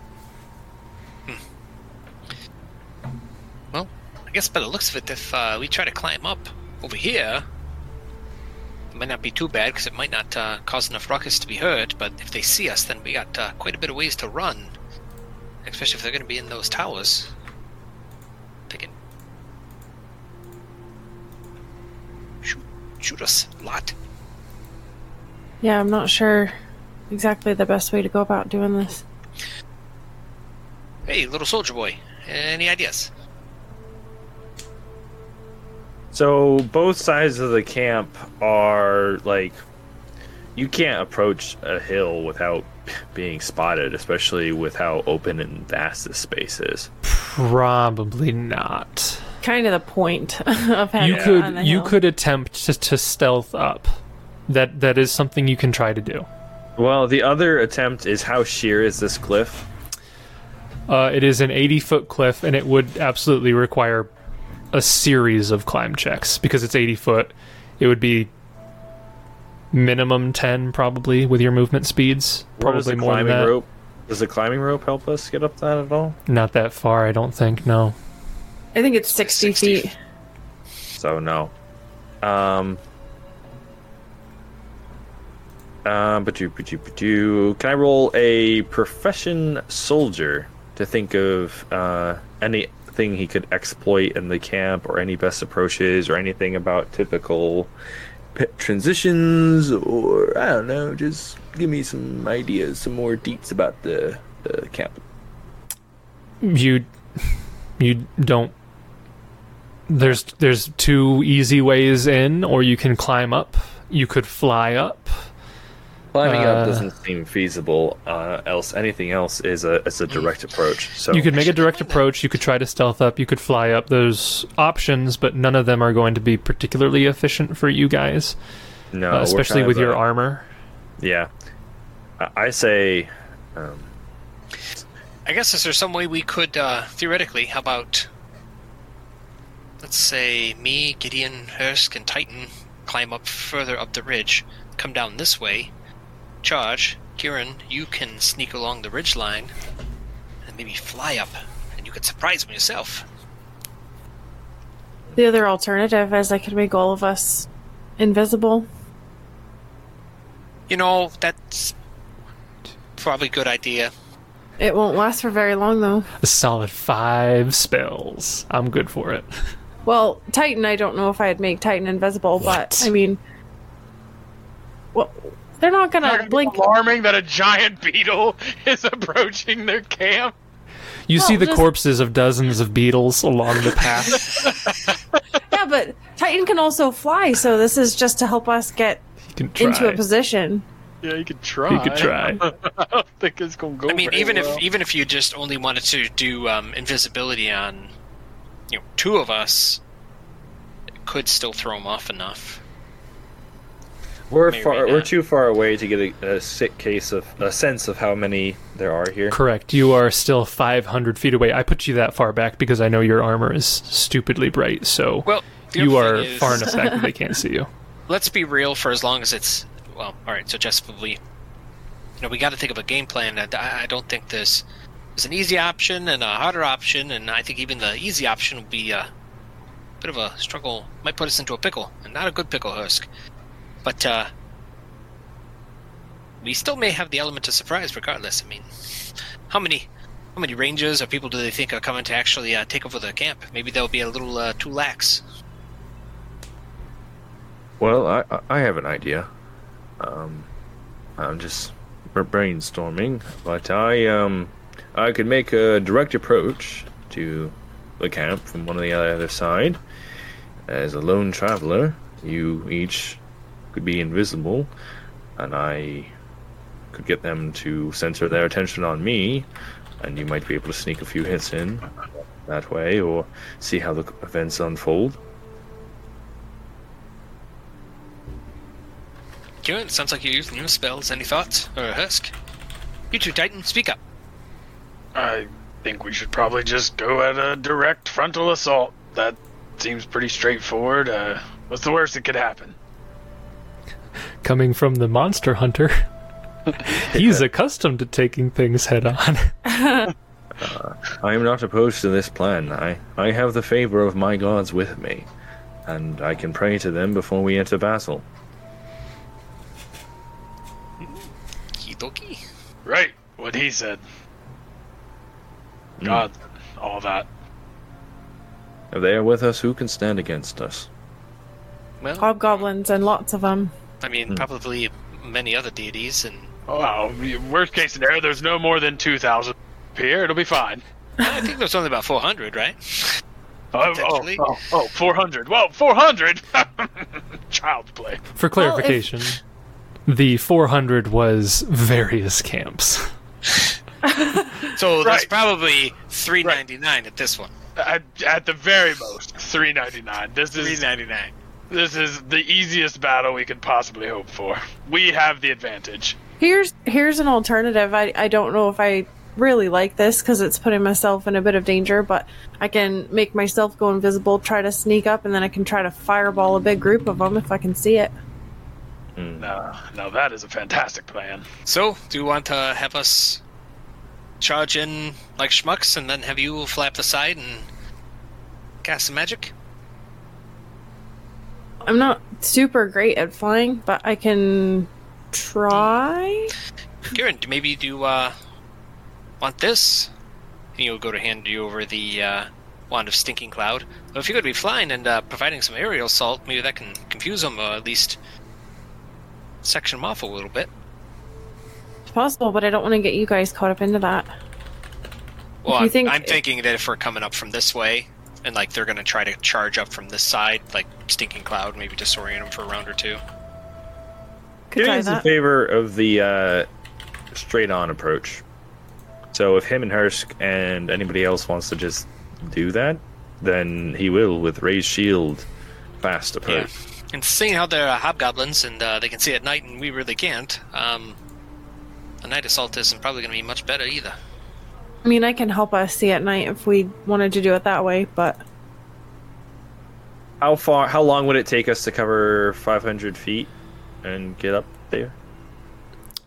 Well, I guess by the looks of it, if uh, we try to climb up over here, it might not be too bad because it might not uh, cause enough ruckus to be heard. But if they see us, then we got uh, quite a bit of ways to run, especially if they're going to be in those towers. Thinking, shoot, shoot us a lot. Yeah, I'm not sure exactly the best way to go about doing this. Hey, little soldier boy, any ideas? So both sides of the camp are like you can't approach a hill without (laughs) being spotted, especially with how open and vast this space is. Probably not. Kind of the point (laughs) of having You it on the could you hill. could attempt to, to stealth up. That that is something you can try to do. Well, the other attempt is how sheer is this cliff? Uh, it is an 80 foot cliff, and it would absolutely require a series of climb checks because it's 80 foot. It would be minimum 10 probably with your movement speeds. Where does Probably the more than climbing that. rope. Does the climbing rope help us get up that at all? Not that far, I don't think. No. I think it's 60, 60. feet. So no. Um. Um. But you, but you, but you. Can I roll a profession soldier to think of uh, anything he could exploit in the camp, or any best approaches, or anything about typical p- transitions, or I don't know. Just give me some ideas, some more deets about the the camp. You you don't there's there's two easy ways in or you can climb up. You could fly up. Climbing Uh, up doesn't seem feasible. Uh, else, anything else is a is a direct approach. So You could make a Actually, direct why not? approach. You could try to stealth up. You could fly up. There's options, but none of them are going to be particularly efficient for you guys, No, uh, we're especially Oh, kind with of your a- armor. Yeah, I- I say I guess is there some way we could uh, theoretically? How about let's say me, Gideon, Hursk, and Titan climb up further up the ridge, come down this way, charge. Kieran, you can sneak along the ridge line, and maybe fly up, and you could surprise them yourself. The other alternative is I could make all of us invisible. You know that's probably a good idea. It won't last for very long, though. A solid five spells. I'm good for it. Well, Titan, I don't know if I'd make Titan invisible, but I mean, well, they're not gonna It's blink. alarming that a giant beetle (laughs) is approaching their camp. You see Well, the just- corpses of dozens of beetles along the (laughs) path. Yeah, but Titan can also fly, so this is just to help us get you can try. into a position. Yeah, you could try. You could try. I don't think it's gonna go. I mean, very even well. if even if you just only wanted to do um, invisibility on, you know, two of us, it could still throw them off enough. We're May or far. may We're not. too far away to get a, a sick case of a sense of how many there are here. Correct. You are still 500 feet away. I put you that far back because I know your armor is stupidly bright, so Well, the you other are thing is- far enough back that they can't see you. let's be real for as long as it's well all right so justifiably you know we got to think of a game plan and i I don't think there's there's an easy option and a harder option and i think even the easy option will be a bit of a struggle might put us into a pickle and not a good pickle husk but uh we still may have the element of surprise regardless i mean how many how many rangers or people do they think are coming to actually uh, take over the camp maybe they'll be a little uh, too lax Well, I I- I have an idea. Um, I'm just b- brainstorming, but I um I could make a direct approach to the camp from one of the other side. As a lone traveler, you each could be invisible, and I could get them to center their attention on me, and you might be able to sneak a few hits in that way, or see how the events unfold. Kieran, it sounds like you're using your spells. Any thoughts? Or a husk? You two, Titan, speak up. I think we should probably just go at a direct frontal assault. That seems pretty straightforward. Uh, what's the worst that could happen? Coming from the monster hunter, (laughs) he's accustomed to taking things head on. (laughs) I am not opposed to this plan. I, I have the favor of my gods with me, and I can pray to them before we enter battle. Kidoki. Right, what he said. Hmm. God, all that. If they are with us, who can stand against us? Well, Hobgoblins and lots of them. I mean, probably many other deities, and Oh, Wow, worst case scenario, there's no more than 2,000 here. It'll be fine. I think there's only about 400, right? Oh, oh, Potentially. oh, oh, 400. Whoa, 400! (laughs) Child's play. For Well, if- clarification, the 400 was various camps. So there's Right. probably 399 at this one. At, at the very most, 399. This is 399. this is the easiest battle we could possibly hope for. We have the advantage. Here's here's an alternative. I, I don't know if I really like this because it's putting myself in a bit of danger, but I can make myself go invisible, try to sneak up, and then I can try to fireball a big group of them if I can see it. No, no, that is a fantastic plan. So, do you want to have us charge in like schmucks and then have you flap the side and cast some magic? I'm not super great at flying, but I can try. Kieran, do- maybe you do uh, want this? And you'll go to hand you over the uh, wand of stinking cloud. But if you're going to be flying and uh, providing some aerial assault, maybe that can confuse them or at least section them off a little bit. It's possible, but I don't want to get you guys caught up into that. Well, If you I'm, think- I'm thinking that if we're coming up from this way and like they're going to try to charge up from this side, like stinking cloud, maybe disorient them for a round or two. Could try Gideon's in that. favor of the uh, straight on approach. So if him and Hursk and anybody else wants to just do that, then he will with raised shield, fast Yeah. approach. And seeing how they're uh, hobgoblins and uh, they can see at night and we really can't, um, a night assault isn't probably going to be much better either. I mean, I can help us see at night if we wanted to do it that way, but How far? How long would it take us to cover 500 feet and get up there?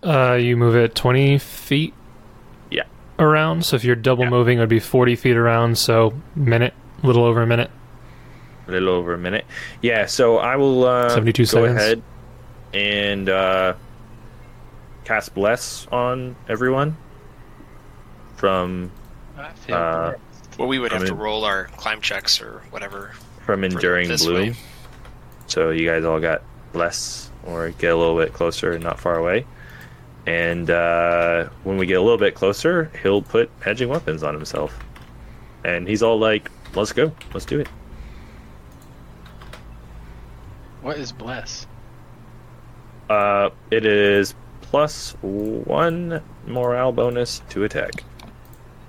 Uh, you move it 20 feet Yeah. around, so if you're double moving, it would be 40 feet around, so minute, little over a minute. a little over a minute. Yeah, so I will uh, 72 go seconds. ahead and uh, cast Bless on everyone from Uh, Well, we would I have to mean- roll our climb checks or whatever. from Enduring this Bloom. way. So you guys all got Bless or get a little bit closer and not far away. And uh, when we get a little bit closer, he'll put hedging weapons on himself. And he's all like, let's go, let's do it. What is bless? Uh, it is plus one morale bonus to attack.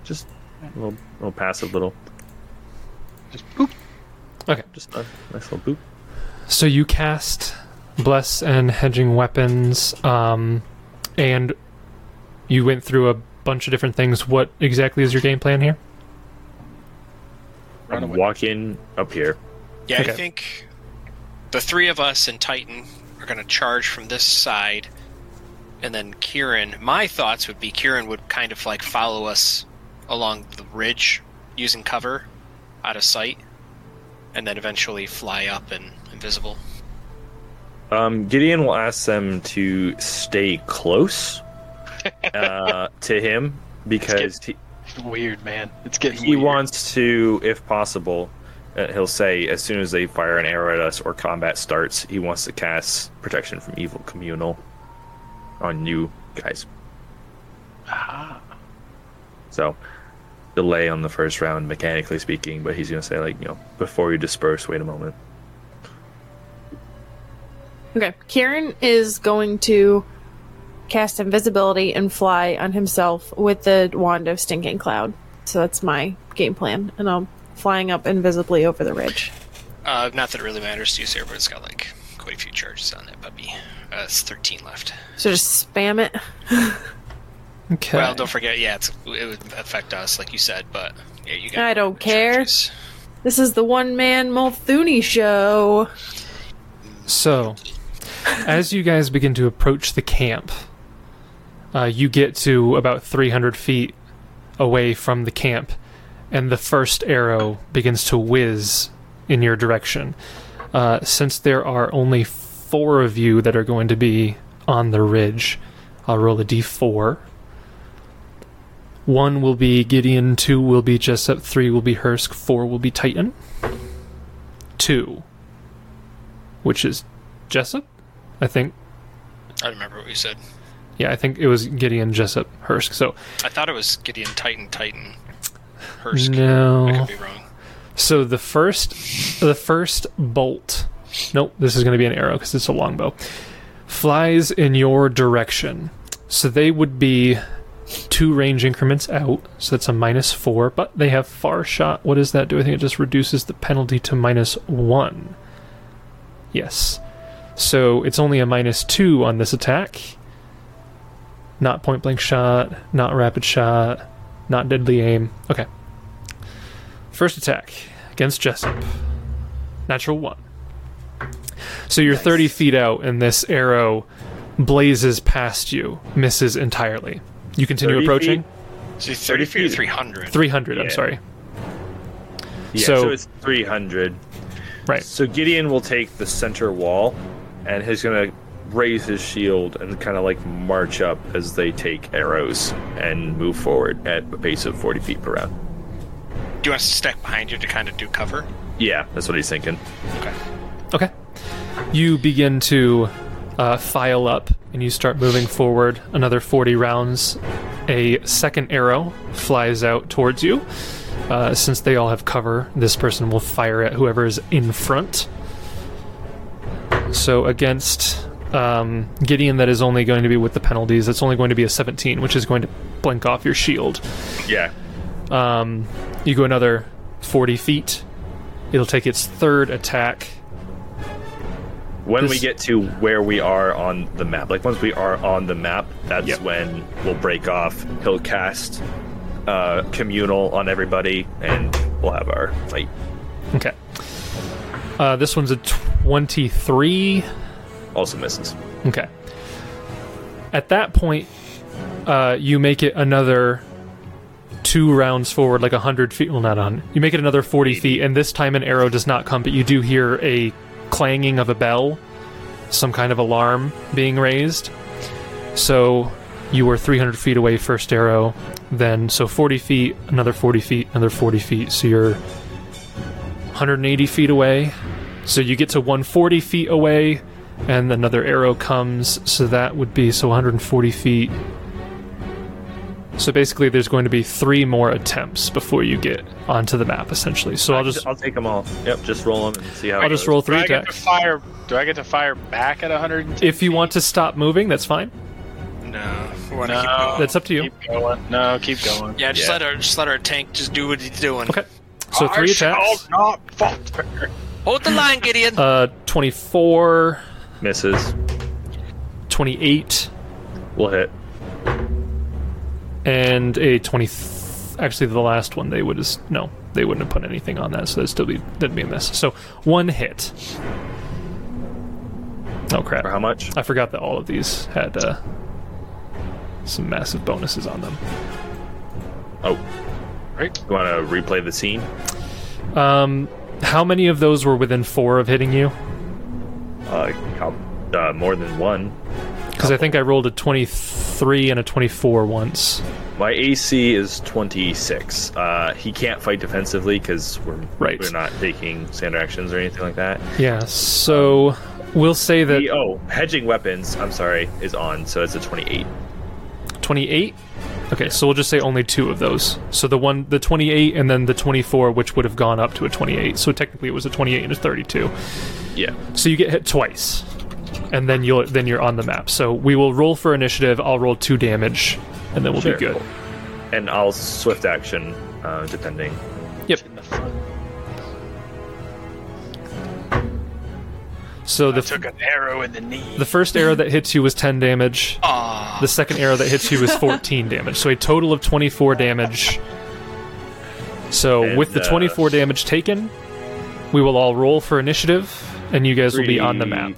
Just a little, little passive, little, Just boop. Okay. just a nice little boop. So you cast bless and hedging weapons. Um, and you went through a bunch of different things. What exactly is your game plan here? Run I'm away. walking up here. Yeah, Okay. I think the three of us and Titan are going to charge from this side, and then Kieran. My thoughts would be Kieran would kind of like follow us along the ridge using cover out of sight, and then eventually fly up and invisible. Um, Gideon will ask them to stay close uh, to him because he, It's weird, man. It's getting he weird. wants to, if possible, uh, he'll say as soon as they fire an arrow at us or combat starts, he wants to cast protection from evil communal on you guys. Ah. So delay on the first round, mechanically speaking, but he's gonna say like, you know, before you disperse, wait a moment. Okay. Kieran is going to cast invisibility and fly on himself with the wand of stinking cloud. So that's my game plan, and I'm flying up invisibly over the ridge. Uh, not that it really matters to you, Sarah, but it's got like quite a few charges on that puppy. Uh, it's 13 left. So just spam it. Okay. Well, don't forget, yeah, it's, it would affect us, like you said, but yeah, you got. I don't care. charges. This is the one man Multhuni show. So, as you guys begin to approach the camp, uh, you get to about 300 feet away from the camp, and the first arrow begins to whiz in your direction. Uh, since there are only four of you that are going to be on the ridge, I'll roll a d4. One will be Gideon, two will be Jessup, three will be Hursk, four will be Titan. Two which is Jessup, I think. I remember what you said. Yeah, I think it was Gideon Jessup Hursk. So, I thought it was Gideon Titan Titan Hurst. No. I could be wrong. so the first, the first bolt. Nope, this is going to be an arrow because it's a longbow. Flies in your direction. So they would be two range increments out. So that's a minus four, but they have far shot. What does that do? I think it just reduces the penalty to minus one. Yes. So it's only a minus two on this attack. Not point blank shot, not rapid shot, not deadly aim. Okay. First attack against Jessup. Natural one. So you're 30 feet out, and this arrow blazes past you, misses entirely. You continue 30 approaching? feet? So 30 feet or 300. 300, Yeah. I'm sorry. Yeah, So- so it's three hundred. Right. So Gideon will take the center wall, and he's gonna raise his shield and kind of like march up as they take arrows and move forward at a pace of forty feet per round. Do you want us to stack behind you to kind of do cover? Yeah, that's what he's thinking. Okay. Okay. You begin to uh, file up and you start moving forward another 40 rounds. A second arrow flies out towards you. Uh, since they all have cover, this person will fire at whoever is in front. So against um, Gideon, that is only going to be with the penalties. That's only going to be a 17, which is going to blink off your shield. Yeah, Um, you go another 40 feet. It'll take its third attack. when we This- get to where we are on the map, like once we are on the map, that's Yep. when we'll break off. He'll cast uh, communal on everybody, and we'll have our fight. Okay. Uh, this one's a 23. Also misses. Okay. At that point, uh, you make it another two rounds forward, like 100 feet. Well, not on. You make it another 40 feet, and this time an arrow does not come, but you do hear a clanging of a bell, some kind of alarm being raised. So you were 300 feet away, first arrow, then so 40 feet, another 40 feet, another 40 feet. So you're 180 feet away. So you get to 140 feet away, and another arrow comes. So that would be so 140 feet. So basically, there's going to be three more attempts before you get onto the map, essentially. So I'll just I'll take them all. Yep, just roll them and see how. it I'll just goes. roll Do three I get to attacks. fire? Do I get to fire back at 110? If you want to stop moving, that's fine. No. We want to No. keep going. That's up to you. Keep going. No, keep going. yeah, just Yeah. let our just let our tank just do what he's doing. Okay. So three I shall attacks. not falter. (laughs) Uh, Hold the line, Gideon. Uh, 24, Misses. 28 Will hit. and a 20. Actually, the last one they would just no, they wouldn't have put anything on that, so that'd still be that'd be a miss. So one hit. Oh crap! For how much? I forgot that all of these had uh, some massive bonuses on them. Oh, Right. you want to replay the scene? Um, how many of those were within four of hitting you? Uh, how- uh, more than one. Because I think I rolled a 23 and a 24 once. My AC is 26. Uh, he can't fight defensively because we're Right. we're not taking standard actions or anything like that. Yeah, so we'll say that The, oh, hedging weapons. I'm sorry, is on, so it's a 28. 28. Okay, so we'll just say only two of those. So the one, the 28, and then the 24, which would have gone up to a 28. So technically, it was a 28 and a 32. Yeah. So you get hit twice, and then you'll then you're on the map. So we will roll for initiative. I'll roll two damage, and then we'll Sure. be good. And I'll swift action, uh, depending. Yep. So the I took an arrow in the knee. The first arrow that hits you was 10 damage. Aw. The second arrow that hits you was 14 damage. So a total of 24 damage. So And, with the uh, 24 damage taken, we will all roll for initiative, and you guys will be on the Three. map.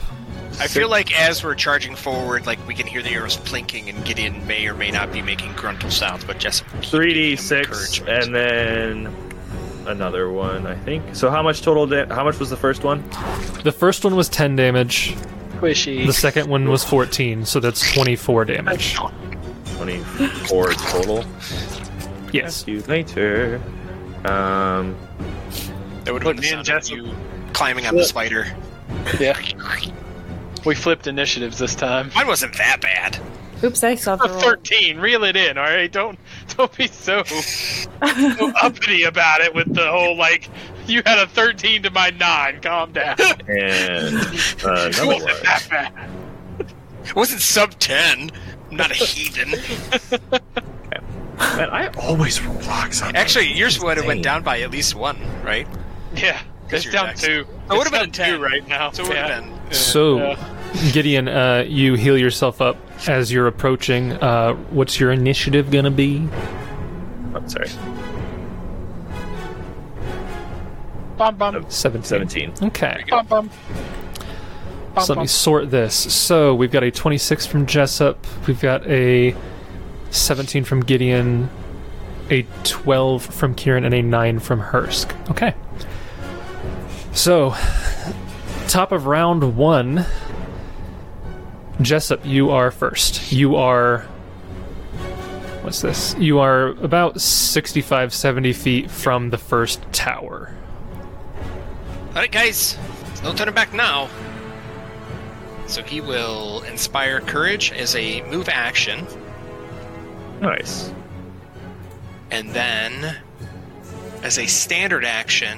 I feel like as we're charging forward, like we can hear the arrows plinking, and Gideon may or may not be making gruntle sounds, but just keep giving him 3d6, encouragement. and then another one, I think. So how much total? Da- how much was the first one? The first one was 10 damage. Squishy. The second one was 14, so that's 24 damage. 24 total. Yes. you later. Um, that would have been Put me the in sound of Jessup. you climbing on the spider. Yeah. We flipped initiatives this time. Mine wasn't that bad. Oops, I saw the A roll. (laughs) Thirteen. Reel it in. All right. Don't don't be so, so uppity about it with the whole like you had a thirteen to my nine. Calm down. (laughs) It and (laughs) uh, another wasn't one. that bad. It wasn't sub ten. I'm (laughs) not a heathen. Man, I always roll rocks on Actually, yours would have Dang. went down by at least one, right? Yeah. Because It's you're down Jackson. two. I would've It's been down a 10. two right now. So it would Yeah. have been. So, Gideon, uh, you heal yourself up as you're approaching. Uh, what's your initiative going to be? Oh, sorry, Bum, bum, 17. 17. Okay. bum, bum. So let me sort this. So we've got a 26 from Jessup, we've got a 17 from Gideon, a 12 from Kieran, and a 9 from Hursk. Okay. So, top of round one, Jessup, you are first. You are. What's this? You are about 65, 70 feet from the first tower. All right, guys, there's no turning back now. So he will inspire courage as a move action, Nice. and then as a standard action,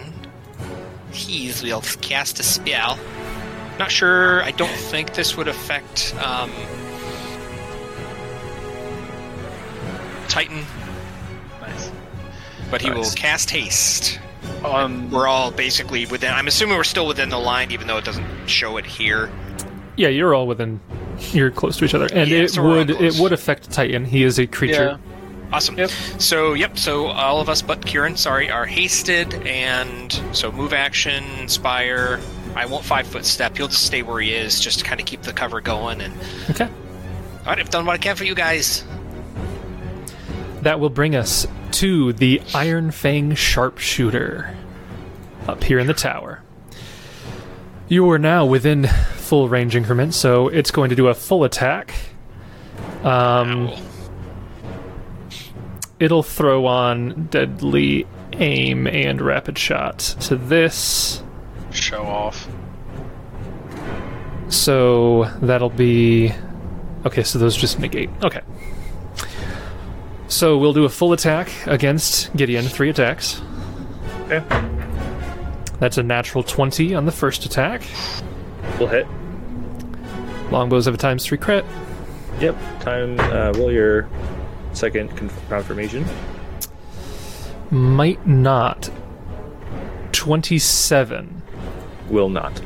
he will cast a spell. Not sure. I don't think this would affect um, Titan, Nice. but he will Nice. cast haste. Um, We're all basically within. I'm assuming we're still within the line, even though it doesn't show it here. Yeah, you're all within. You're close to each other, and Yeah, it so we're all would it close. would affect Titan. He is a creature. Awesome. Yep. So, yep. So all of us but Kieran, sorry, are hasted, and so move action, inspire. I won't five foot step. He'll just stay where he is, just to kind of keep the cover going. And Okay, all right, I've done what I can for you guys. that will bring us to the Iron Fang Sharpshooter up here in the tower. You are now within full range increment, so it's going to do a full attack. Mm. Um, it'll throw on deadly aim and rapid shot to this. show off. So that'll be. Okay, so those just negate. Okay. So we'll do a full attack against Gideon. Three attacks. Okay, That's a natural 20 on the first attack. we'll hit. Longbows have a times three crit. Yep. Time. Uh, roll your second conf- confirmation. Might not. 27. Will not.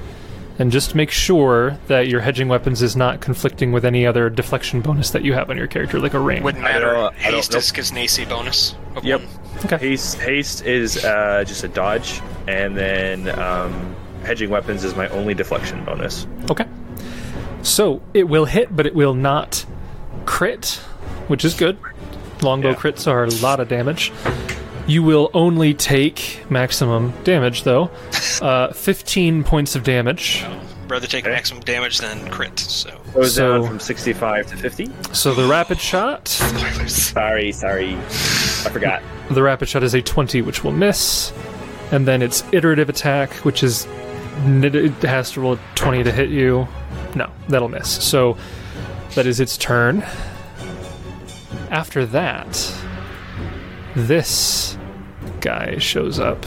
and just make sure that your hedging weapons is not conflicting with any other deflection bonus that you have on your character, like a ring. Wouldn't I don't- matter. I don't- Haste nope. is gives an AC bonus. of Yep. one. okay. Haste haste is uh, just a dodge, and then um, hedging weapons is my only deflection bonus. Okay. So it will hit, but it will not crit, which is good. Longbow Yeah. crits are a lot of damage. You will only take maximum damage, though. Uh, 15 points of damage. Rather take maximum damage than crit. So Goes So- down from sixty-five to fifty. So the rapid shot. Sorry, sorry, I forgot. The rapid shot is a 20, which will miss. And then it's iterative attack, which is. It has to roll a 20 to hit you. No, that'll miss. So that is its turn. After that, this guy shows up.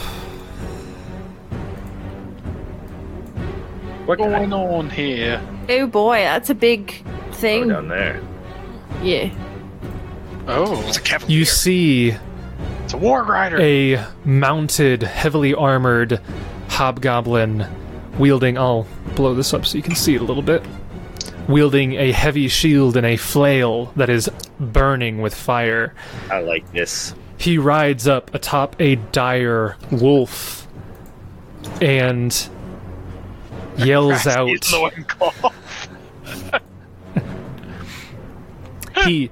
What What's guy? going on here? Oh boy, that's a big Go thing. down there. yeah. Oh, it's a cavalier. You see it's a war rider. a mounted, heavily armored hobgoblin wielding. I'll blow this up so you can see it a little bit. Wielding a heavy shield and a flail that is burning with fire. I like this. He rides up atop a dire wolf and yells out. He's the one (laughs) called. he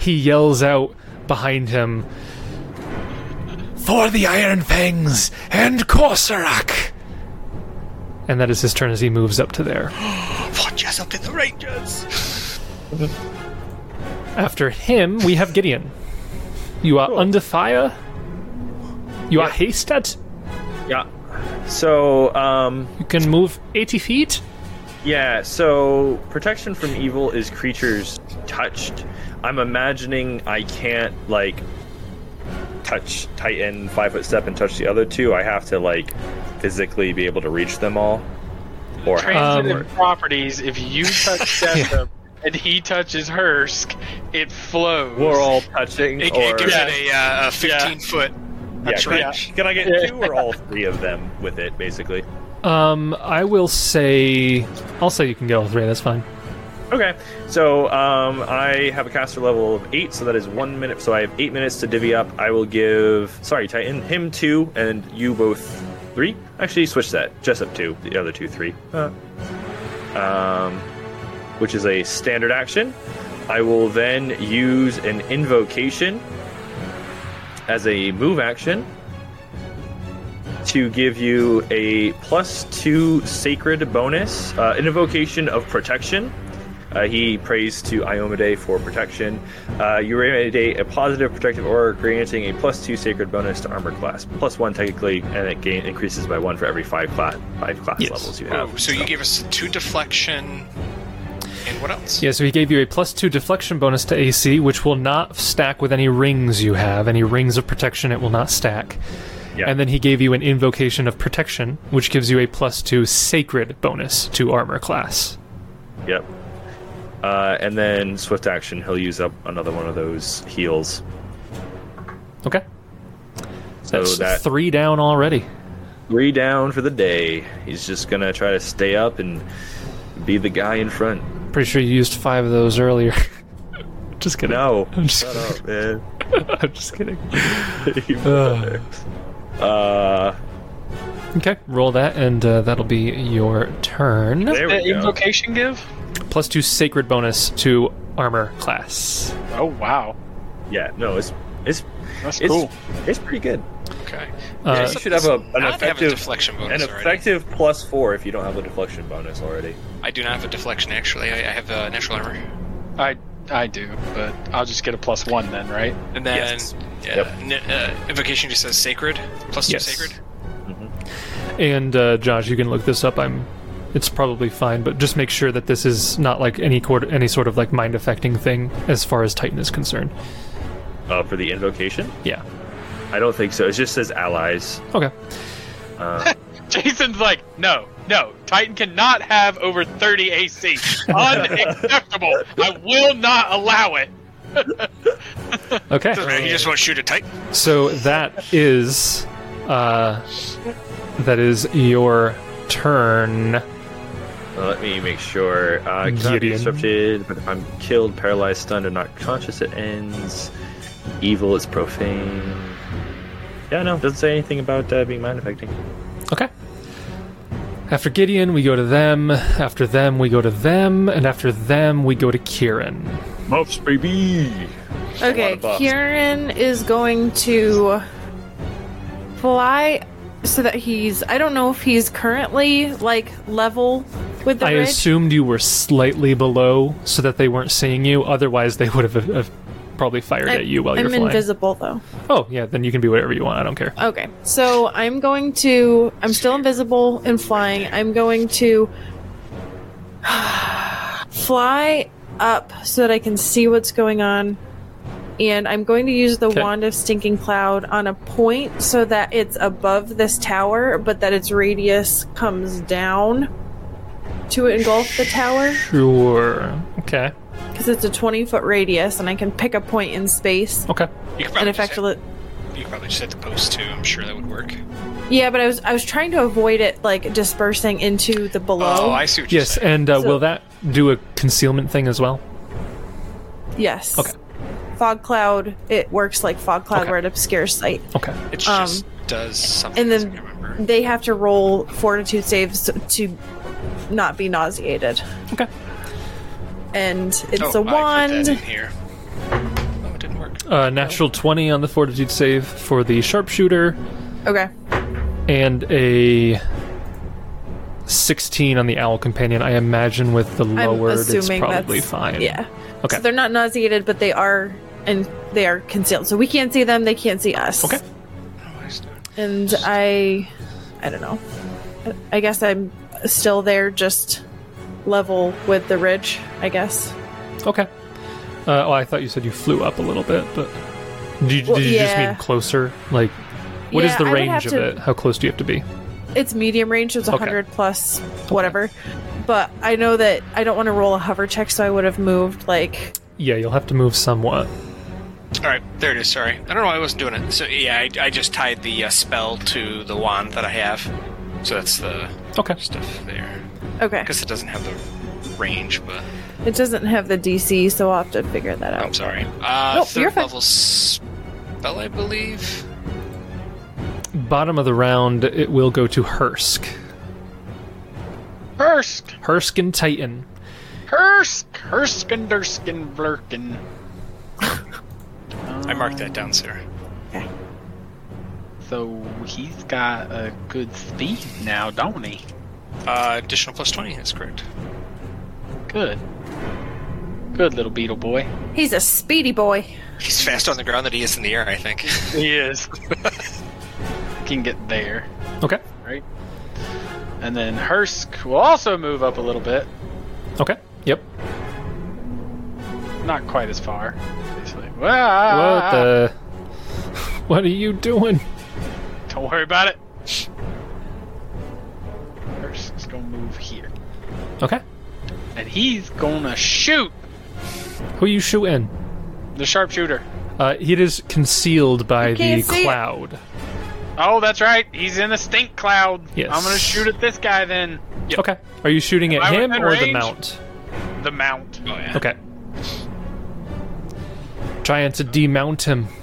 he yells out behind him for the iron fangs and Corsarak and that is his turn as he moves up to there (gasps) Watch us up in the Rangers. after him we have gideon you are under fire you are hasted Yeah. So, um, you can move 80 feet yeah. So protection from evil is creatures touched. I'm imagining I can't like touch Titan five foot step and touch the other two. I have to like physically be able to reach them all. Or Transitive properties. If you (laughs) touch Sethra and he touches Hursk, it flows. we're all touching. It, or it gives Yeah. it a, uh, a 15 foot. yeah, That's can, I, right. can I get two or all three of them with it? Basically. um i will say i'll say you can get all three that's fine Okay, so um, I have a caster level of eight, so that is one minute. So I have eight minutes to divvy up. I will give sorry Titan him two and you both three. Actually, switch that. Jessup two, the other two three. Uh, um, which is a standard action. I will then use an invocation as a move action to give you a plus two sacred bonus, uh, an invocation of protection. Uh, he prays to Iomade for protection. Uh, you radiate a positive protective aura, granting a plus two sacred bonus to armor class, plus one technically, and it gain, increases by one for every five class five class Yes. levels you Oh, have. so you gave us two deflection. And what else? Yeah, so he gave you a plus two deflection bonus to AC, which will not stack with any rings you have. Any rings of protection, it will not stack. Yeah. And then he gave you an invocation of protection, which gives you a plus two sacred bonus to armor class. Yep. Uh, and then swift action, he'll use up another one of those heals. Okay, So that's that three down already. three down for the day. He's just gonna try to stay up and be the guy in front. Pretty sure you used five of those earlier. (laughs) just kidding. (laughs) No, I'm just, shut (laughs) up, man. I'm just (laughs) kidding. You Ugh. Uh, okay, roll that, and uh, that'll be your turn. there The we go. invocation give? Plus two sacred bonus to armor class. Oh wow, Yeah, no, it's it's that's it's cool. it's pretty good. Okay. Uh, you should have a, an Not have a effective deflection an bonus already. effective plus four if you don't have a deflection bonus already. I do not have a deflection, actually. I, I have uh, natural armor. I I do, but I'll just get a plus one then, right? And then Yes. uh, Yep. n- uh, invocation just says sacred, plus two Yes. sacred. And uh, Josh, you can look this up. I'm. It's probably fine, but just make sure that this is not like any cord- any sort of like mind affecting thing as far as Titan is concerned. Uh, for the invocation, Yeah. I don't think so. It just says allies. Okay. Jason's like, no, no, Titan cannot have over 30 AC. Unacceptable. I will not allow it. Okay. He just won't shoot a titan. So that is, uh, that is your turn. Uh, Let me make sure. Uh, cannot be Gideon. disrupted, but if I'm killed, paralyzed, stunned, and not conscious, it ends. Evil is profane. Yeah, no, doesn't say anything about uh, being mind affecting. Okay. After Gideon, we go to them. After them, we go to them. And after them, we go to Kieran. Muffs, baby! Okay, buffs. Kieran is going to fly so that he's. I don't know if he's currently like level with the I bridge. assumed you were slightly below so that they weren't seeing you. Otherwise, they would have, have probably fired I- at you while I'm you're flying. invisible though. Oh, yeah, then you can be whatever you want. I don't care. Okay, so I'm going to. I'm still invisible and flying. I'm going to (sighs) fly up so that I can see what's going on. And I'm going to use the Okay. Wand of Stinking Cloud on a point so that it's above this tower, but that its radius comes down to engulf the tower. Sure. Okay. Because it's a 20 foot radius, and I can pick a point in space Okay. You could probably, and just hit, effectively. you could probably just hit the post too. I'm sure that would work. Yeah, but I was I was trying to avoid it like dispersing into the below. Oh, I see what you're Yes, saying. and uh, So- will that do a concealment thing as well? Yes. Okay. Fog cloud. It works like fog cloud Okay. where it obscures sight, Okay. It um, just does something. and I can't then remember. they have to roll fortitude saves to not be nauseated. Okay. And it's oh, a I put that in wand. here. Oh, it didn't work. Uh, natural 20 on the fortitude save for the sharpshooter Okay. and a 16 on the owl companion. I imagine with the lowered, I'm it's assuming probably that's fine. Yeah. Okay. So they're not nauseated, but they are and they are concealed. So we can't see them. They can't see us. Okay. Oh, I just- And I, I don't know. I guess I'm still there, just level with the ridge. I guess. Okay. Uh, oh, I thought you said you flew up a little bit, but do you, Well, did you just yeah. mean closer? Like, what is Yeah, the I would have range of to- it? How close do you have to be? it's medium range, so it's Okay. 100 plus whatever. But I know that I don't want to roll a hover check, so I would have moved like. Yeah, you'll have to move somewhat. All right, there it is. Sorry, I don't know why I wasn't doing it. So yeah, I, I just tied the uh, spell to the wand that I have. So that's the Okay. stuff there. Okay. I guess it doesn't have the range, but It doesn't have the DC, so I'll have to figure that I'm out. sorry. Uh, Nope, 3rd you're fine. level spell, I believe. Bottom of the round, it will go to Hursk. Hursk, Hursk and Titan. Hursk, Hurskin, Durskin, Blurkin. I marked that down, sir. So he's got a good speed now, don't he? Uh, additional plus twenty. That's correct. Good. Good little beetle boy. Oh. He's a speedy boy. He's faster on the ground than he is in the air. I think. He is. (laughs) Can get there, Okay. right? And then Hursk will also move up a little bit. Okay. Yep. Not quite as far, obviously. What Uh, Wow. the? (laughs) What are you doing? Don't worry about it. Hursk's gonna move here. Okay. And he's gonna shoot Who you shooting? the sharpshooter. Uh, it is concealed by You the can't see it. cloud. Oh, that's right. He's in the stink cloud. Yes. I'm gonna shoot at this guy then. Okay. Are you shooting at I him within or the range? mount? The mount. Oh yeah. Okay. Trying to demount him. (laughs)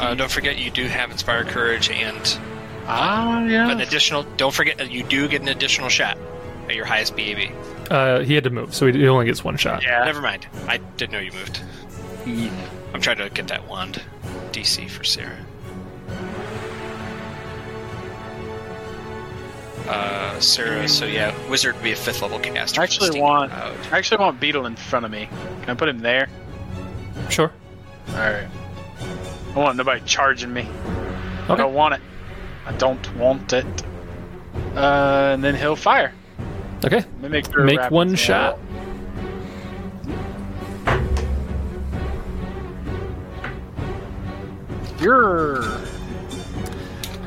Uh, don't forget, you do have inspire courage and Ah, yeah. an additional. Don't forget, that you do get an additional shot at your highest BAB. Uh, he had to move, so he he only gets one shot. yeah. Never mind. I didn't know you moved. I'm trying to get that wand DC for Sarah. Uh, Sarah. So yeah, wizard would be a fifth level caster. I actually Stinking want. cloud. I actually want Beetle in front of me. Can I put him there? Sure. All right. I want nobody charging me. I Okay. don't want it. I don't want it. Uh, and then he'll fire. Okay. Let me make sure Make rapid one fire. shot. You're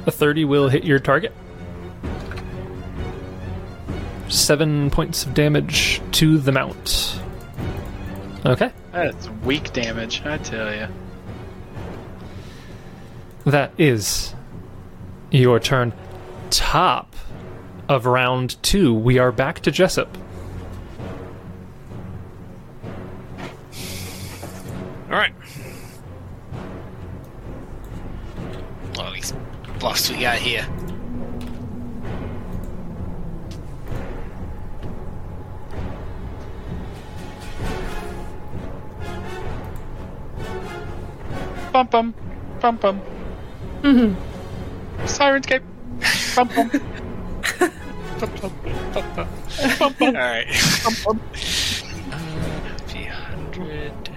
A 30 will hit your target. Seven points of damage to the mount. Okay. that's weak damage. I tell you. That is your turn. Top. of round two, we are back to Jessup. All right. Well, these bluffs we got here. Bum bum. Bum bum. Mm-hmm. Mm-hmm. Sirenscape. Bum bum. Bum, bum, bum, bum. All (laughs) right. Uh, 300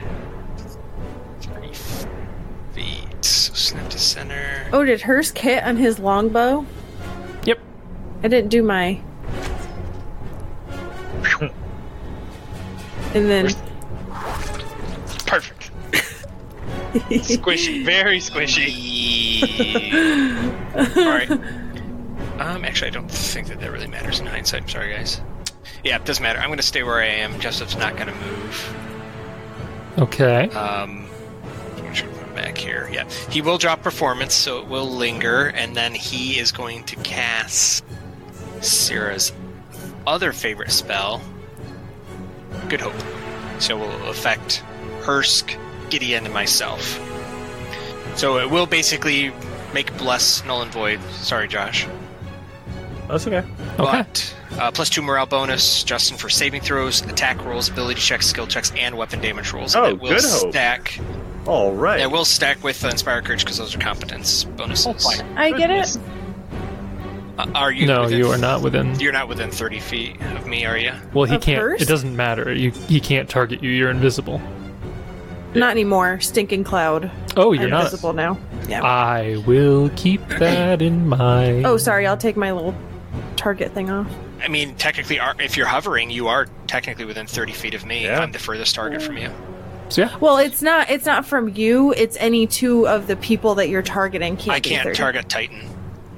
three uh, feet. So snap to center. Oh, did hers hit on his longbow? Yep. I didn't (laughs) do my. And then (laughs) Perfect. squishy. Very squishy. All right. Um, actually, I don't think that that really matters in hindsight. I'm sorry, guys. Yeah, it doesn't matter. I'm going to stay where I am. Jessup's not going to move. Okay. Um, I'm sure I'm back here. Yeah, he will drop performance, so it will linger, and then he is going to cast Sarah's other favorite spell, Good Hope. So it will affect Hursk, Gideon, and myself. So it will basically make Bless null and void. Sorry, Josh. That's okay. Okay. But uh, plus two morale bonus, Justin, for saving throws, attack rolls, ability checks, skill checks, and weapon damage rolls. Oh, That will good hope. stack. All right. That will stack with Inspire Courage because those are competence bonuses. Oh, I get it. Uh, are you? No, within- you are not within. You're not within 30 feet of me, are you? Well, he Of can't. hers? It doesn't matter. You he can't target you. You're invisible. Not anymore. Stinking cloud. Oh, you're I'm not. visible now. Yeah. I will keep that in mind. oh, sorry. I'll take my little target thing off. I mean, technically, are, if you're hovering, you are technically within 30 feet of me. Yeah. I'm the furthest target from you. So, yeah. Well, it's not. It's not from you. It's any two of the people that you're targeting. Can't I be can't 30. target Titan.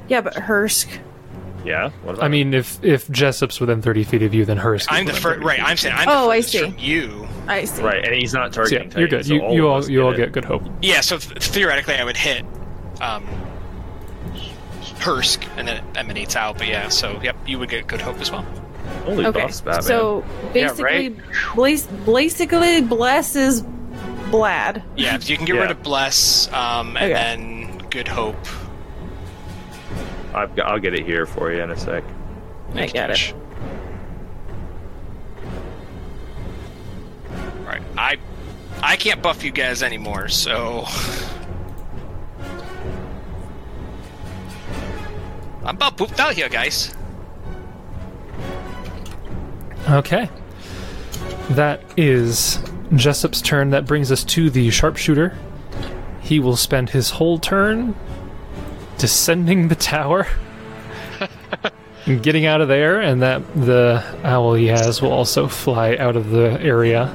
Yeah, but Hursk. yeah. What about I mean, if if Jessup's within thirty feet of you, then hers. is I'm the within first. 30 Right, feet. I'm saying I'm Oh, the I furthest see. from you. I see. right, and he's not So, targeting. yeah, you're Titan, good. so you you of all us you all it. get good hope. Yeah, so th- theoretically, I would hit um, Hursk, and then it emanates out. But yeah, so yep, you would get good hope as well. Holy Okay. buffs, Batman. so basically, blas- basically, Bless is Blad. (laughs) Yeah, you can get Yeah. rid of Bless, um, and Okay. then good hope. I've got, I'll get it here for you in a sec. I got it. All right, I I can't buff you guys anymore, so I'm about pooped out here, guys. Okay. That is Jessup's turn. That brings us to the sharpshooter. He will spend his whole turn descending the tower and getting out of there, and that the owl he has will also fly out of the area.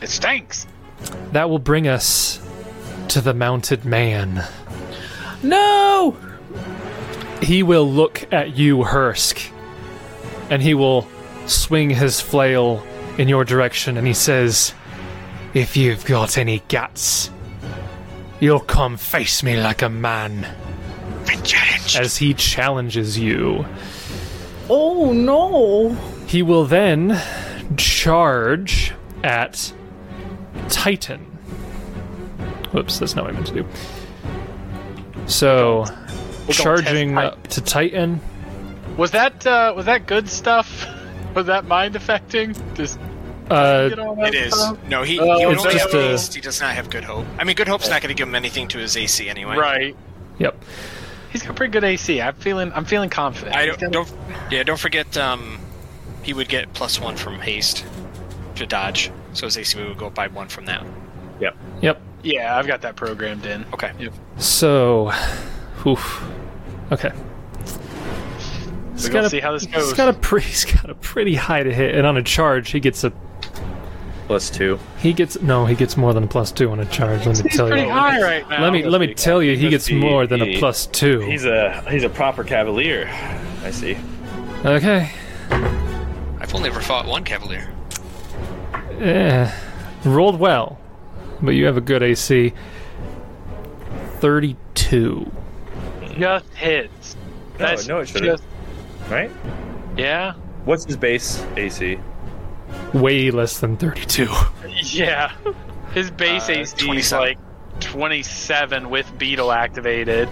It stinks. That will bring us to the mounted man. No. He will look at you, Hursk, and he will swing his flail in your direction, and he says, If you've got any guts, you'll come face me like a man as he challenges you. Oh no. He will then charge at Titan. Whoops, that's not what I meant to do. So, charging Titan. up to Titan. Was that uh, was that good stuff? (laughs) Was that mind affecting? Just Uh, get all It that is stuff? no, he, Oh, he would it's only just have a- haste. He does not have good hope. I mean, good hope's not going to give him anything to his AC anyway. Right. yep. He's got pretty good AC. I'm feeling I'm feeling confident. I He's don't, gonna- don't. Yeah, don't forget. Um, he would get plus one from haste to dodge, so his AC would go up by one from that. Yep. Yep. Yeah, I've got that programmed in. Okay. So, oof. Okay. He's got We're gonna a- see how this He's goes. got a pretty, (laughs) he's got a pretty high to hit, and on a charge, he gets a, Plus two. he gets no, he gets more than a plus two on a charge. Let me He's tell pretty you. high right now. Let me let me Let's see. tell you, he Let's gets see. more than a plus two. He's a he's a proper cavalier. I see. Okay. I've only ever fought one cavalier. Eh. Rolled well, but you have a good AC. Thirty-two. just hits. No, no, it shouldn't. just right? Yeah. What's his base AC? Way less than 32. Yeah. His base Uh, AC is 27. like 27 with Beetle activated.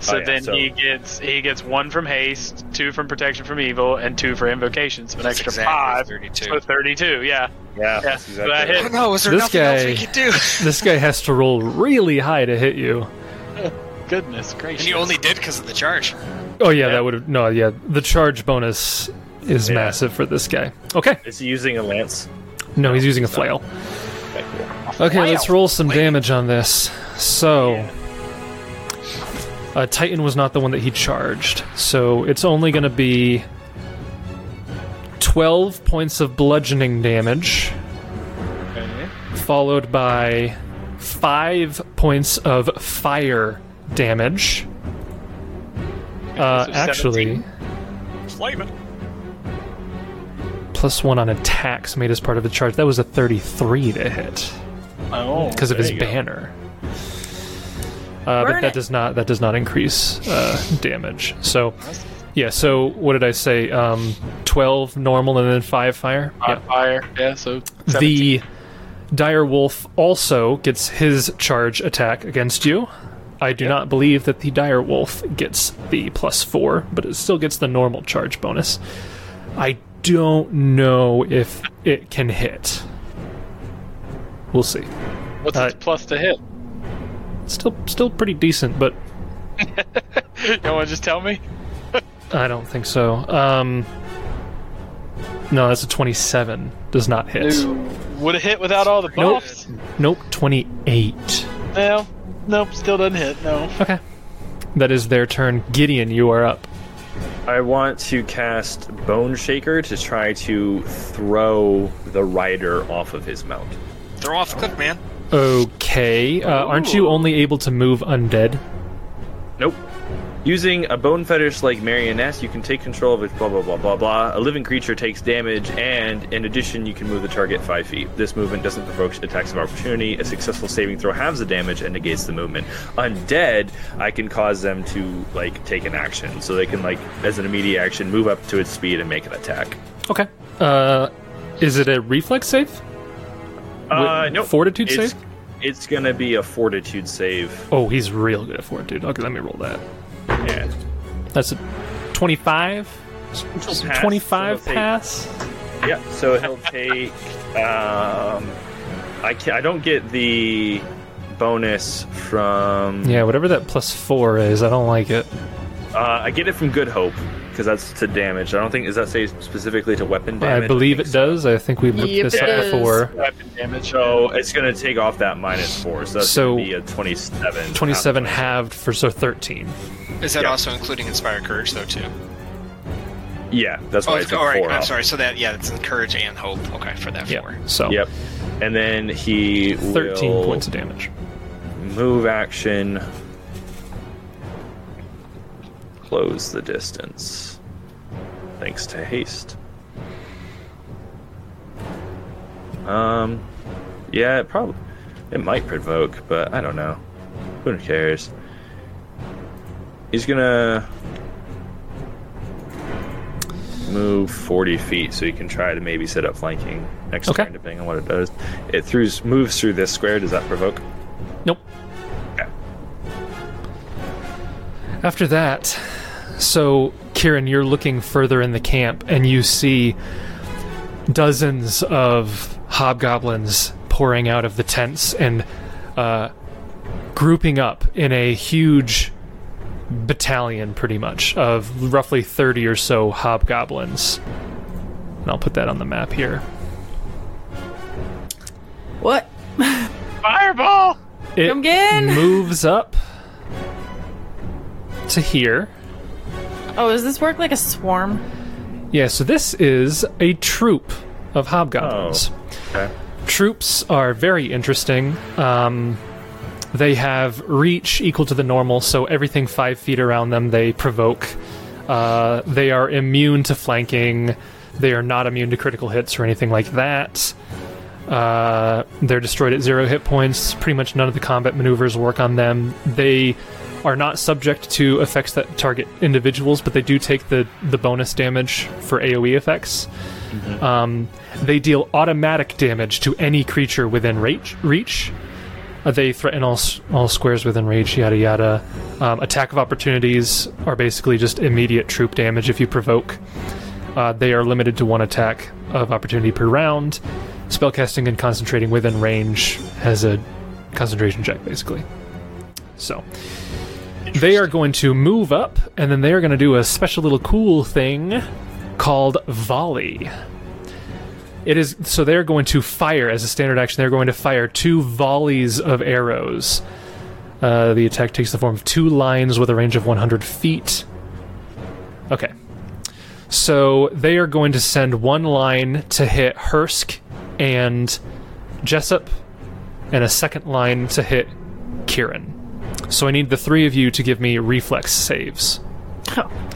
So Oh, yeah, then so- he gets he gets one from haste, two from protection from evil, and two for invocation. So an That's extra exactly five. 32. So 32. Yeah. Yeah, Yeah, that's so that exactly. hit. right. Oh no, is there This nothing else we guy- could do? this guy has to roll really high to hit you. Goodness (laughs) gracious. and you only did because of the charge. Oh, yeah, Yeah. that would have. No, yeah. The charge bonus is Yeah. massive for this guy. Okay. Is he using a lance? No, he's using a flail. Okay, cool. Okay, Wow. let's roll some Wait. damage on this. So, uh, Titan was not the one that he charged, so it's only going to be twelve points of bludgeoning damage, followed by five points of fire damage. Uh, so actually, Flame it. plus one on attacks made as part of the charge. That was a thirty-three to hit. Oh. because of his There you go. banner. Uh, but Burn that it. does not that does not increase uh, damage. So, yeah. So what did I say? Um, Twelve normal and then five fire. Uh, on Yeah. fire. Yeah. So The dire wolf also gets his charge attack against you. I do not believe that the dire wolf gets the plus four, but it still gets the normal charge bonus. I don't know if it can hit. We'll see. what's uh, its plus to hit? (laughs) Still, still pretty decent, but you want to just tell me? I don't think so. Um, no, that's a 27. Does not hit. Would it hit without all the Nope. buffs? Nope, 28. No. Nope. Still doesn't hit. No. Okay. That is their turn. Gideon, you are up. I want to cast Bone Shaker to try to throw the rider off of his mount. Throw off the cliff, man. Okay. Uh, aren't you Ooh. only able to move undead? Nope. Using a bone fetish like marionette, you can take control of it, blah, blah, blah, blah, blah. A living creature takes damage, and in addition, you can move the target five feet. This movement doesn't provoke attacks of opportunity. A successful saving throw halves the damage and negates the movement. Undead, I can cause them to, like, take an action. So they can, like, as an immediate action, move up to its speed and make an attack. Okay. Uh, is it a reflex save? Uh, Wait, nope. fortitude It's- save? It's gonna be a fortitude save. Oh, he's real good at fortitude. Okay, let me roll that. Yeah. That's a 25? Pass, so 25 he'll take- pass? Yeah, so he'll take. Um, I can, I don't get the bonus from. Yeah, whatever that plus four is, I don't like it. Uh, I get it from Good Hope because that's to damage. I don't think does that say specifically to weapon damage. I believe it does. I think we've looked Yep, this it up does. before. Weapon damage. oh. So it's gonna take off that minus four. So that's So- gonna be a twenty-seven. 27 halved for so 13. Is that Yeah. also including Inspire Courage, though, too? Yeah, that's Oh, why I took all right. four I'm off. sorry. So that, yeah, it's Courage and Hope. Okay, for that Yeah. four. So Yep. And then he 13 will points of damage. move action. Close the distance. Thanks to haste. Um, yeah, it probably it might provoke, but I don't know. Who cares? He's gonna move 40 feet so he can try to maybe set up flanking next Okay. turn, depending on what it does. It throws moves through this square. Does that provoke? Nope. Okay. After that, so Kieran, you're looking further in the camp and you see dozens of hobgoblins pouring out of the tents and uh, grouping up in a huge battalion, pretty much, of roughly 30 or so hobgoblins. And I'll put that on the map here. What? Fireball. It Come get in. moves up to here. Oh, does this work like (laughs) a swarm? Yeah, so this is a troop of hobgoblins. Okay. Troops are very interesting. Um, they have reach equal to the normal, so everything five feet around them they provoke. Uh, they are immune to flanking. They are not immune to critical hits or anything like that. Uh, they're destroyed at zero hit points. Pretty much none of the combat maneuvers work on them. They are not subject to effects that target individuals, but they do take the, the bonus damage for AoE effects. Um, they deal automatic damage to any creature within reach. reach. Uh, they threaten all, s- all squares within reach, yada yada. Um, attack of opportunities are basically just immediate troop damage if you provoke. Uh, they are limited to one attack of opportunity per round. Spellcasting and concentrating within range has a concentration check, basically. So they are going to move up, and then they are going to do a special little cool thing called volley. It is so they are going to fire as a standard action. They are going to fire two volleys of arrows. Uh, the attack takes the form of two lines with a range of 100 feet. Okay, so they are going to send one line to hit Hursk and Jessup, and a second line to hit Kieran. So I need the three of you to give me reflex saves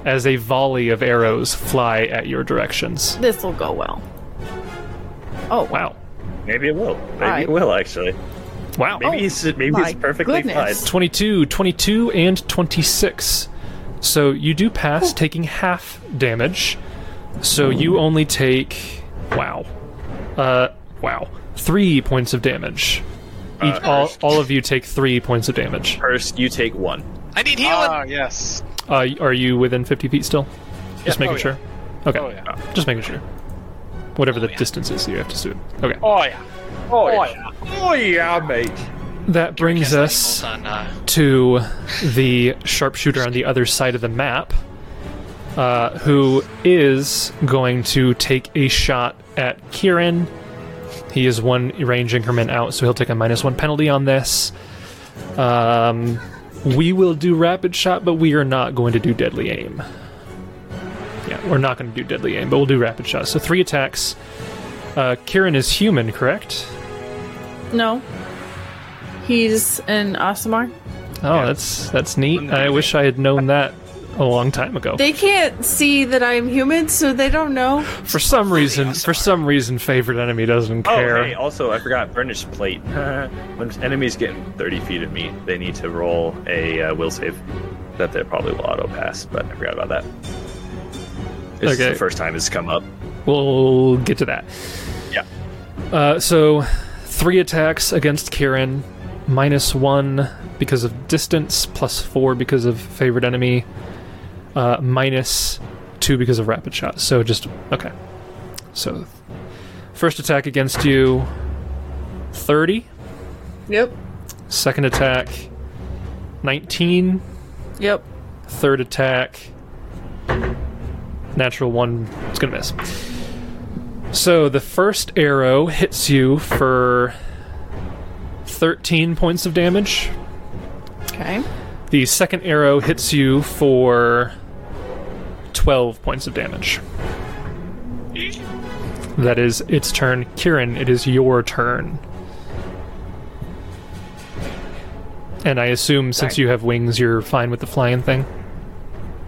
as a volley of arrows fly at your directions. This will go well. Oh Wow. Maybe it will. Maybe Alright. it will actually. Wow. Maybe he's maybe Oh my he's perfectly goodness. fine. 22, 22, and 26. So you do pass, taking half damage. So you only take. Wow. Uh, wow. Three points of damage. Uh, Each, all, all of you take three points of damage. First, you take one. I need healing. Ah, yes. Uh, are you within 50 feet still? Just making Oh, yeah. sure? Okay. Oh yeah. Just making sure. Whatever the yeah. distance is, you have to do it. Okay. Oh yeah. Oh yeah. Oh yeah, mate. That brings Cast lightning us. bolt on, uh, to the sharpshooter on the other side of the map, uh, who is going to take a shot at Kieran. He is one range increment out, so he'll take a minus one penalty on this. Um, we will do rapid shot, but we are not going to do deadly aim. Yeah, we're not going to do deadly aim, but we'll do rapid shot. So three attacks. Uh, Kieran is human, correct? no, he's an Osimar. Oh, that's that's neat. I wish I had known that a long time ago. They can't see that I'm human, so they don't know. For some reason, for some reason, favorite enemy doesn't Oh, care. hey, also, I forgot Burnished Plate. (laughs) when enemies get 30 feet of me, they need to roll a uh, will save that they probably will auto pass, but I forgot about that. This is Okay. the first time it's come up. We'll get to that. Yeah. Uh, so, three attacks against Kieran, minus one because of distance, plus four because of favorite enemy, uh, minus two because of rapid shot. So just okay. So, first attack against you, thirty. Yep. Second attack, nineteen. Yep. third attack natural one it's gonna miss so the first arrow hits you for 13 points of damage Okay. the second arrow hits you for 12 points of damage that is its turn kieran it is your turn and i assume since you have wings you're fine with the flying thing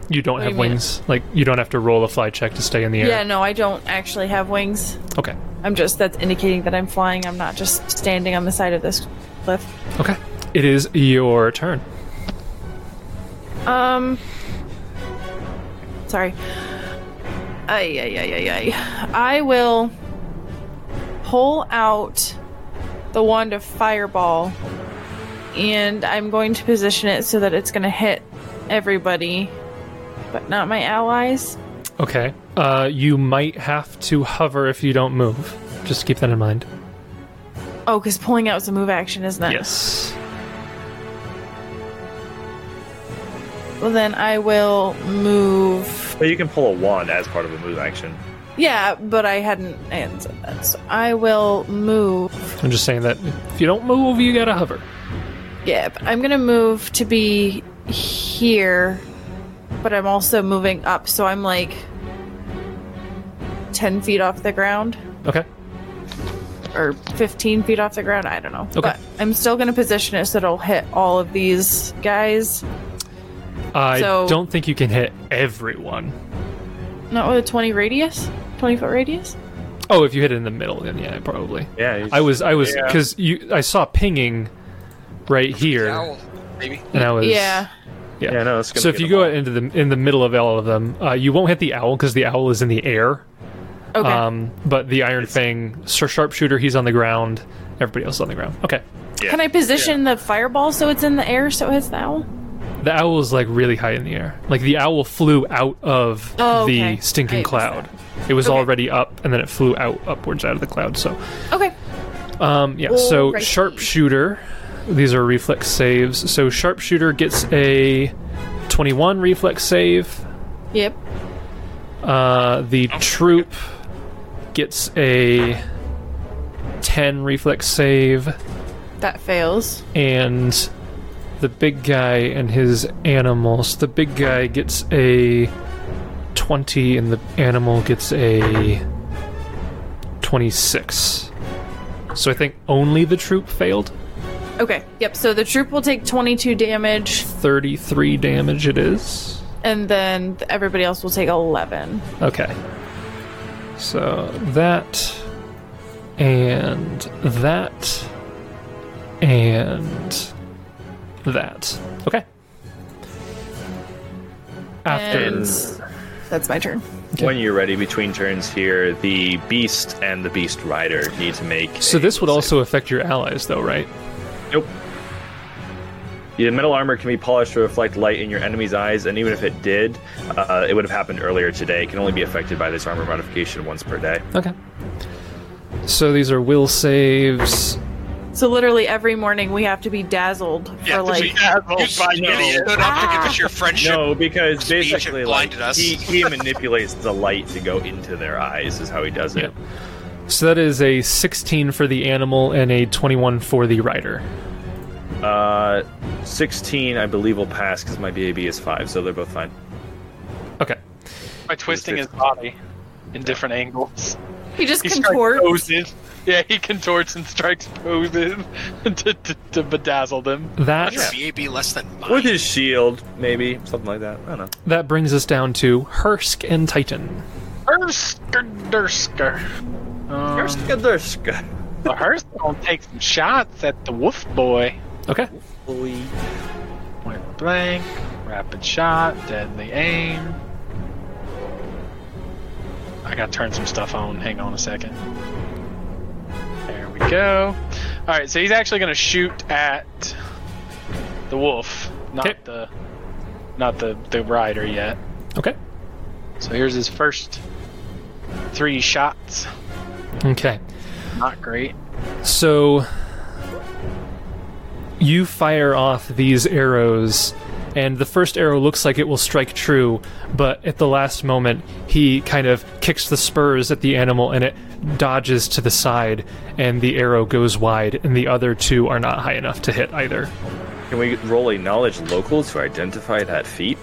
you don't do have you mean? wings like you don't have to roll a fly check to stay in the air Yeah. No, I don't actually have wings. okay I'm just that's indicating that I'm flying. I'm not just standing on the side of this cliff. okay it is your turn Um. Sorry. Ay, ay, ay, ay, ay. I will pull out the wand of fireball and I'm going to position it so that it's going to hit everybody, but not my allies. okay uh, you might have to hover if you don't move just keep that in mind Oh, because pulling out is a move action, isn't it? yes Well, then I will move. But you can pull a wand as part of a move action. Yeah, but I hadn't answered that. So I will move I'm just saying that if you don't move, you gotta hover. Yeah, but I'm gonna move to be here, but I'm also moving up, so I'm like ten feet off the ground Okay. or fifteen feet off the ground. I don't know. Okay. But I'm still gonna position it so it'll hit all of these guys. I So- don't think you can hit everyone. Not with a twenty radius, twenty foot radius. Oh, if you hit it in the middle, then yeah, probably. Yeah. you I was, I was, Yeah. because you, I saw pinging right here, Owl, maybe. and I was, Yeah. Yeah, Yeah, no, it's gonna so if be you the go one. into the in the middle of all of them, uh, you won't hit the owl because the owl is in the air. Okay. Um, but the Iron Fang, Sir Sharpshooter, he's on the ground. Everybody else is on the ground. Okay, Yeah. Can I position the fireball so it's in the air so it's the owl? the owl is like really high in the air. Like the owl flew out of Oh, the okay. I stinking missed cloud. It was Okay. already up, and then it flew out upwards out of the cloud. So, Okay. um, Oh, yeah. So Alrighty. Sharpshooter, these are reflex saves. So Sharpshooter gets a twenty-one reflex save. Yep. Uh, the troop gets a 10 reflex save, That fails. and the big guy and his animals. The big guy gets a 20, and the animal gets a 26. So I think only the troop failed. Okay. Yep. So the troop will take 22 damage, 33 damage it is. and then everybody else will take 11. Okay. So that and that and that. Okay. After And that's my turn. Mm. When you're ready between turns here, the beast and the beast rider need to make. So a this would will also affect your allies though, right? save. Nope. Your metal armor can be polished to reflect light in your enemy's eyes, and even if it did, uh, it would have happened earlier today. It can only be affected by this armor modification once per day. Okay. So these are will saves. So literally every morning we have to be dazzled Yeah, for you, like. Oh, you fucking No. idiot stood up to give us Ah! your friendship. No, because Speech basically, like, blinded us. he, he manipulates the light to go into their eyes, is how he does it. Yeah. So that is a 16 for the animal and a 21 for the rider. Uh, 16, I believe, will pass because my BAB is 5, so they're both fine. Okay. by twisting his body in different angles. He just He strikes contorts. poses. Yeah, he contorts and strikes poses (laughs) to, to, to bedazzle them. That Your VAB less than mine. With his shield, maybe. Something like that. I don't know. that brings us down to Hersk and Titan. Ersker, Dersker. Um, Erskaderska. the Hurst gonna take some shots at the Wolf Boy. Okay. Point blank, rapid shot, deadly aim. I gotta turn some stuff on. Hang on a second. There we go. Alright, so he's actually gonna shoot at the wolf, not Okay. the not the, the rider yet. Okay. So here's his first three shots. Okay. Not great. So you fire off these arrows, and the first arrow looks like it will strike true, but at the last moment, he kind of kicks the spurs at the animal and it dodges to the side, and the arrow goes wide, and the other two are not high enough to hit either. Can we roll a knowledge local to identify that feat?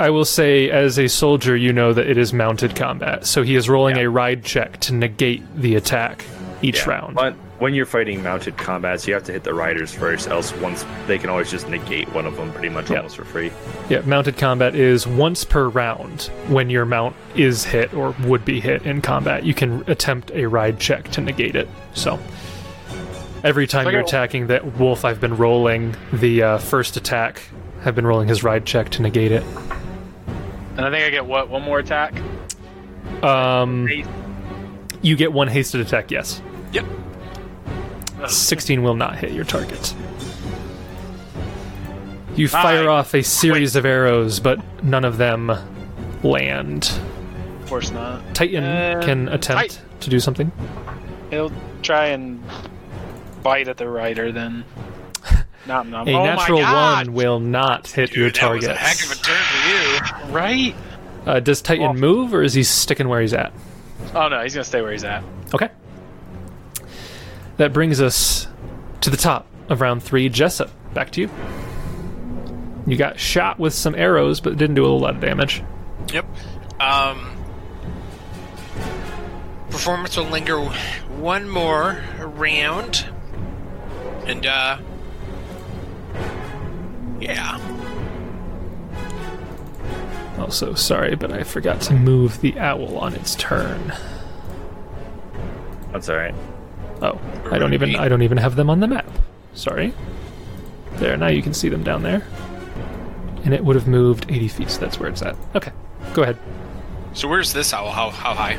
I will say, as a soldier, you know that it is mounted combat, so he is rolling Yeah. a ride check to negate the attack each round. But when you're fighting mounted combats, you have to hit the riders first, else once they can always just negate one of them pretty much Yeah. almost for free. Yeah, mounted combat is once per round when your mount is hit or would be hit in combat. You can attempt a ride check to negate it. So every time Okay. you're attacking that wolf, I've been rolling the uh, first attack. I've been rolling his ride check to negate it. And I think I get what? One more attack? Um, Eight. you get one hasted attack, yes. Yep. 16 will not hit your target. You fire off a series of arrows, but none of them land. Of course not. Titan Uh, can Um, attempt to do something. He'll try and bite at the (laughs) rider then. Not nom. A oh natural my God! one will not hit your Dude, that was target. a heck of a turn for you. Right? Uh, does Titan Off. move, or is he sticking where he's at? Oh no, he's gonna stay where he's at. Okay. That brings us to the top of round three. Jessup, back to you. You got shot with some arrows, but didn't do a lot of damage. Yep. Um, performance will linger one more round, and uh, yeah. Also, sorry, but I forgot to move the owl on its turn. That's alright. Oh, I don't even I don't even have them on the map. Sorry. There, now you can see them down there. and it would have moved 80 feet, so that's where it's at. Okay, go ahead. So where's this owl? How how high?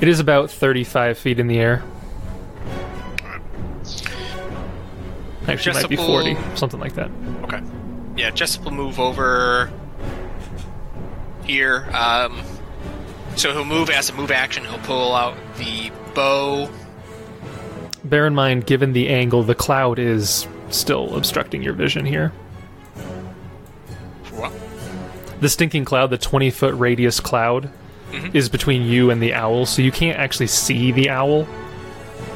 It is about 35 feet in the air. Actually, it might be Jessup 40, will- something like that. Okay. Yeah, Jessup will move over here. Um, so he'll move as a move action. He'll pull out the bow. Bear in mind, given the angle, the cloud is still obstructing your vision here. What? The stinking cloud, the 20 foot radius cloud, is between you and the owl, so you can't actually see the owl.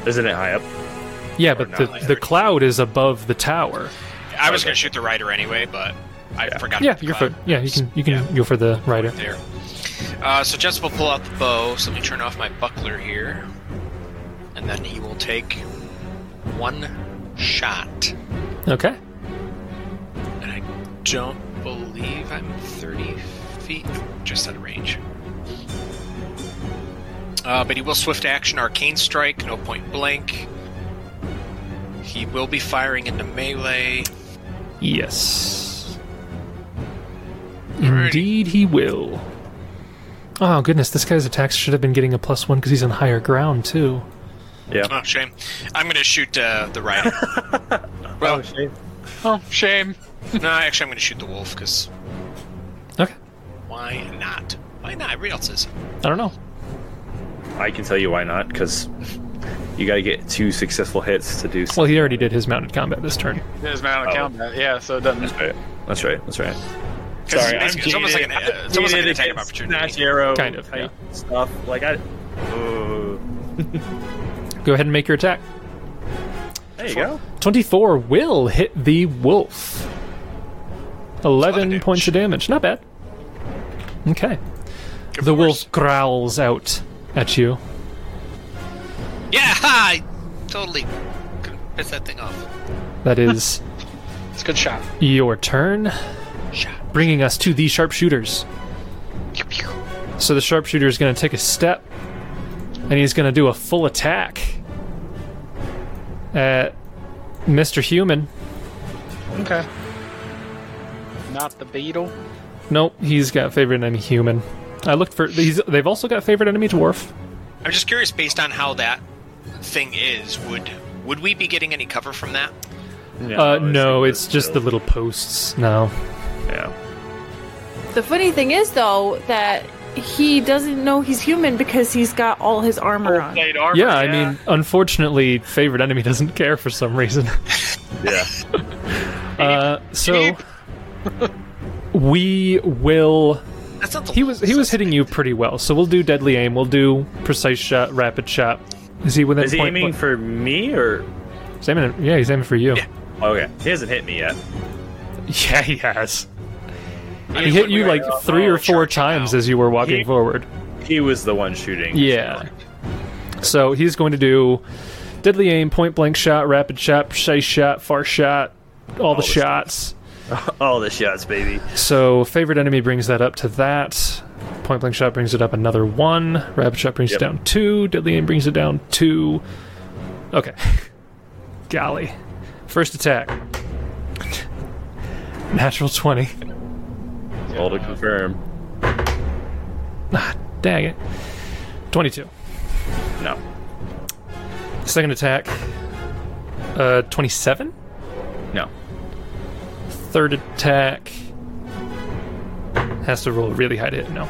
Isn't it high up? Yeah, but not the, like the thirty. cloud is above the tower. I was gonna shoot the rider anyway, but I forgot. Yeah, about the you're cloud. for yeah. You can you can go for the rider. there. Uh, so Jessup will pull out the bow. So let me turn off my buckler here, and then he will take one shot. Okay. And I don't believe I'm 30 feet just out of range. Uh, but he will swift action arcane strike, no point blank. He will be firing into melee. Yes. Alrighty. Indeed, he will. Oh goodness, this guy's attacks should have been getting a plus one because he's on higher ground too. Yeah. Oh, shame. I'm going to shoot uh, the rider. well, Oh, shame. no, actually, I'm going to shoot the wolf because Okay. why not? Why not? Everybody else is. I don't know. I can tell you why not, because you got to get two successful hits to do. Well, he already did his mounted combat this turn. There's mount of Oh. combat. Yeah, so it doesn't. That's right. That's right. That's right. 'Cause it's basically- it's almost like an, uh, it's almost like an attack of opportunity. Smash arrow, Kind of, type stuff. Like I. Uh, Go ahead and make your attack. there you go. 24 will hit the wolf. 11 damage. points of damage. Not bad. Okay. Could The be worse. wolf growls out at you. Yeah, ha! I totally could piss that thing off. That is It's a good shot. your turn, Shot. bringing us to the sharpshooters. Pew, pew. So the sharpshooter is going to take a step and he's going to do a full attack at Mr. Human. Okay. Not the beetle. Nope, he's got favorite enemy human. I looked for he's, they've also got favorite enemy dwarf. I'm just curious, based on how that thing is, would would we be getting any cover from that? uh no, it's just the little posts now. Yeah. The funny thing is, though, that he doesn't know he's human because he's got all his armor on. Plate armor. Yeah, I mean, unfortunately, favorite enemy (laughs) doesn't care for some reason. Yeah. Uh, so we will. That sounds. a He was he was hitting you pretty well, so we'll do deadly aim. We'll do precise shot, rapid shot. Is he within Is he point? aiming for me or? he's aiming- yeah, (laughs) he's aiming for you. Yeah. Okay, he hasn't hit me yet. Yeah, he has. I mean, He hit would you we- like uh, three or four charging times out. as you were walking He- forward. He was the one shooting. Yeah. So he's going to do deadly aim, point blank shot, rapid shot, precise shot, far shot, all, the the shots. All the shots, baby. So favorite enemy brings that up to that. Point blank shot brings it up another one. Rapid shot brings Yep. it down two. Deadly aim brings it down two. Okay. (laughs) Golly. First attack. Natural 20. All to confirm. Dang it. 22. No. Second attack. Uh, 27? No. third attack has to roll a really high to hit. No.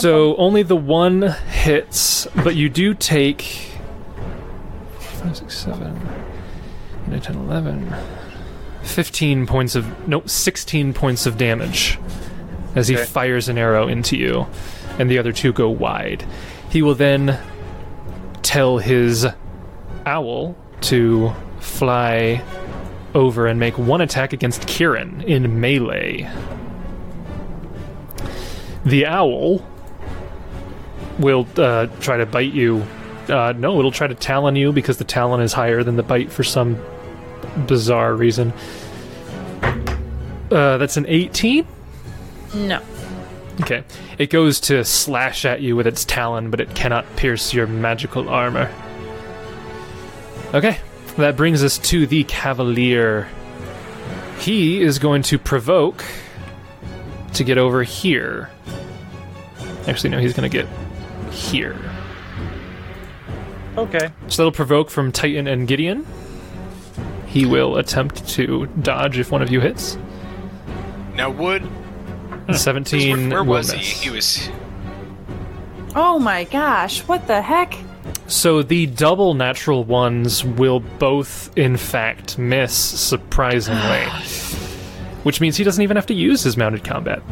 So only the one hits, but you do take five, six, seven, eight, nine, 10, 11, 15 points of nope, 16 points of damage as he Okay. fires an arrow into you, and the other two go wide. He will then tell his owl to fly over and make one attack against Kieran in melee. The owl will uh, try to bite you. Uh, no, it'll try to talon you because the talon is higher than the bite for some bizarre reason. Uh, that's an 18? No. Okay. It goes to slash at you with its talon, but it cannot pierce your magical armor. Okay. That brings us to the Cavalier. He is going to provoke to get over here. Actually, no, he's going to get here. Okay. So that'll provoke from Titan and Gideon. He will attempt to dodge if one of you hits. Now would 17 Hmm. where, where will was he? miss. He was Oh my gosh, what the heck? So the double natural ones will both, in fact, miss, (sighs) surprisingly. Which means he doesn't even have to use his mounted combat.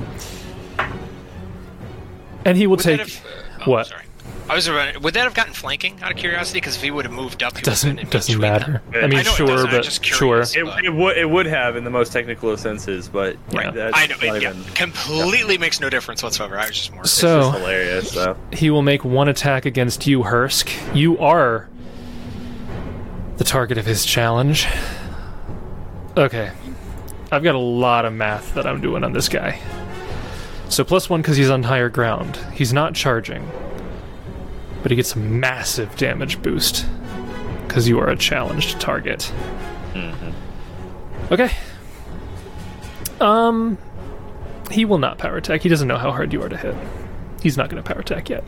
And he will would take. that have, uh, oh, what? Sorry. I was around, would that have gotten flanking out of curiosity? Because if he would have moved up, he would've been Doesn't in doesn't between matter. them. I mean, I know it sure, doesn't, I'm but just sure. curious. It, it would it would have in the most technical of senses, but Yeah. that's I know. not It, yeah, even- completely makes no difference whatsoever. I was just more. So- It's just hilarious. So. He will make one attack against you, Hursk. You are the target of his challenge. Okay. I've got a lot of math that I'm doing on this guy. So plus one because he's on higher ground. He's not charging. But he gets a massive damage boost because you are a challenged target. Okay. Um, he will not power attack. He doesn't know how hard you are to hit. He's not going to power attack yet.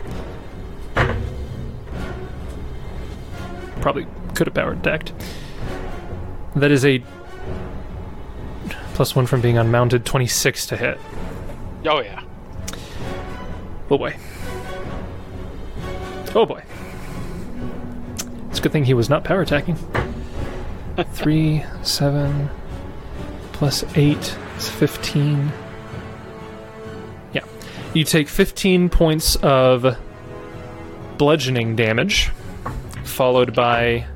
Probably could have power attacked. That is a plus one from being unmounted, 26 to hit. Oh yeah. Oh boy. Oh boy. It's a good thing he was not power attacking. Three, seven, plus eight is 15. Yeah. You take 15 points of bludgeoning damage, followed by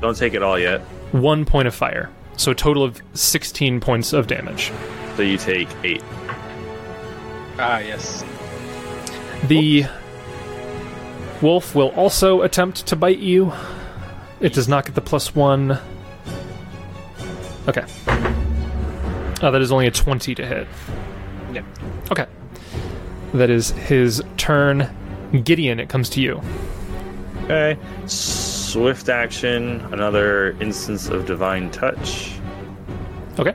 Don't take it all yet. one point of fire. So a total of 16 points of damage. So you take eight. Ah yes. The wolf will also attempt to bite you. It does not get the plus one. Okay. Uh, that is only a 20 to hit. Yep. Okay. That is his turn. Gideon, it comes to you. Okay. Swift action. Another instance of divine touch. Okay.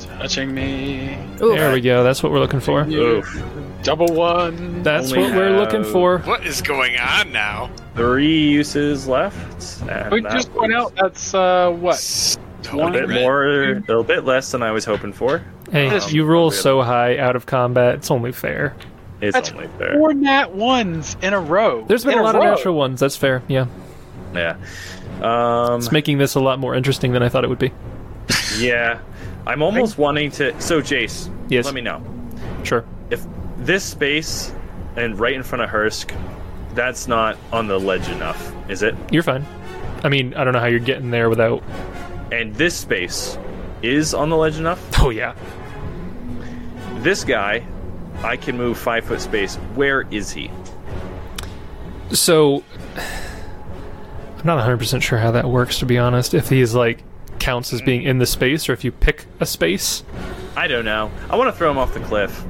Touching me. Ooh. There we go. That's what we're looking for. Oof. Double one. That's Only what we're have- looking for. What is going on now? Three uses left. And we that just point was out that's uh what? A one bit red. more, a little bit less than I was hoping for. Hey, Um, you roll so high out of combat. It's only fair. It's That's only fair. Four nat ones in a row. There's been In a lot of row. natural ones. That's fair. Yeah. Yeah. Um, It's making this a lot more interesting than I thought it would be. yeah. I'm almost wanting to. So, Jace, Yes. let me know. Sure. If this space and right in front of Hursk, that's not on the ledge enough, is it? You're fine. I mean, I don't know how you're getting there without. (laughs) And this space is on the ledge enough? Oh yeah. This guy, I can move five foot space. Where is he? So I'm not 100% sure how that works to be honest. If he's like counts as being in the space or if you pick a space. I don't know. I want to throw him off the cliff.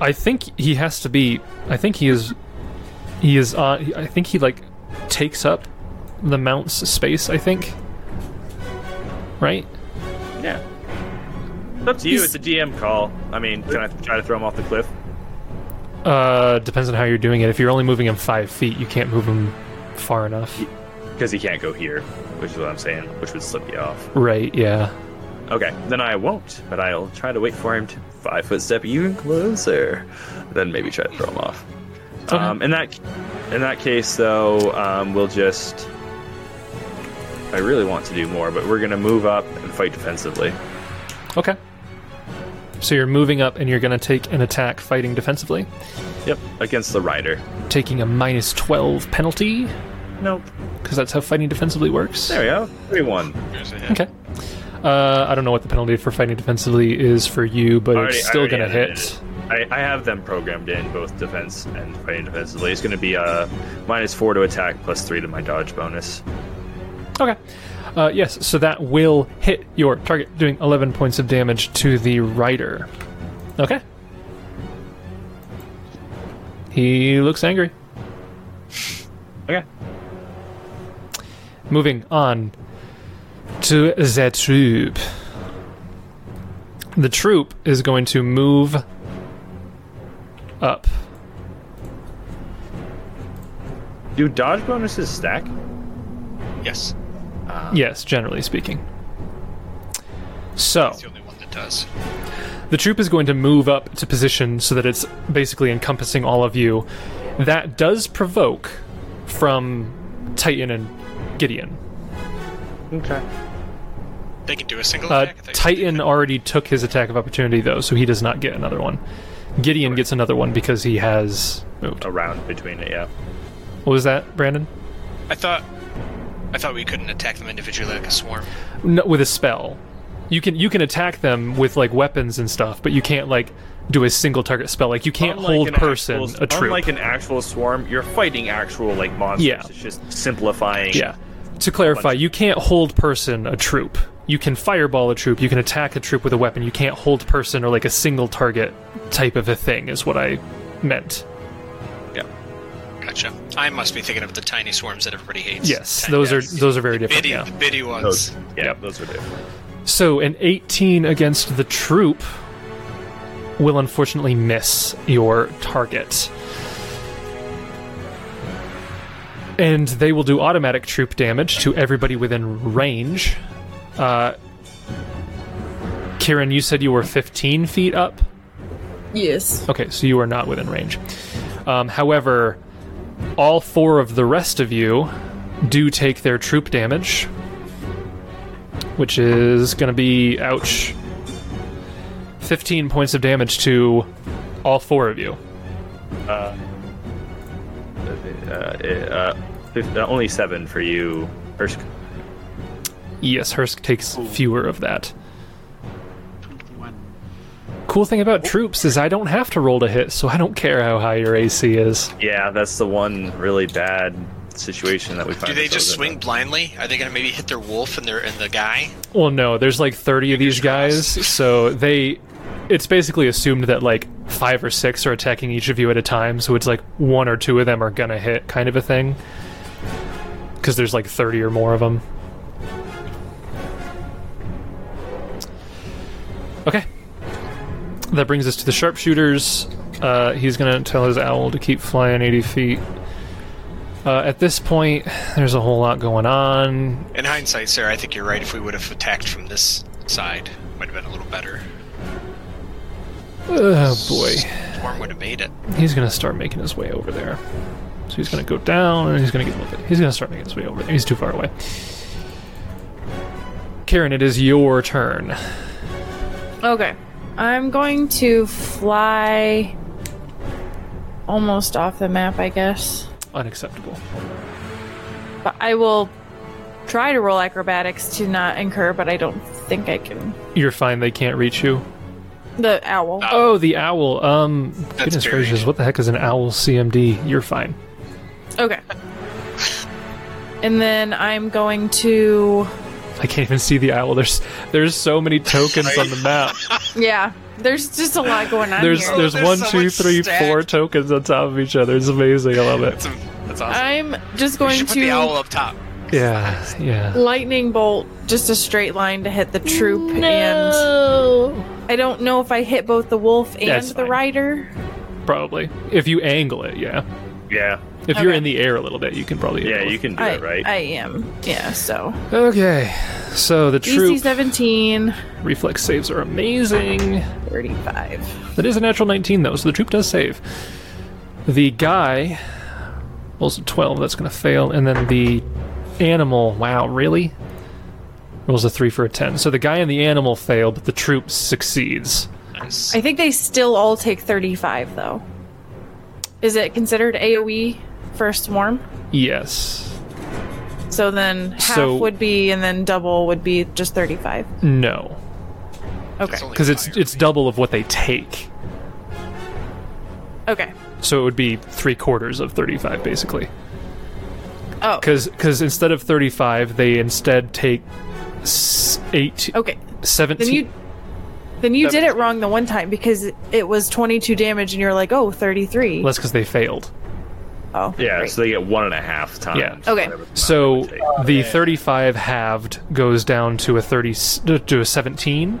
I think he has to be I think he is he is on I think he like takes up the mount's space, I think. Right? Yeah. It's up to you. He's- It's a DM call. I mean, can I try to throw him off the cliff? Uh depends on how you're doing it. If you're only moving him 5 feet, you can't move him far enough. Because he can't go here, which is what I'm saying, which would slip you off. Right, yeah. Okay, then I won't, but I'll try to wait for him to five foot step even closer. Then maybe try to throw him off. Okay. Um, in that in that case, though, um, we'll just. I really want to do more, but we're gonna move up and fight defensively. Okay. So you're moving up and you're going to take an attack fighting defensively, Yep, against the rider. taking a minus 12 penalty, Nope. because that's how fighting defensively works. There we go. Three one. Okay. Uh, I don't know what the penalty for fighting defensively is for you, but Already- it's still already going to added hit. it. I, I have them programmed in both defense and fighting defensively. It's gonna be a minus four to attack, plus three to my dodge bonus. Okay. Uh, yes, so that will hit your target, doing 11 points of damage to the rider. Okay. He looks angry. Okay. Moving on to the troop. the troop is going to move up. Do dodge bonuses stack? Yes, Yes, generally speaking. So it's the only one that does. the troop is going to move up to position so that it's basically encompassing all of you. That does provoke from Titan and Gideon. Okay. They can do a single Uh, attack. I think. Titan already took his attack of opportunity though, so he does not get another one. Gideon gets another one because he has moved. A round between it, yeah. What was that, Brandon? I thought. I thought we couldn't attack them individually like a swarm. no, with a spell. You can you can attack them with like weapons and stuff, but you can't like do a single target spell. Like you can't Unlike hold an person actual, a troop. Unlike an actual swarm, you're fighting actual like monsters. Yeah. It's just simplifying. yeah. To clarify, you can't hold person a troop. You can fireball a troop. You can attack a troop with a weapon. You can't hold person or like a single target type of a thing is what I meant. Gotcha. I must be thinking of the tiny swarms that everybody hates. Yes, Ti- those yes. are those are very different. bitty, yeah. the bitty ones. Those, yeah, Yep. those are different. So an 18 against the troop will unfortunately miss your target. And they will do automatic troop damage to everybody within range. Uh, Kieran, you said you were 15 feet up? Yes. Okay, so you are not within range. Um, however, all four of the rest of you do take their troop damage, which is going to be, ouch, 15 points of damage to all four of you. Uh, uh, fif- uh, only seven for you, Ersk. Yes, Hursk takes fewer of that. Cool thing about troops is I don't have to roll to hit, so I don't care how high your AC is. Yeah, that's the one really bad situation that we find. Do they ourselves just in. swing blindly? Are they going to maybe hit their wolf and their and the guy? Well, no, there's like 30 of these guys, so they. It's basically assumed that like five or six are attacking each of you at a time, so it's like one or two of them are gonna hit, kind of a thing. Because there's like 30 or more of them. Okay. That brings us to the sharpshooters. Uh, he's gonna tell his owl to keep flying 80 feet. Uh, at this point, there's a whole lot going on. In hindsight, Sarah, I think you're right. If we would have attacked from this side, might have been a little better. Oh boy. Swarm would have made it. he's gonna start making his way over there. So he's gonna go down, and he's gonna get a little bit. He's gonna start making his way over there. He's too far away. Karen, it is your turn. Okay. I'm going to fly almost off the map, I guess. Unacceptable. But I will try to roll acrobatics to not incur, but I don't think I can. You're fine. They can't reach you. The owl. Oh, the owl. Um, goodness buried. gracious, what the heck is an owl CMD? You're fine. Okay. And then I'm going to. I can't even see the owl. There's there's so many tokens on the (laughs) map. Yeah, there's just a lot going on There's here. there's there's one, so two, much three, stacked. four tokens on top of each other. It's amazing. I love (laughs) That's, it. that's awesome. I'm just you going should put the owl to up top. Yeah, yeah. lightning bolt just a straight line to hit the troop, and I don't know if I hit both the wolf and That's the fine. rider. Probably if you angle it. Yeah. Yeah, If you're Okay. in the air a little bit, you can probably. yeah, you can do I, it, right? I am. Yeah, so E Okay, so the DC troop 17, reflex saves are amazing. 35. That is a natural 19 though, so the troop does save. The guy rolls a 12. That's going to fail, and then the animal. Wow, really? Rolls a three for a 10. So the guy and the animal fail, but the troop succeeds. Nice. I think they still all take 35, though. Is it considered AoE for a E swarm? Yes. So then half So- would be, and then double would be just 35. No, Okay. only because it's fire. it's double of what they take. Okay. So it would be three quarters of 35, basically. Oh, because instead of 35 they instead take s- 8 okay. 17 Oh, Then you. Then you did it wrong the one time because it was 22 damage and you're like, oh, 33. well, that's because they failed oh, yeah, great. so they get one and a half times. Yeah. Okay. whatever the amount so it would the take. 35 halved goes down to a 30 s- to a 17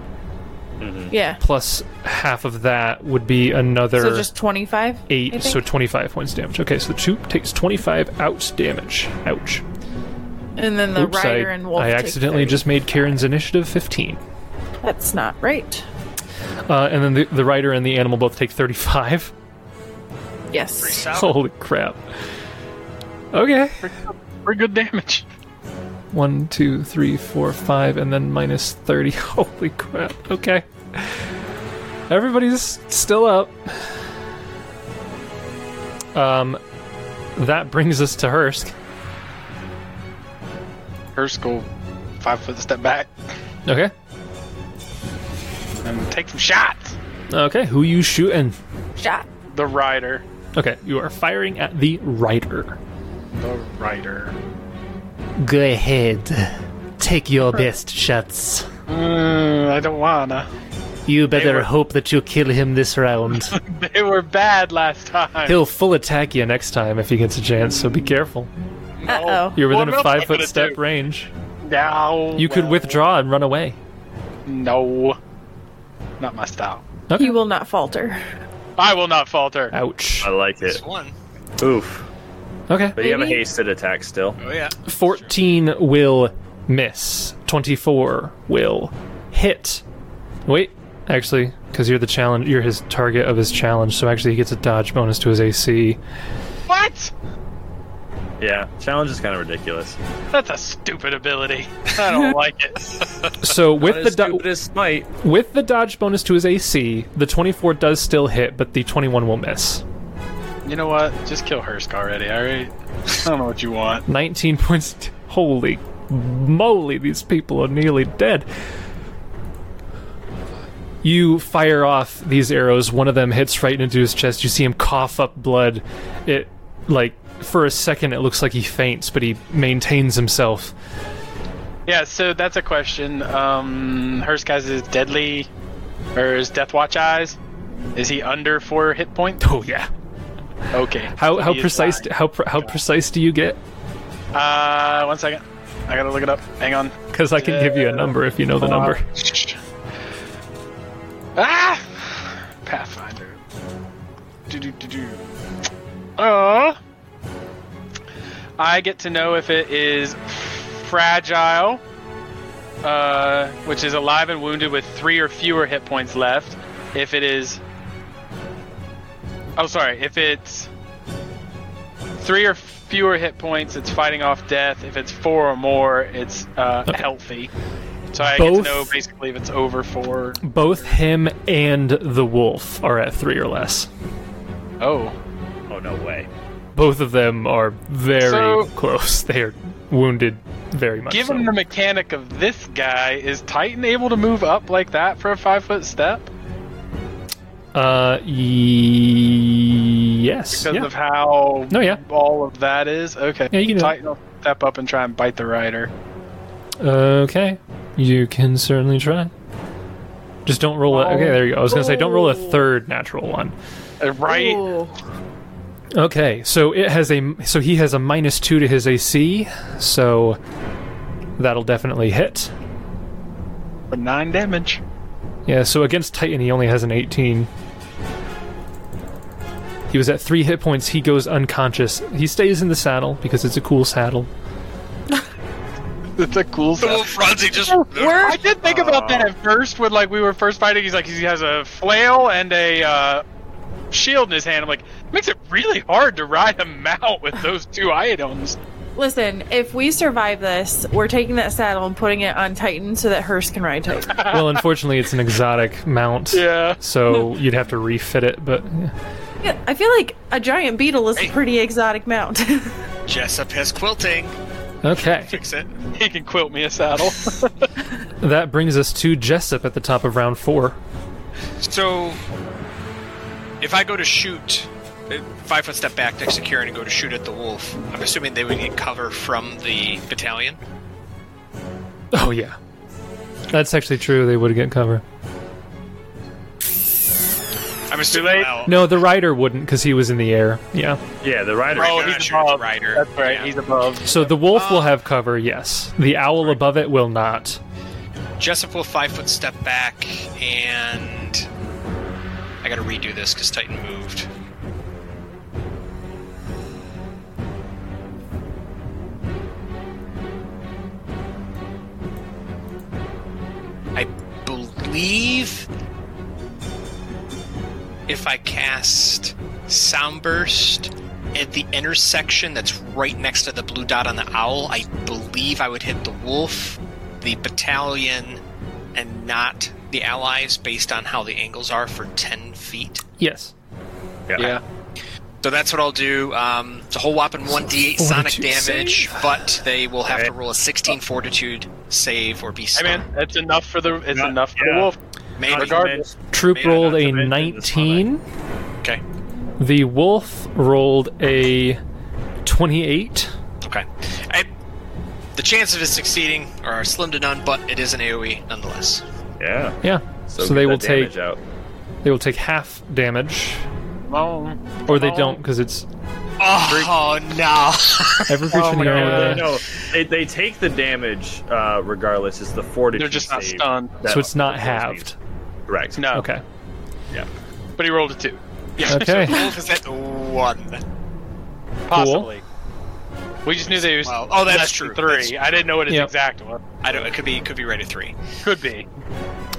Yeah. plus half of that would be another So just 25? I eight, so think. 25 points damage. Okay, so the two takes 25 ouch damage. Ouch. And then the Oops, I, rider and wolf. I take accidentally 30. just made Karen's initiative 15. That's not right. Uh, and then the, the rider and the animal both take 35. Yes. (laughs) Holy crap. Okay. For good damage. One, two, three, four, five, and then minus 30. (laughs) Holy crap. Okay. Everybody's still up. Um, that brings us to Hursk. Hurst go five foot step back Okay. and take some shots. Okay, who you shooting? Shot. The rider. Okay, you are firing at the rider. The rider. Go ahead. Take your best shots. Mm, I don't wanna. (laughs) You better were- hope that you kill him this round. They were bad last (laughs) time. He'll full attack you next time if he gets a chance, so be careful. Uh-oh. You're What within a else am I five foot gonna step do? range. Oh, No. You could well, withdraw and run away. No. Not my style. He will not falter. I will not falter. Ouch. I like it. It's one. Oof. Okay. But you have a Maybe- hasted attack still. Oh yeah. 14 will miss. 24 will hit. Wait, actually, because you're the challenge, you're his target of his challenge, so actually he gets a dodge bonus to his AC. What? Yeah. Challenge is kind of ridiculous. That's a stupid ability. I don't like it. So with Not the as do- stupid as smite. with the dodge bonus to his AC, the 24 does still hit, but the 21 will miss. You know what? Just kill Hursk already, alright? I don't know what you want. 19 points. Holy moly, these people are nearly dead. You fire off these arrows. One of them hits right into his chest. You see him cough up blood. It, like, for a second, it looks like he faints, but he maintains himself. Yeah, so that's a question. Um, Hursk has his deadly, or his Death Watch eyes. Is he under four hit points? Oh, yeah. Okay. How, so how he is precise fine. how, pre- how precise do you get? Uh, one second. I gotta look it up. Hang on. Because I can give you a number if you know Uh, the number. Ah! Pathfinder. Do do do do. Uh, I get to know if it is fragile, uh, which is alive and wounded with three or fewer hit points left. If it is. Oh, sorry. If it's three or fewer hit points, it's fighting off death. If it's four or more, it's uh, healthy. So I get Both- to know basically if it's over four. Both him and the wolf are at three or less. Oh. Oh no way. both of them are very So- close. They are wounded very much. Given so. the mechanic of this guy, is Titan able to move up like that for a five foot step? uh, ye- yes, Because yeah. of how No, yeah. all of that is? Okay. Yeah, you can do Titan will step up and try and bite the rider. Uh, okay, you can certainly try. Just don't roll it. Oh. Okay, there you go. I was gonna say don't roll a third natural one. Uh, Right? Ooh. Okay, so it has a so he has a minus two to his AC, so that'll definitely hit. For nine damage. (laughs) Yeah, so against Titan, he only has an 18. He was at three hit points. He goes unconscious. He stays in the saddle because it's a cool (laughs) saddle. It's a cool The step. wolf runs. He just. We're- I did think about that at first when like we were first fighting. He's like he has a flail and a uh, shield in his hand. I'm like, makes it really hard to ride him out with those two items. Listen, if we survive this, we're taking that saddle and putting it on Titan so that Hearst can ride Titan. well, unfortunately, it's an exotic mount. Yeah. (laughs) So you'd have to refit it, but yeah. Yeah, I feel like a giant beetle is a pretty exotic mount. (laughs) Jessup has quilting. okay. Fix it. He can quilt me a (laughs) saddle. That brings us to Jessup at the top of round four. So, if I go to shoot, uh, five foot step back next to Kieran and go to shoot at the wolf, I'm assuming they would get cover from the battalion. Oh, yeah. That's actually true. They would get cover. I'm assuming. late. well, No, the rider wouldn't because he was in the air. Yeah. Yeah, the rider. Right, Oh, you're he's not shooting at the above. rider. That's right. Yeah. He's above. So the wolf will have cover, yes. The owl above it will not. Jessup will five foot step back, and I gotta redo this because Titan moved. I believe if I cast Soundburst at the intersection that's right next to the blue dot on the owl, I believe I would hit the wolf, the battalion, and not the allies based on how the angles are for 10 feet. Yes. Yeah. So that's what I'll do. Um, it's a whole whopping 1d8 sonic fortitude damage, but they will have to Alright. roll a 16 fortitude save or be I stunned. mean, that's enough for the. It's Yeah, enough for yeah. the wolf. Maybe. regardless. Troop Maybe rolled not a to mention this one, 19. Okay. The wolf rolled a 28. Okay. I, the chance of it succeeding are slim to none, but it is an AoE nonetheless. Yeah. Yeah. So, get they that will take damage out. they will take half damage, Well, or they Oh. don't because it's Oh, no. every creature in my your Oh, God. No, area. no, they, they take the damage uh, regardless. It's the fortitude. They're just not save stunned. that- So it's not that halved. Correct. no. Okay. Yeah. But he rolled a two. Yeah, Okay. (laughs) So the wolf is at one. Possibly. We just knew they was. Well, oh, that's less true. than Three. That's- I didn't know what his Yep. exact was. I don't. It could be. It could be right at three. Could be.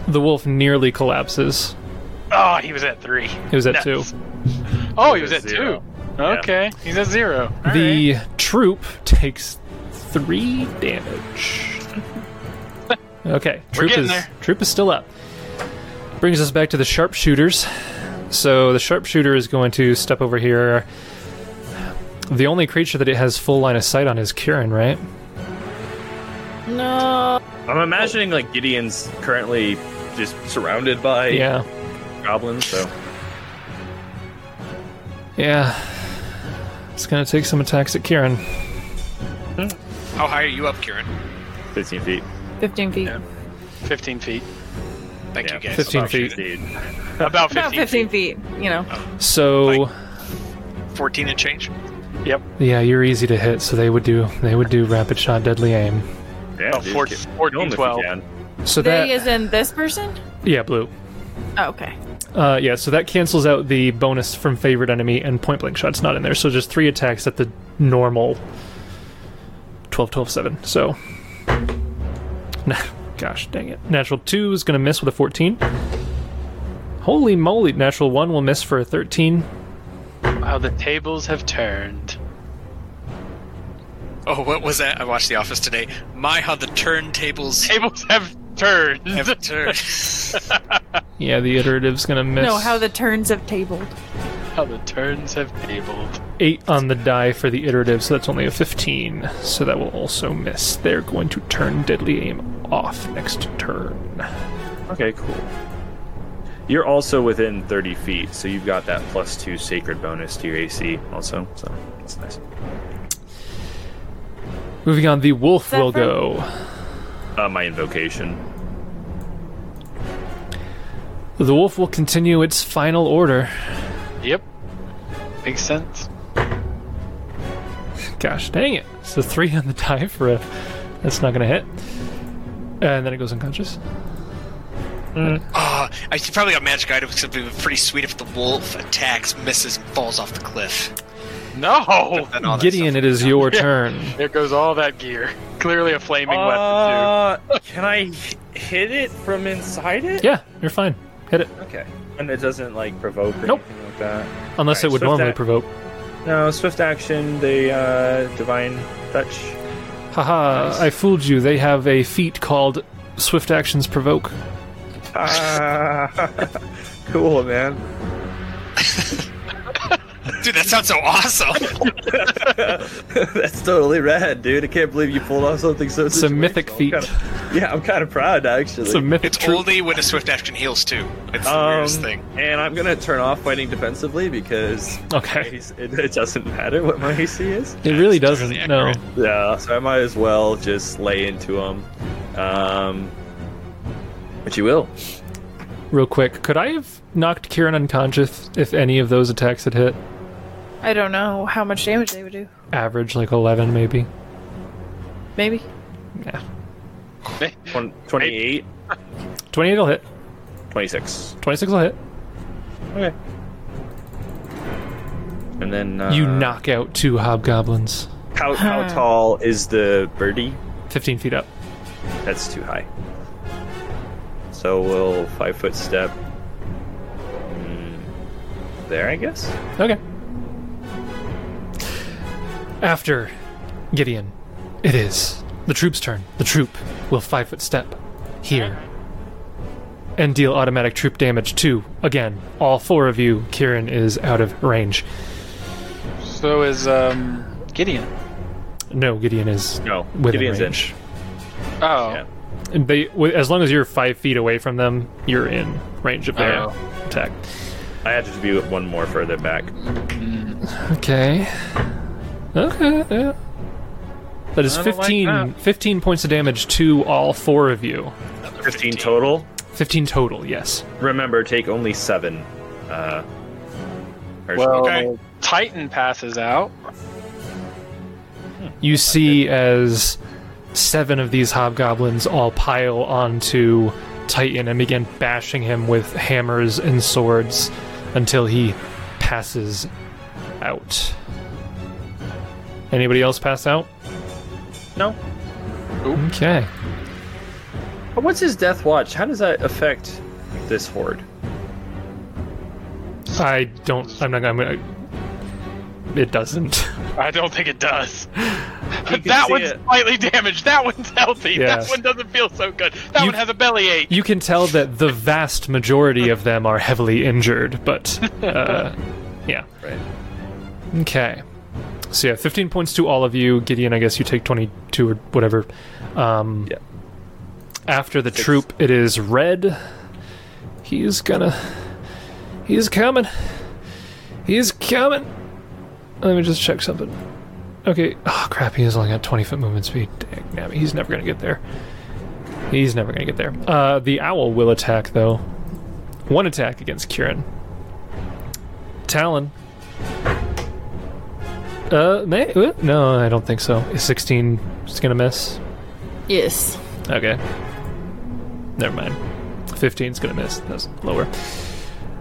The wolf nearly collapses. Oh, he was at three. It was at Nuts. two. Oh, he He was was at zero. two. Okay, he's at zero. All the troop takes three (laughs) damage. Okay, troop getting is there. troop is still up. Brings us back to the sharpshooters. So the sharpshooter is going to step over here. The only creature that it has full line of sight on is Kieran, right? No. I'm imagining like Gideon's currently just surrounded by Yeah, goblins. So yeah. It's gonna take some attacks at Kieran. How high are you up, Kieran? 15 feet. 15 feet. Yeah. Fifteen feet. Thank Yeah, you, guys. 15 about feet. 15. About fifteen. About 15 feet, you know. So Fourteen and change. Yep. yeah, you're easy to hit. So they would do they would do rapid shot, deadly aim. Yeah, Oh, dude, 14, kill 14, him if you 12. can. So They that is in this person? yeah, blue. Oh, okay. Uh, yeah, so that cancels out the bonus from favorite enemy and point blank shots not in there. So just three attacks at the normal 12, 12, 7. So. (laughs) Nah, gosh dang it. Natural 2 is going to miss with a 14. Holy moly, natural 1 will miss for a 13. Wow, the tables have turned. (laughs) Oh, what was that? I watched The Office today. My, how the (laughs) turntables Tables have turned. have turned. Yeah, the iterative's going to miss. No, how the turns have tabled. (laughs) How the turns have tabled. 8 on the die for the iterative, so that's only a 15. So that will also miss. They're going to turn deadly aim off next turn. Okay, cool. You're also within 30 feet, so you've got that plus two sacred bonus to your AC also. So that's nice. Moving on, the wolf that will from- go. Uh, my invocation. The wolf will continue its final order. Yep. Makes sense. Gosh dang it. So three on the die for a. That's not going to hit. And then it goes unconscious. Ah, I should probably got magic item because it'd be pretty sweet if the wolf attacks, misses, and falls off the cliff. (laughs) No. And all that Gideon, stuff. it is your turn. There goes all that gear. Clearly a flaming weapon Uh, can I h- hit it from inside it? Yeah, you're fine. Hit it. Okay. And it doesn't like provoke or Nope. anything like that. Unless Alright, it would so if normally that- provoke. No, swift action, the uh, divine touch. Haha, I fooled you. They have a feat called Swift Actions Provoke. Ah, (laughs) cool, man. (laughs) Dude, that sounds so awesome. That's totally rad, dude. I can't believe you pulled off something so. It's a mythic feat. (laughs) yeah, I'm kind of proud actually. It's a mythic it's troop. only when a swift action heals too. It's the Um, weirdest thing. And I'm gonna turn off fighting defensively because Okay. it, (laughs) it doesn't matter what my AC is. It really That's doesn't. totally no. accurate. Yeah, so I might as well just lay into him. Um, but you will. Real quick, could I have knocked Kieran unconscious if any of those attacks had hit? I don't know how much damage they would do. Average, like 11 maybe. Maybe. Yeah. Twen- 28, 28 will hit. 26. 26 will hit. Okay. And then uh, You knock out two hobgoblins. How how tall is the birdie? 15 feet up. That's too high. So we'll five foot step. mm, There, I guess. Okay. After Gideon, it is the troop's turn. The troop will five foot step here and deal automatic troop damage to, again, all four of you. Kieran is out of range. So is um Gideon. No, Gideon is No, within Gideon's range. Oh. in. Yeah. And they, wi- as long as you're five feet away from them, you're in range of their Oh. attack. I had to be one more further back. Okay. Okay, yeah. That is I don't like 15, that. 15 points of damage to all four of you. 15 total. 15 total, yes. Remember, take only seven. Uh, or- Well, Okay. Titan passes out. You see as seven of these hobgoblins all pile onto Titan and begin bashing him with hammers and swords until he passes out. Anybody else pass out? no. Okay. But what's his death watch? How does that affect this horde? I don't. I'm not gonna. I'm gonna it doesn't. (laughs) I don't think it does. can that see one's it. slightly damaged. That one's healthy. Yes. That one doesn't feel so good. That You- one has a bellyache. You can tell that the vast majority of them are heavily injured, but (laughs) uh, yeah. Right. Okay. So yeah, 15 points to all of you. Gideon, I guess you take 22 or whatever. Um, Yeah. After the troop, it is red. He's gonna. He's coming. He's coming. Let me just check something. Okay. Oh crap! He is only got 20 foot movement speed. Dang, damn it, he's never gonna get there. He's never gonna get there. Uh, the owl will attack though. One attack against Kieran. Talon uh, may, uh, no, I don't think so. Is 16 just gonna miss? Yes. Okay. Never mind. 15's gonna miss. That's lower.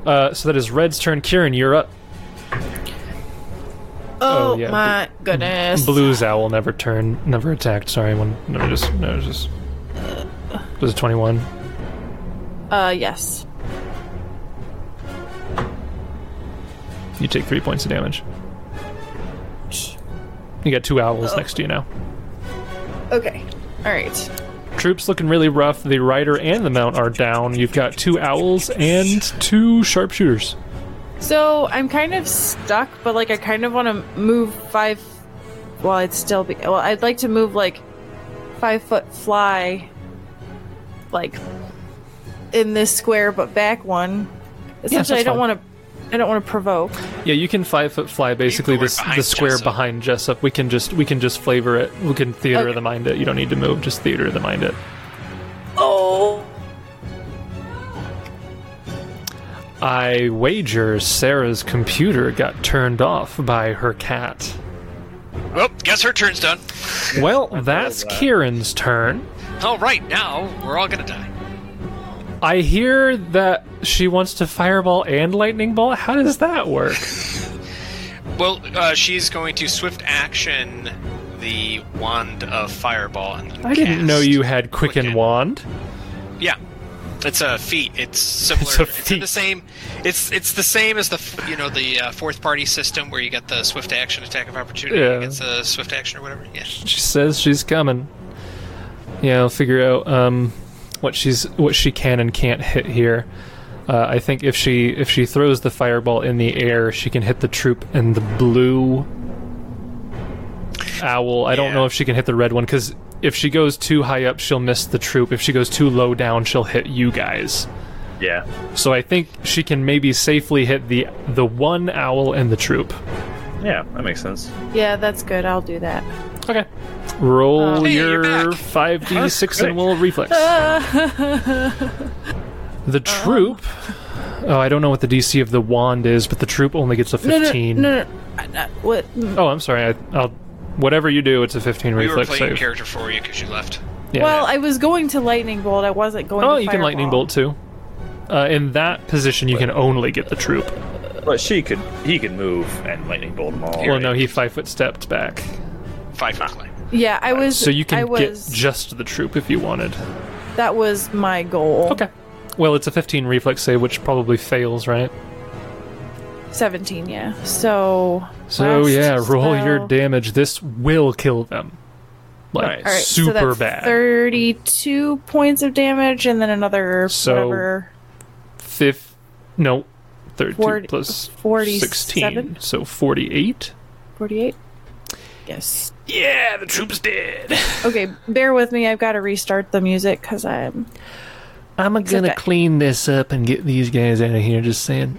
Uh, so that is Red's turn. Kieran, you're up. Oh, yeah, Mm-hmm. my goodness. Blue's owl never turned, never attacked. Sorry, one. No, just no, just. Was it 21? Uh, yes. You take three points of damage. You got two owls next to you now. Okay. All right. Troops looking really rough. The rider and the mount are down. You've got two owls and two sharpshooters. So I'm kind of stuck, but like I kind of want to move five. Well, it's still be. Well, I'd like to move like five foot fly, like in this square, but back one. Essentially, I that's fine. don't want to. I don't want to provoke. Yeah, you can five foot fly basically Even this right the behind square Jessup. behind Jessup. We can just we can just flavor it. We can theater Okay. of the mind it. You don't need to move, just theater of the mind it. Oh. I wager Sarah's computer got turned off by her cat. Well, guess her turn's done. Well, that's that. Kieran's turn. All right, now we're all gonna die. I hear that she wants to fireball and lightning bolt. How does that work? Well, uh, she's going to swift action the wand of fireball. And I didn't know you had quicken, Quicken. wand. Yeah, it's a feat. It's similar. It's a feat. the same. It's it's the same as the f- you know the uh, fourth party system where you get the swift action attack of opportunity Yeah. against the swift action or whatever. Yeah. She says she's coming. Yeah, I'll figure out um, what she's what she can and can't hit here. Uh, I think if she if she throws the fireball in the air, she can hit the troop and the blue owl. I don't Yeah. know if she can hit the red one because if she goes too high up, she'll miss the troop. If she goes too low down, she'll hit you guys. Yeah. So I think she can maybe safely hit the the one owl and the troop. Yeah, that makes sense. Yeah, that's good. I'll do that. Okay. Roll Um, Hey, you're your back. five d six and Perfect. we'll reflex. Uh, (laughs) The Uh-huh. troop. Oh, I don't know what the DC of the wand is, but the troop only gets a No, no, fifteen. no, no. I- I- What? Oh, I'm sorry. I, I'll. Whatever you do, it's a fifteen We were reflex playing save. character for you because you left. Yeah. Well, I was going to lightning bolt. I wasn't going. oh, to you can lightning fireball. bolt too. Uh, in that position, you can only get the troop. But she could, he could move and lightning bolt them all. Well, Oh, no, he five foot stepped back, Five foot climb. Yeah, I was. so you I can get was, just the troop if you wanted. That was my goal. Okay. Well, it's a 15 reflex save, which probably fails, right? Seventeen. Yeah. So. So last yeah, roll your spell. damage. This will kill them. Like Nice. All right, so super that's bad. Thirty-two points of damage, and then another So, whatever. Fifth, no, thirty Forty- plus 47? sixteen, so forty-eight. 48 yes Yeah, the troop's dead. okay bear with me i've got to restart the music because i'm I'm gonna okay. clean this up and get these guys out of here. Just saying.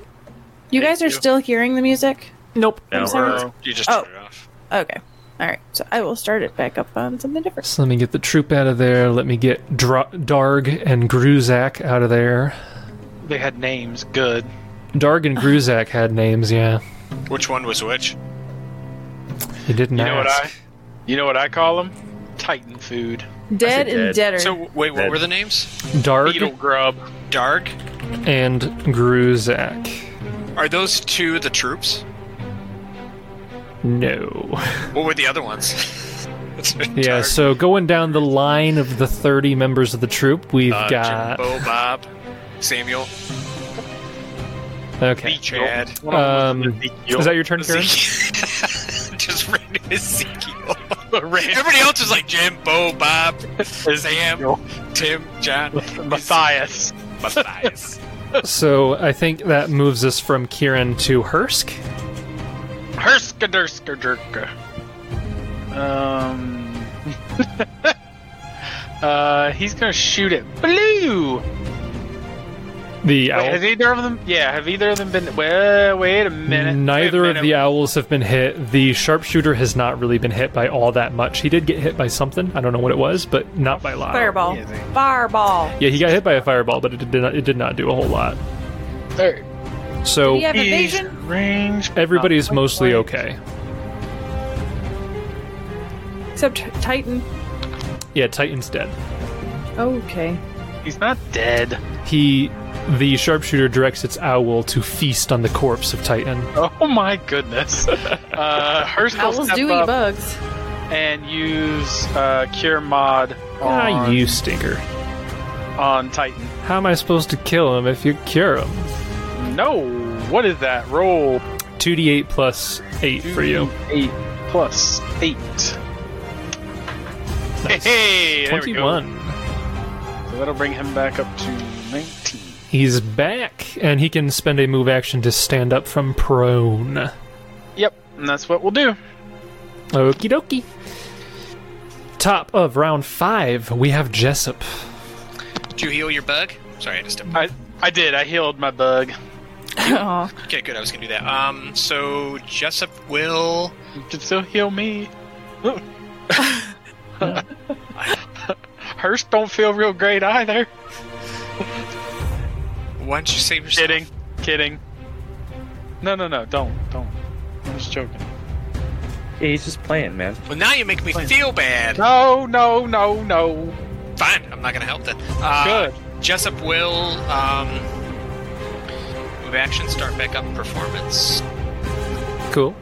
you guys are you. still hearing the music Nope. No, I'm sorry. we're- You just Oh. turn it off. okay all right so i will start it back up on something different So let me get the troop out of there. Let me get Dra- Darg and Gruzak out of there. They had names. Good. Darg and Gruzak had names, yeah. Which one was which? You didn't You ask. know what I? You know what I call them? Titan food. dead and dead. deader So w- wait, what That- were the names? Darg Beetle grub. Darg. and Gruzak. Are those two the troops? No. What were the other ones? (laughs) That's right, Yeah, Darg, so going down the line of the 30 members of the troop, we've uh, got. Jimbo, Bob, Samuel, Okay. Chad. (laughs) Um, is that your turn, Karen? Ezekiel. just random (laughs) Ezekiel. Ram- Everybody else is like Jim, Bo, (laughs) Bob, Ezekiel. Sam, Tim, John, Matthias. (laughs) Matthias. So I think that moves us from Kieran to Hursk. Herskaderskaderka. Um. (laughs) uh, he's gonna shoot at blue. The Wait, owl. has either of them? Yeah, have either of them been? Well, wait a minute. Neither Wait a of the minute. owls have been hit. The sharpshooter has not really been hit by all that much. He did get hit by something. I don't know what it was, but not by a lot. fireball yeah, they- fireball Yeah, he got hit by a fireball, but it did not. It did not do a whole lot. Third. So Did he have Evasion. evasion Range. (laughs) everybody's Not mostly quite. okay. except titan Yeah, Titan's dead. okay He's not dead. (laughs) He, the sharpshooter, directs its owl to feast on the corpse of Titan. Oh my (laughs) goodness. uh, Hurst will owls step do eat (laughs) up bugs and use uh, Cure Mod Ah, on, you stinker. on Titan. How am I supposed to kill him if you cure him? No, what is that roll? 2d8 plus 8 for you. Eight plus eight. Nice. (laughs) Hey, there we go. 21. So that'll bring him back up to nineteen. He's back, and he can spend a move action to stand up from prone. Yep, and that's what we'll do. Okie dokie. Top of round 5, we have Jessup. Did you heal your bug? Sorry, I just stepped. I I did. I healed my bug. Aw. Okay, good. I was gonna do that. Um, so Jessup will. You can still heal me. Hurst don't feel real great either. Why don't you save yourself? Kidding, kidding. No, no, no, don't, don't. I'm just joking. Yeah, he's just playing, man. Well, now you make me feel bad. No, no, no, no. Fine, I'm not gonna help then. Uh, Good. Jessup will um, move action, start back up performance. Cool.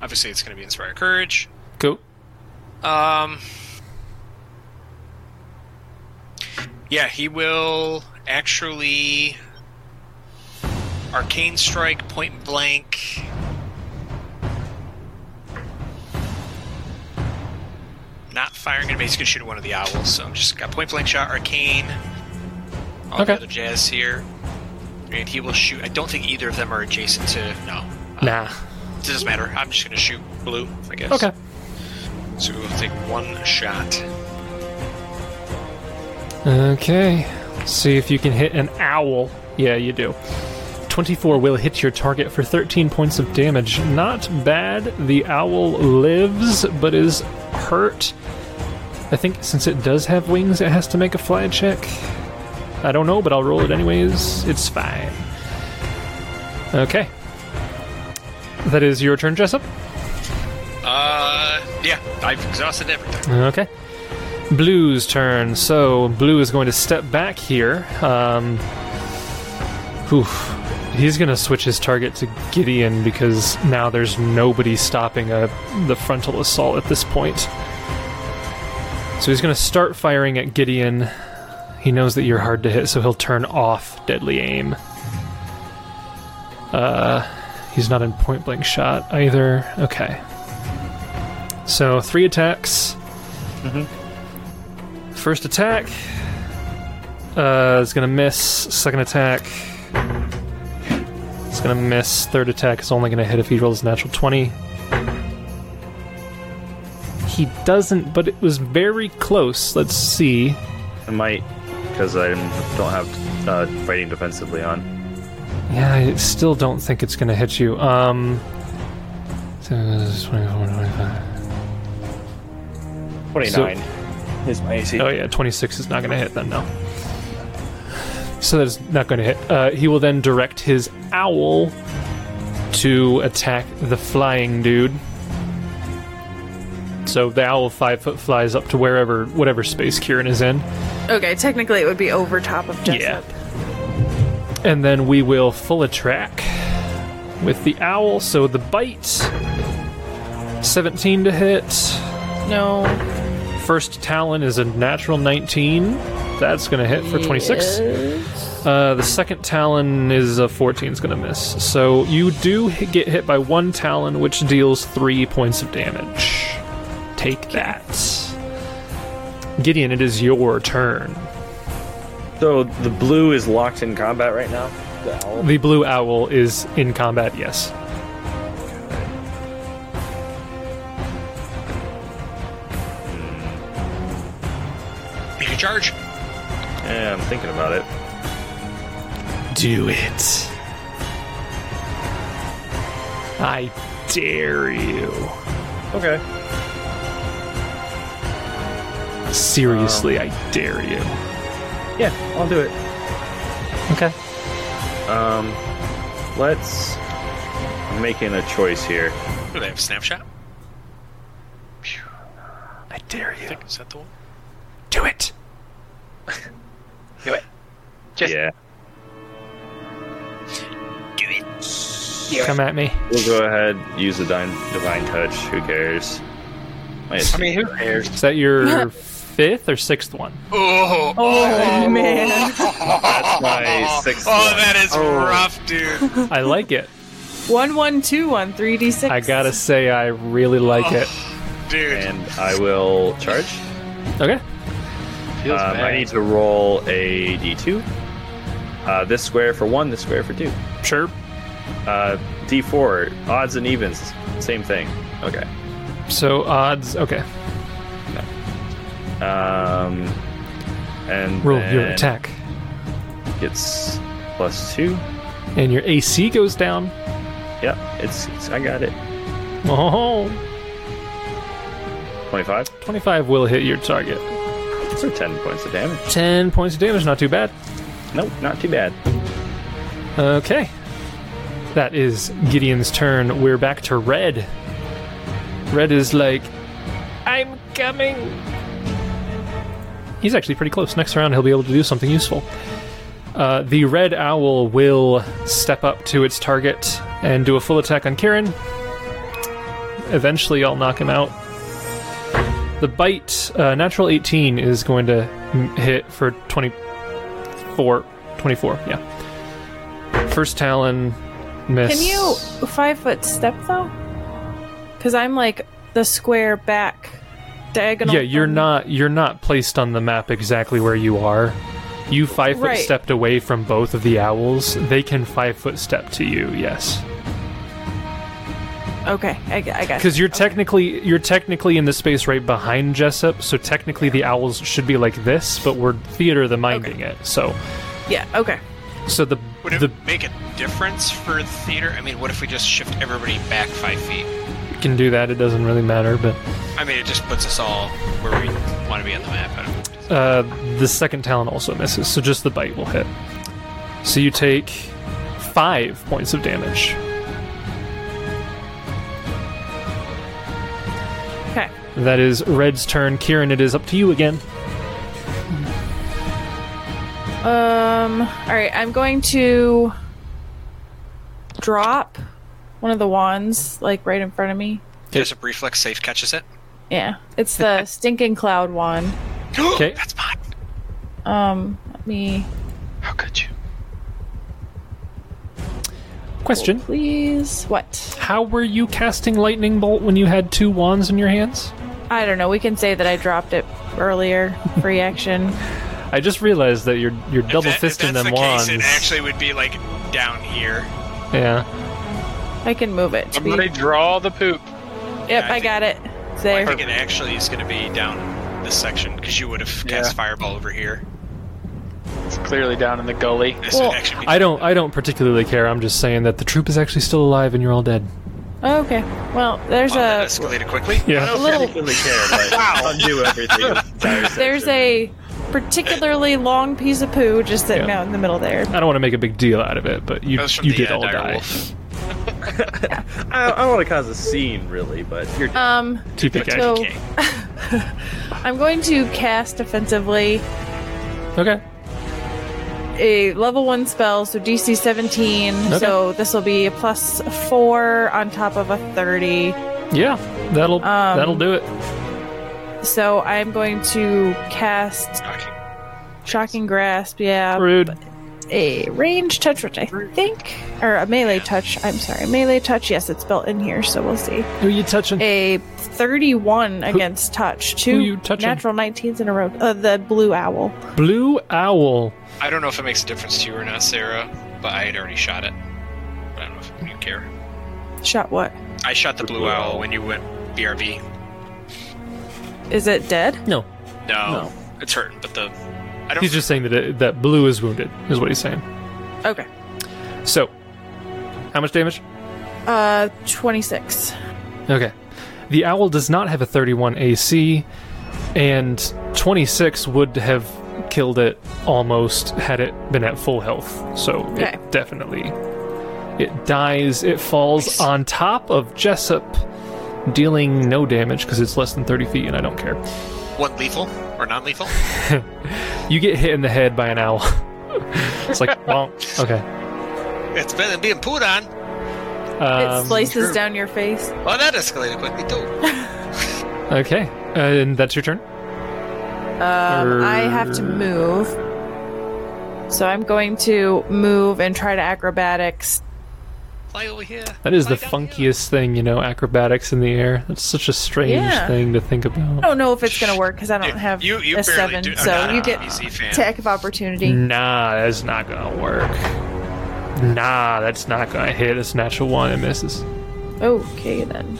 Obviously, it's gonna be inspire courage. Cool. Um. Yeah, he will actually arcane strike point blank. Not firing at base. He's gonna shoot at one of the owls. So I'm just got point blank shot, arcane. All Okay. the other jazz here, and he will shoot. I don't think either of them are adjacent to. No, Uh, Nah. it doesn't matter. I'm just gonna shoot blue. I guess. Okay. So we'll take one shot. Okay. See if you can hit an owl. Yeah, you do. 24 will hit your target for 13 points of damage. Not bad. The owl lives, but is hurt. I think since it does have wings, it has to make a fly check. I don't know, but I'll roll it anyways. It's fine. Okay. That is your turn, Jessup. Uh, Yeah, I've exhausted everything. Okay. Blue's turn. So Blue is going to step back here. Um, oof. He's going to switch his target to Gideon because now there's nobody stopping a, the frontal assault at this point. So he's going to start firing at Gideon. He knows that you're hard to hit, so he'll turn off deadly aim. Uh, he's not in point blank shot either. Okay. So three attacks. First attack uh, is going to miss. Second attack it's going to miss. Third attack is only going to hit if he rolls a natural 20. He doesn't, but it was very close. Let's see. I might, because I don't have uh, fighting defensively on. Yeah, I still don't think it's going to hit you. Um. So, 24, 25. 29 is my AC. Oh yeah, 26 is not going to hit then. No. So that's not going to hit. Uh, he will then direct his owl to attack the flying dude. So the owl five foot flies up to wherever, whatever space Kieran is in. Okay, technically it would be over top of Jessup. And then we will full attack with the owl. So the bite, 17 to hit. No. First Talon is a natural 19. That's going to hit for 26. Uh, the second Talon is a 14. It's going to miss. So you do hi- get hit by one Talon, which deals three points of damage. Take that. Gideon, it is your turn. So the blue is locked in combat right now. The owl. The blue owl is in combat, yes. You can charge. Yeah, I'm thinking about it. Do it. I dare you. Okay. Seriously, I dare you. Um, Yeah, I'll do it. Okay. Um, let's. I'm making a choice here. Do they have snapshot? I dare I you. think is that the one. Do it. Do it. Just Yeah, Do it. Come at me. we'll go ahead. Use the divine, divine touch. Who cares? My I mean, who (laughs) cares? Is that your fifth or sixth one? Oh, oh, man. that's my sixth Oh, one. that is rough, (laughs) dude. I like it. One one two on three D six. I gotta say, I really like it. Dude, and I will charge. Okay. Feels Um, bad. I need to roll a d2. Uh, this square for one, this square for two. Sure. Uh, d4, odds and evens, same thing. Okay. So odds. Okay. Um, and Roll your then attack, It's plus two. and your AC goes down. Yep, it's, it's I got it. Oh, 25. 25 will hit your target. So 10 points of damage. 10 points of damage, not too bad. Nope, not too bad. Okay. That is Gideon's turn. We're back to Red. Red is like, I'm coming. He's actually pretty close. Next round, he'll be able to do something useful. Uh, the red owl will step up to its target and do a full attack on Kieran. Eventually, I'll knock him out. The bite, uh, natural 18, is going to m- hit for 24. 24, yeah. First Talon miss. Can you five foot step though? Because I'm like the square back diagonal. Yeah, you're from- not you're not placed on the map exactly where you are. You five foot Right. stepped away from both of the owls. They can five foot step to you, yes, Okay, I, g- I got. because you're technically you're technically in the space right behind Jessup. So technically, the owls should be like this, but we're theater the minding it. So Yeah. Okay. so the would it the make a difference for theater? I mean, what if we just shift everybody back five feet? can do that. It doesn't really matter, but I mean, it just puts us all where we want to be on the map. I don't know. uh, the second talon also misses. So just the bite will hit. So you take five points of damage. Okay. That is Red's turn. Kieran, it is up to you again. Um. All right, I'm going to drop one of the wands like right in front of me. There's a reflex save (gasps) catches it. Yeah, it's the stinking cloud wand. Okay. That's mine. Um, let me How could you? Question please. What? How were you casting Lightning Bolt when you had two wands in your hands? I don't know. We can say that I dropped it earlier. Free action. I just realized that you're you're double If that- if fisting that's them the wands. Case, it actually would be like down here. yeah. I can move it. to be- Somebody draw the poop. Yep, I I think- got it. It's I there. think it actually is going to be down this section because you would have cast Yeah. fireball over here. It's clearly down in the gully. This would Well, actually be- I don't I don't particularly care. I'm just saying that the troop is actually still alive and you're all dead. Okay. Well, there's Wow, that a escalated quickly. Uh, Yeah. A little- particularly care, (laughs) but wow. undo everything. there's a particularly long piece of poo just sitting Yeah. out in the middle there. I don't want to make a big deal out of it, but you That was from you the, did uh, all dire die. wolf. (laughs) I, I don't want to cause a scene, really, but you're Um, TPK. so (laughs) I'm going to cast offensively Okay. a level one spell, so DC 17. So this will be a plus four on top of a 30. Yeah. That'll Um, that'll do it. So I'm going to cast Okay. Shocking Grasp. Yeah, Rude. a range touch, which I think, or a melee touch. I'm sorry, melee touch. Yes, it's built in here, so we'll see. Who you touching? A 31 against touch. Two you touching? natural 19s in a row. Uh, the blue owl. Blue owl. I don't know if it makes a difference to you or not, Sarah, but I had already shot it. I don't know if you care. Shot what? I shot the blue owl when you went BRB. Is it dead? No. No, it's hurting, but the I don't. He's just saying that it, that blue is wounded is what he's saying. Okay. So, how much damage? Uh, 26. Okay. The owl does not have a 31 AC, and 26 would have killed it almost had it been at full health. So Okay. it definitely. It dies. It falls on top of Jessup, dealing no damage because it's less than 30 feet, and I don't care. one lethal or non-lethal. You get hit in the head by an owl. (laughs) it's (laughs) like bonk. Okay. It's better than being pooed on. Um, it slices true. down your face. Well, that escalated quickly (laughs) too. Um, okay, and that's your turn. Um, I have to move. So I'm going to move and try to acrobatics. Fly over here. That is Fly the down here. funkiest thing, you know, acrobatics in the air. That's such a strange Yeah. Oh. thing to think about. I don't know if it's going to work because I don't Dude, have you- you a barely 7. do- I'm so not you a get PC fan. attack of opportunity. Nah, that's not gonna work. Nah, that's not gonna hit. It's natural one. It misses. Okay, then.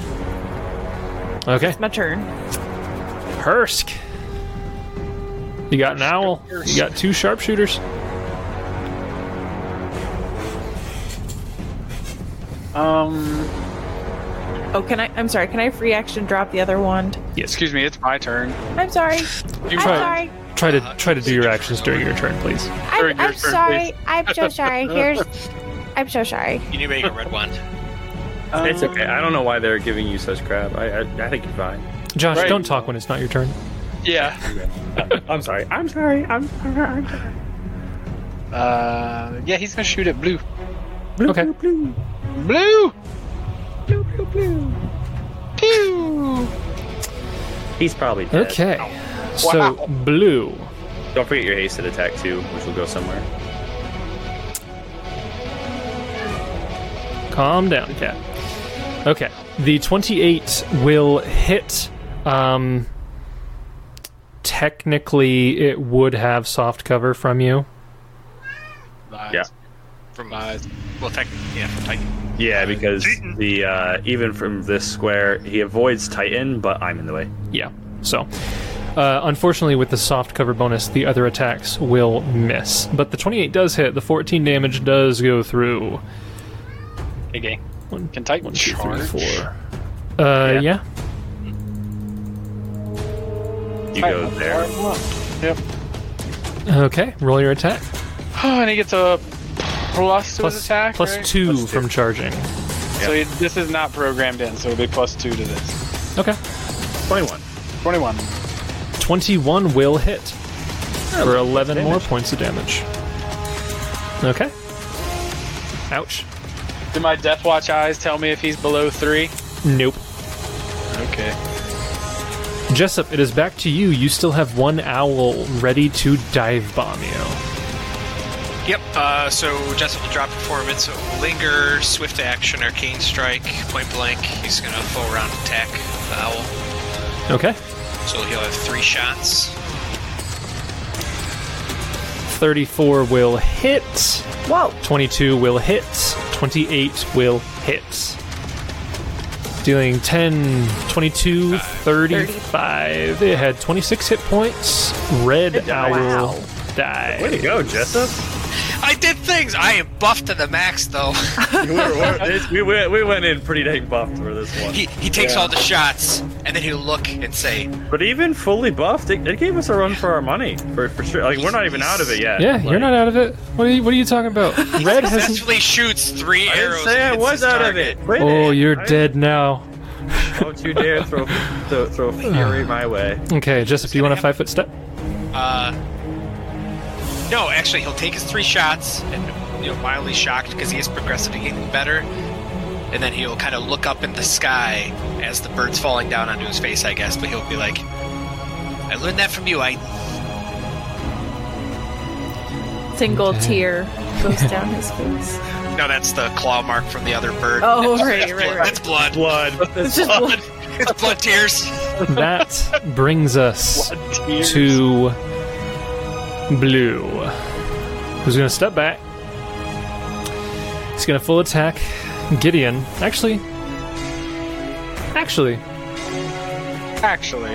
Okay, My turn. Hersk. You got an owl. You got two sharpshooters. Um, Oh, can I? I'm sorry. Can I free action drop the other wand? Yes. excuse me, it's my turn. I'm sorry. I'm You try- sorry. Try to try to do your actions during your turn, please. Or I'm, your I'm turn, sorry. I'm so sorry. Here's. I'm so sorry. You need to make a red one. Um, It's okay. I don't know why they're giving you such crap. I, I, I think you're fine. Josh, Right. don't talk when it's not your turn. Yeah. I'm sorry. I'm sorry. I'm sorry. I'm sorry. Uh, yeah, he's gonna shoot at blue. Blue, Okay. blue, blue. Blue. Blue, blue, blue. Pew! He's probably dead. Okay. So blue. Don't forget your hasted attack too, which will go somewhere. Calm down, cat. Okay. The 28 will hit. Um, technically, it would have soft cover from you. Lies. Yeah. From uh, Lies. well, tech, yeah, from Titan. Yeah, because the uh, even from this square, he avoids Titan, but I'm in the way. Yeah. So, uh, unfortunately, with the soft cover bonus, the other attacks will miss. But the 28 does hit. The 14 damage does go through. Okay. One, Can Titan two, three, charge? four. Uh, yeah. Yeah. You go there. Yep. (sighs) Okay. Roll your attack. Oh, and he gets a plus to his Plus, attack. plus right? two from charging. So he, this is not programmed in, so it'll be plus two to this. Okay. Twenty-one. 21. 21 will hit Oh, for 11 more points of damage. Okay. Ouch. Do my Death Watch eyes tell me if he's below three? Nope. Okay. Jessup, it is back to you. You still have one owl ready to dive bomb you. Yep. Uh, so Jessup will drop performance, linger, swift action, arcane strike, point blank. He's gonna full round attack the owl. Okay. So he'll have three shots. 34 will hit. Whoa. 22 will hit. 28 will hit. Dealing 10, 22, 35. It had 26 hit points. Red Wow. Owl die. Way to go, Jessup. I did things. I am buffed to the max, though. (laughs) we, were- we're- this- we went, we went in pretty dang buffed for this one. he he takes Yeah. all the shots, and then he'll look and say, But even fully buffed, it, it gave us a run for our money for, for sure. Like we're not even out of it yet. Yeah, you're Like, not out of it. What are you, what are you talking about? Red has. successfully shoots three I arrows. didn't say and I hits was his out of target. it. (laughs) Quit Oh, it. you're I- dead now. Don't you dare throw (laughs) throw, throw fury my way. Okay, Jessup, do you want a five foot step? Uh, no, actually, he'll take his three shots and you know mildly shocked because he is progressively getting better, and then he'll kind of look up in the sky as the bird's falling down onto his face, I guess. But he'll be like, "I learned that from you. I Single tear (laughs) goes down his face. no, that's the claw mark from the other bird. Oh, That's- right, that's right, blood. That's blood. right. Blood. It's just Blood. (laughs) it's blood tears. (laughs) That brings us Tears. to Blue, who's going to step back. He's going to full attack Gideon. Actually, actually, Actually,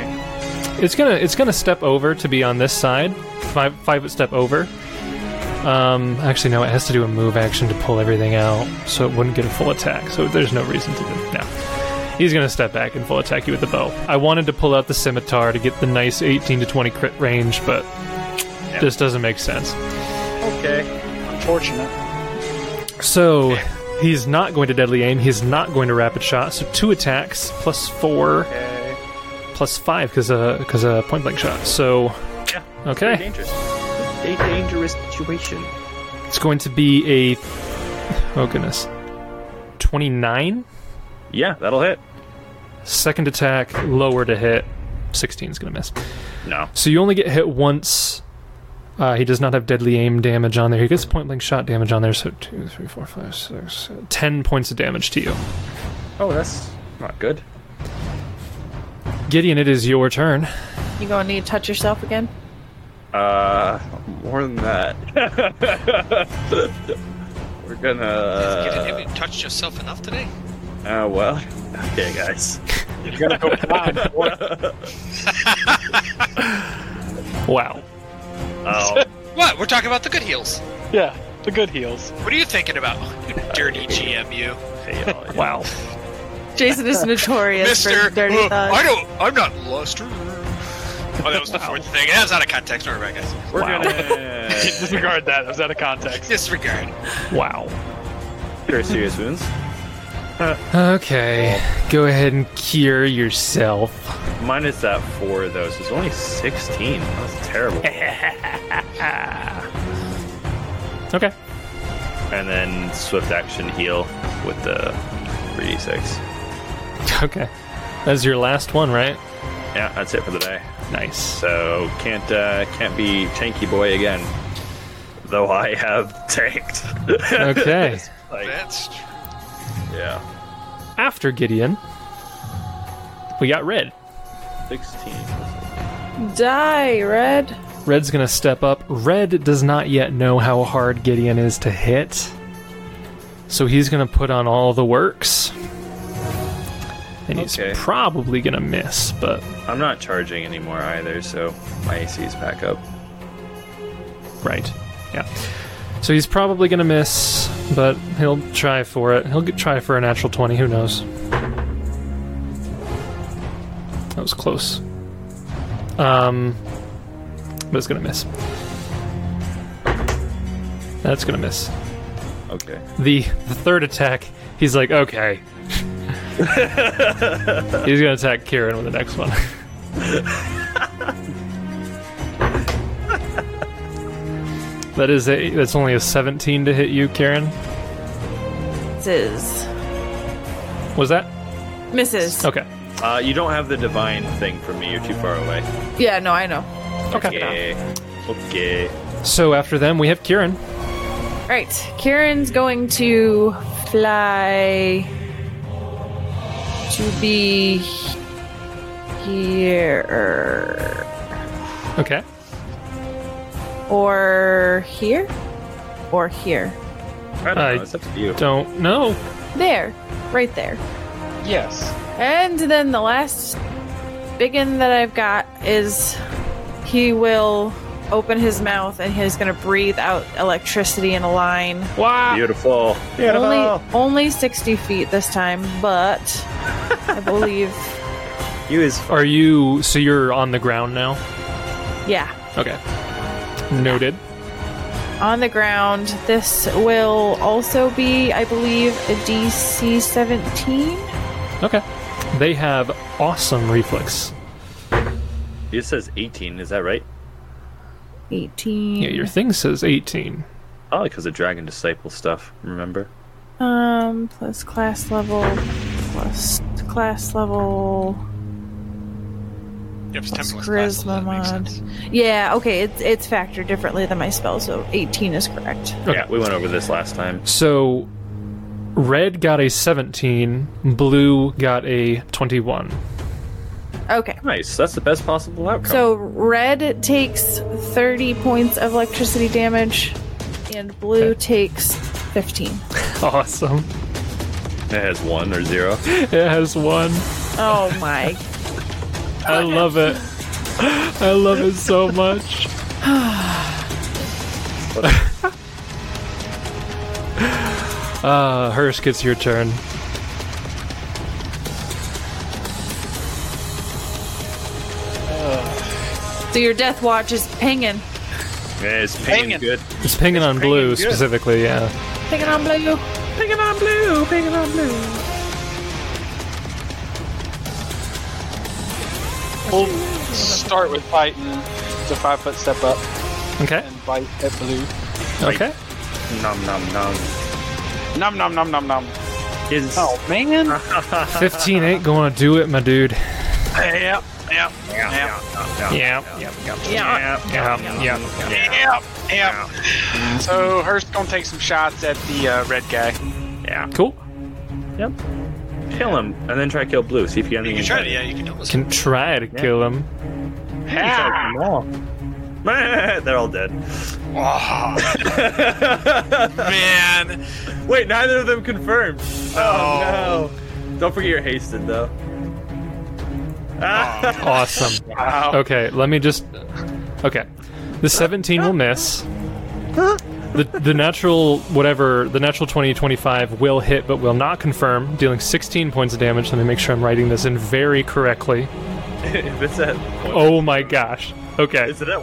it's gonna it's gonna step over to be on this side, five five foot step over. Um, actually, no, it has to do a move action to pull everything out, so it wouldn't get a full attack. So there's no reason to do no. He's gonna step back and full attack you with the bow. I wanted to pull out the scimitar to get the nice 18 to 20 crit range, but this doesn't make sense. unfortunate. So he's not going to deadly aim. He's not going to rapid shot. So two attacks plus four, Okay. plus five because a because a uh, point blank shot. So Yeah. okay. Dangerous. A dangerous situation. It's going to be a oh goodness, twenty nine. Yeah, that'll hit. Second attack, lower to hit. Sixteen is going to miss. No. So you only get hit once. Uh, he does not have deadly aim damage on there. He gets point blank shot damage on there. So two, three, four, five, six, seven, ten points of damage to you. Oh, that's not good. Gideon, it is your turn. You gonna need to touch yourself again? Uh, more than that. (laughs) We're Uh, Have gonna. you touched yourself enough today? Oh well. Okay, guys. You gotta go blind. boy. Wow. Oh, What? We're talking about the good heals. yeah, the good heals. What are you thinking about, you dirty GM? You, hey, y'all, yeah. (laughs) Wow. Jason (laughs) is notorious Mister. for dirty uh, thoughts. I don't. I'm not luster. Oh, that was the fourth thing. That was out of context. Don't worry about it, guys. We're Wow. gonna. (laughs) Disregard that. That was out of context. Disregard. Wow. Cure serious wounds. Okay. Go ahead and cure yourself. Minus that four though, so it's only sixteen. That's terrible. Okay. and then swift action heal with the three d six. Okay. That's your last one, right? Yeah, that's it for the day. Nice. So can't uh, can't be tanky boy again. Though I have (laughs) tanked. Okay. like, That's true. (laughs) yeah, (laughs) After Gideon, we got Red. sixteen. Die, Red. Red's gonna step up. Red does not yet know how hard Gideon is to hit. So he's gonna put on all the works. And he's Okay. probably gonna miss, but I'm not charging anymore either, so my AC is back up. right. Yeah. So he's probably gonna miss, but he'll try for it. He'll get, try for a natural 20, who knows? That was close. Um, but it's gonna miss. That's gonna miss. Okay. the the third attack, he's like, okay. he's gonna attack Kieran with the next one. That is a. That's only a 17 to hit you, Karen. Misses. Was that? Oh. Misses. Okay. Uh, you don't have the divine thing from me. You're too far away. Yeah, no, I know. Okay. Okay. Okay. So after them, we have Kieran. All right, Kieran's going to fly to be here Okay. or here or here. I don't I- know. It's up to you. Don't know. There, right there. Yes. And then the last biggin that I've got is he will open his mouth and he's going to breathe out electricity in a line. Wow. Beautiful. (laughs) Only, only 60 feet this time, but I believe, You is Are you? So you're on the ground now. yeah. Okay. Noted. On the ground, this will also be, I believe, a DC 17. Okay. They have awesome reflex. It says 18. Is that right? 18. Yeah, your thing says 18. Oh, because of Dragon Disciple stuff. Remember? Um, plus class level, plus class level. You have Plus temporal class level, charisma that makes mod. sense. Yeah, okay, it's it's factored differently than my spell, so 18 is correct. Okay. Yeah, we went over this last time. So red got a 17, blue got a 21. Okay. Nice. That's the best possible outcome. So red takes 30 points of electricity damage and blue Okay. takes 15. (laughs) Awesome. it has one or zero. It has one. Oh my. I love it. (laughs) I love it so much. (laughs) uh, Hirsch, it's your turn. so your death watch is pinging. Yeah, it's pinging Pinging. good. It's pinging on blue specifically, yeah. Pinging on blue. Pinging on blue. Pinging on blue. We'll start with biting. It's a five foot step up Okay. and bite at blue. Okay. uh, Nom nom nom. Nom nom nom nom nom. Is Oh man. 15 ain't gonna do it, my dude. uh, Yep. Yep. Yeah, yeah, Yep. Yeah. yeah, Yeah. Yeah. Yeah. Yep. Yep. So Hurst gonna take some shots at the uh, red guy. yeah. Cool. Yep. Kill him and then try to kill blue. See if you got You anything. can try to, yeah, you can almost. Can try to kill him. Yeah. (laughs) They're all dead. Oh, man. Wait, neither of them confirmed. Oh. no. Don't forget you're hasted though. (laughs) Ah, Awesome. Wow. Okay, let me just. Okay, the 17 will miss. The, the natural whatever the natural 20 25 will hit but will not confirm dealing 16 points of damage let me make sure i'm writing this in very correctly if it's at oh my gosh okay is it at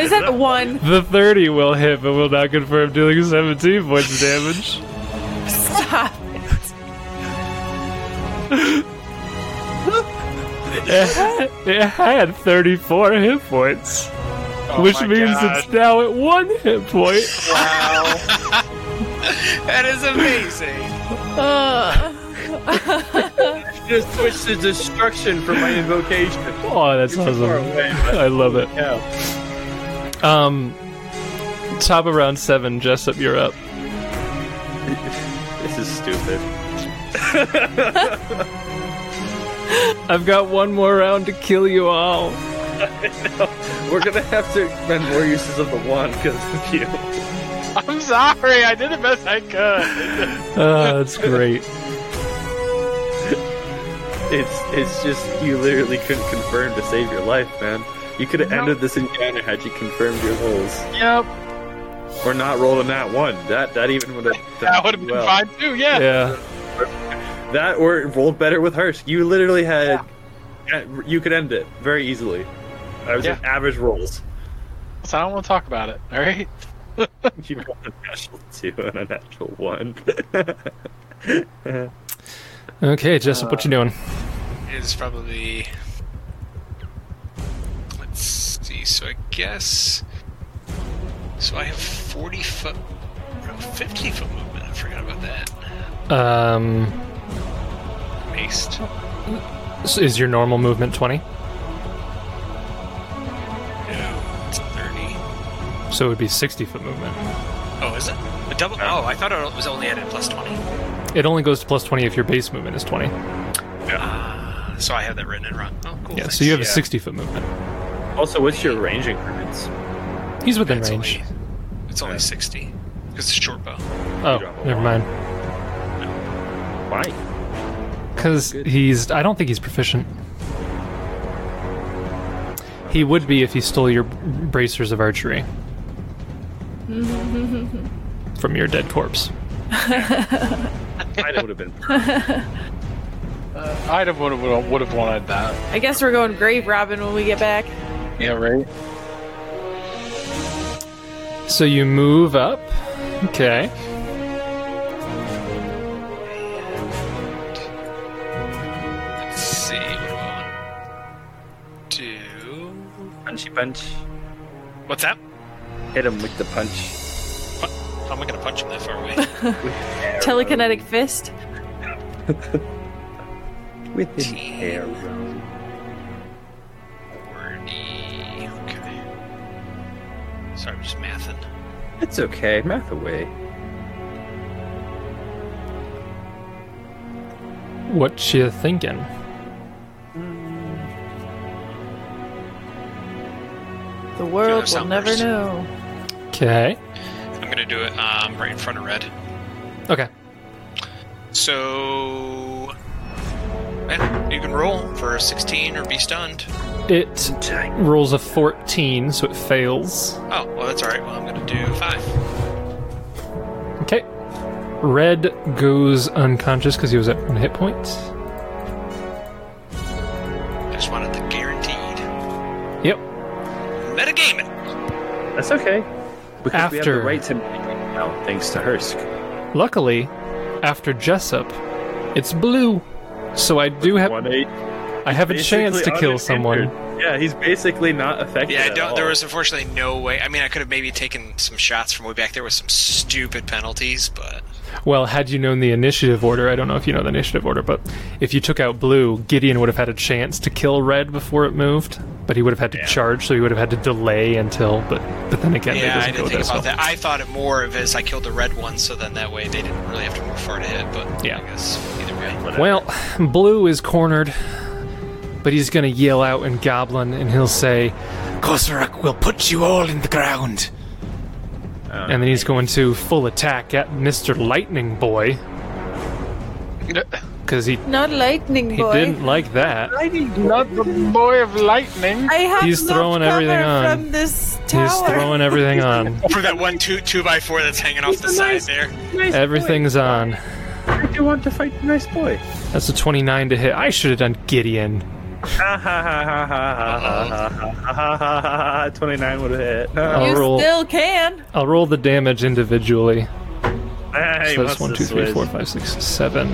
Is that one? the 30 will hit but will not confirm dealing 17 points of (laughs) damage Stop. it, had- it had 34 hit points Oh which my means God. it's now at one hit point wow. That is amazing. Uh, just switch to destruction for my invocation? oh that's You're too far awesome away, but- (laughs) i love it Yeah. Um, top of round seven, Jessup, you're up. This is stupid. I've got one more round to kill you (laughs) all. We're gonna have to expend more uses of the wand because of you. I'm sorry. I did the best I could. Oh, that's great. It's it's just you literally couldn't confirm to save your life, man. You could have ended this encounter had you confirmed your rolls. Yep. Or not rolling that one. That that even (laughs) would have That would have been fine too. Yeah. Yeah. That or it rolled better with Hirsch. You literally had uh, you could end it very easily. I was Yeah. in average rolls. (laughs) So I don't want to talk about it. All right. You rolled a natural two and a natural one. (laughs) Okay, Jessup, what you doing? It is probably so I guess. So I have 40 foot. No, 50 foot movement. I forgot about that. Um, Maced. so is your normal movement 20? No, it's 30. So it would be 60 foot movement. Oh, is it? A double? Oh, I thought it was only at a plus 20. It only goes to plus 20 if your base movement is 20. So I have that written in wrong. Oh, cool. Yeah, so you have a Yeah. 60 foot movement. Also, what's your range increments? He's within It's range. only, it's only 60. Because it's short bow. Oh, drop a never mind. Why? Because he's. I don't think he's proficient. He would be if he stole your bracers of archery from your dead corpse. Mine would have been. (laughs) Uh, I'd have would have would have wanted that. I guess we're going grave robbing when we get back. Yeah, right. So you move up. Okay. Let's see. What do I want to do? Punchy punch. What's that? Hit him with the punch. What? How am I going to punch him (laughs) that far away? Telekinetic fist. With his Team. arrow. 40. Okay. Sorry, I'm just mathing. It's okay. Math away. What you thinking? The world will sound never burst. know. Okay. I'm going to do it um, right in front of Red. Okay. So. eh, You can roll for 16 or be stunned. It Dang. rolls a 14, so it fails. Oh, well, that's alright. Well, I'm going to do 5. Okay. Red goes unconscious because he was at one hit point. I just wanted the guaranteed. Yep. Metagame it! That's okay. Because we have the After. right to out thanks to Hursk. Luckily, after Jessup, it's blue. So I do have One eight. I have a chance to Basically kill uninjured. someone. Yeah, he's basically not affected. Yeah, I at don't. There oh. all. was unfortunately no way. I mean, I could have maybe taken some shots from way back there with some stupid penalties, but Well, had you known the initiative order, I don't know if you know the initiative order, but if you took out blue, Gideon would have had a chance to kill red before it moved, but he would have had to charge, so he would have had to delay until. But but then again, yeah, I it doesn't didn't go think this about that. I thought it more of as I killed the red one, so then that way they didn't really have to move far to hit. But Yeah. I guess either way. Well, blue is cornered, but he's gonna yell out in Goblin, and he'll say, "Kosarak will put you all in the ground." and then he's going to full attack at Mr. Lightning Boy because he Not lightning he boy. didn't like that. Not the boy of lightning. I have He's no throwing cover everything on. from this tower. He's throwing (laughs) everything on. For that one two two by four that's hanging off the side there. Everything's on. I do want to fight the nice boy. (laughs) That's a 29 to hit. I should have done Gideon. Ha ha ha ha ha ha ha ha ha ha ha. Twenty nine would have hit. I'll Uh, you roll. still can. I'll roll the damage individually. (laughs) Hey, So what's that's one, two, this three, whiz? four, five, six, seven,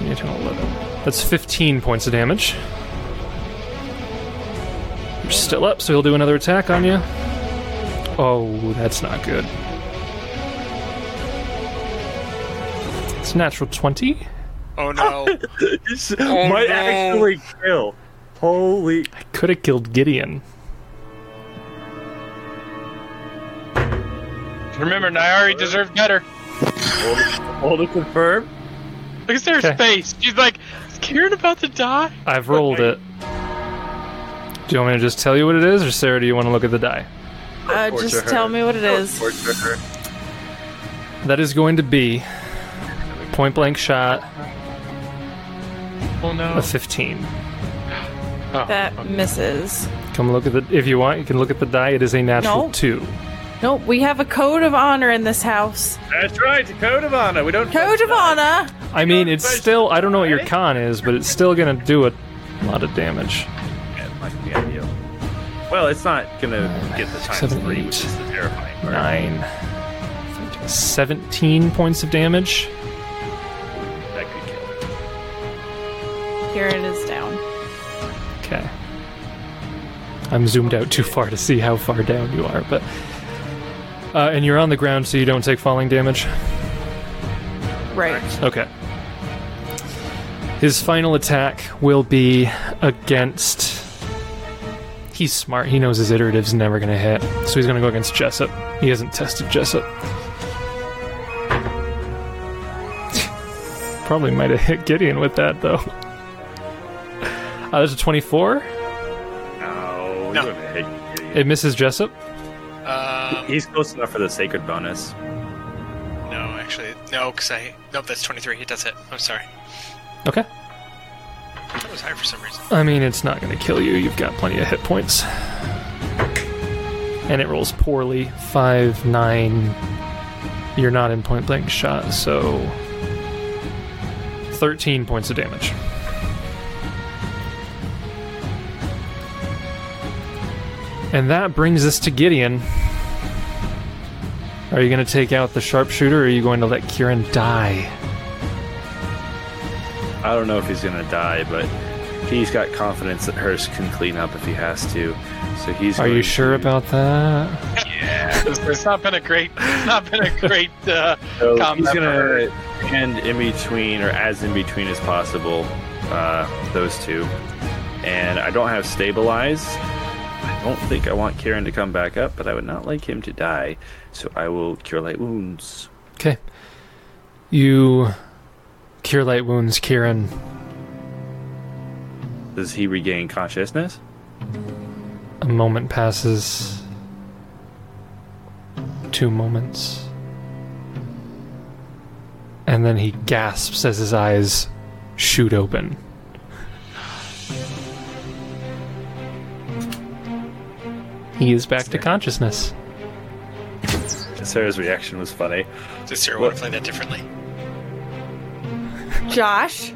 eight, nine, 11. That's 15 points of damage. You're still up, so he'll do another attack on you. Oh, that's not good. It's a natural 20. Oh (laughs) no! This (laughs) Oh, might no. actually kill. Holy! I could have killed Gideon. Remember, Nyari deserved better. Hold it confirm. Look at her Okay. face. She's like, is Kieran about to die? I've rolled it. Do you want me to just tell you what it is, or Sarah, do you want to look at the die? Uh, torture just her. tell me what it is. Torture her. That is going to be point blank shot, Oh no. a 15. Oh, That okay. misses. Come look at the. If you want, you can look at the die. It is a natural No. two. Nope, we have a code of honor in this house. That's right. Code of honor. We don't. Code of honor. I mean, it's still. I don't know what your con is, but it's still gonna do a lot of damage. That might be ideal. Well, it's not gonna get the times Seven, three, eight. which is the terrifying part. Nine. 17 points of damage. That could kill. her. Kieran is down. Okay. I'm zoomed out too far to see how far down you are, but. Uh, and you're on the ground, so you don't take falling damage. Right. Okay. His final attack will be against. He's smart. He knows his iterative's never going to hit. So he's going to go against Jessup. He hasn't tested Jessup. (laughs) Probably might have hit Gideon with that, though. (laughs) Uh, there's a 24. No, No. you're gonna hate Gideon. It misses Jessup. Um, He's close enough for the sacred bonus. no, actually, no, because I nope. That's twenty three. It does hit. I'm sorry. Okay. That was high for some reason. I mean, it's not going to kill you. You've got plenty of hit points. And it rolls poorly. 5, 9. You're not in point blank shot, so. 13 points of damage. And that brings us to Gideon. Are you going to take out the sharpshooter or are you going to let Kieran die? I don't know if he's gonna die, but he's got confidence that Hurst can clean up if he has to. So he's. Are you going sure to- about that? It's, it's not been a great. It's not been a great. Uh, So combat he's for her. gonna end in between, or as in between as possible, uh, those two. And I don't have stabilize. I don't think I want Kieran to come back up, but I would not like him to die. So I will cure light wounds. Okay. You cure light wounds, Kieran. Does he regain consciousness? A moment passes. Two moments. And then he gasps as his eyes shoot open. He is back to consciousness. Sarah's reaction was funny. Does Sarah want to play that differently? Josh,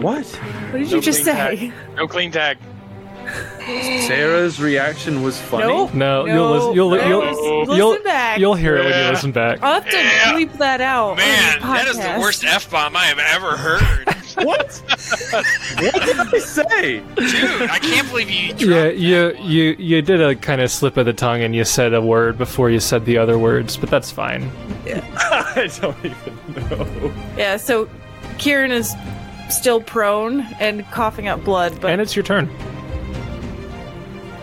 What? what did you just say? no clean tag. Sarah's reaction was funny. Nope. No, you'll listen. You'll, No, you'll, listen you'll, back. you'll hear it when you Yeah. listen back. I'll have to Yeah. bleep that out. on the Man, that is the podcast. worst f bomb I have (laughs) ever heard, (laughs) What? what did I say? (laughs) dude. I can't believe you. Dropped Yeah, that you one. you you did a kind of slip of the tongue, and you said a word before you said the other words, but that's fine. I don't even know. Yeah, so Kieran is still prone and coughing up blood, but and it's your turn.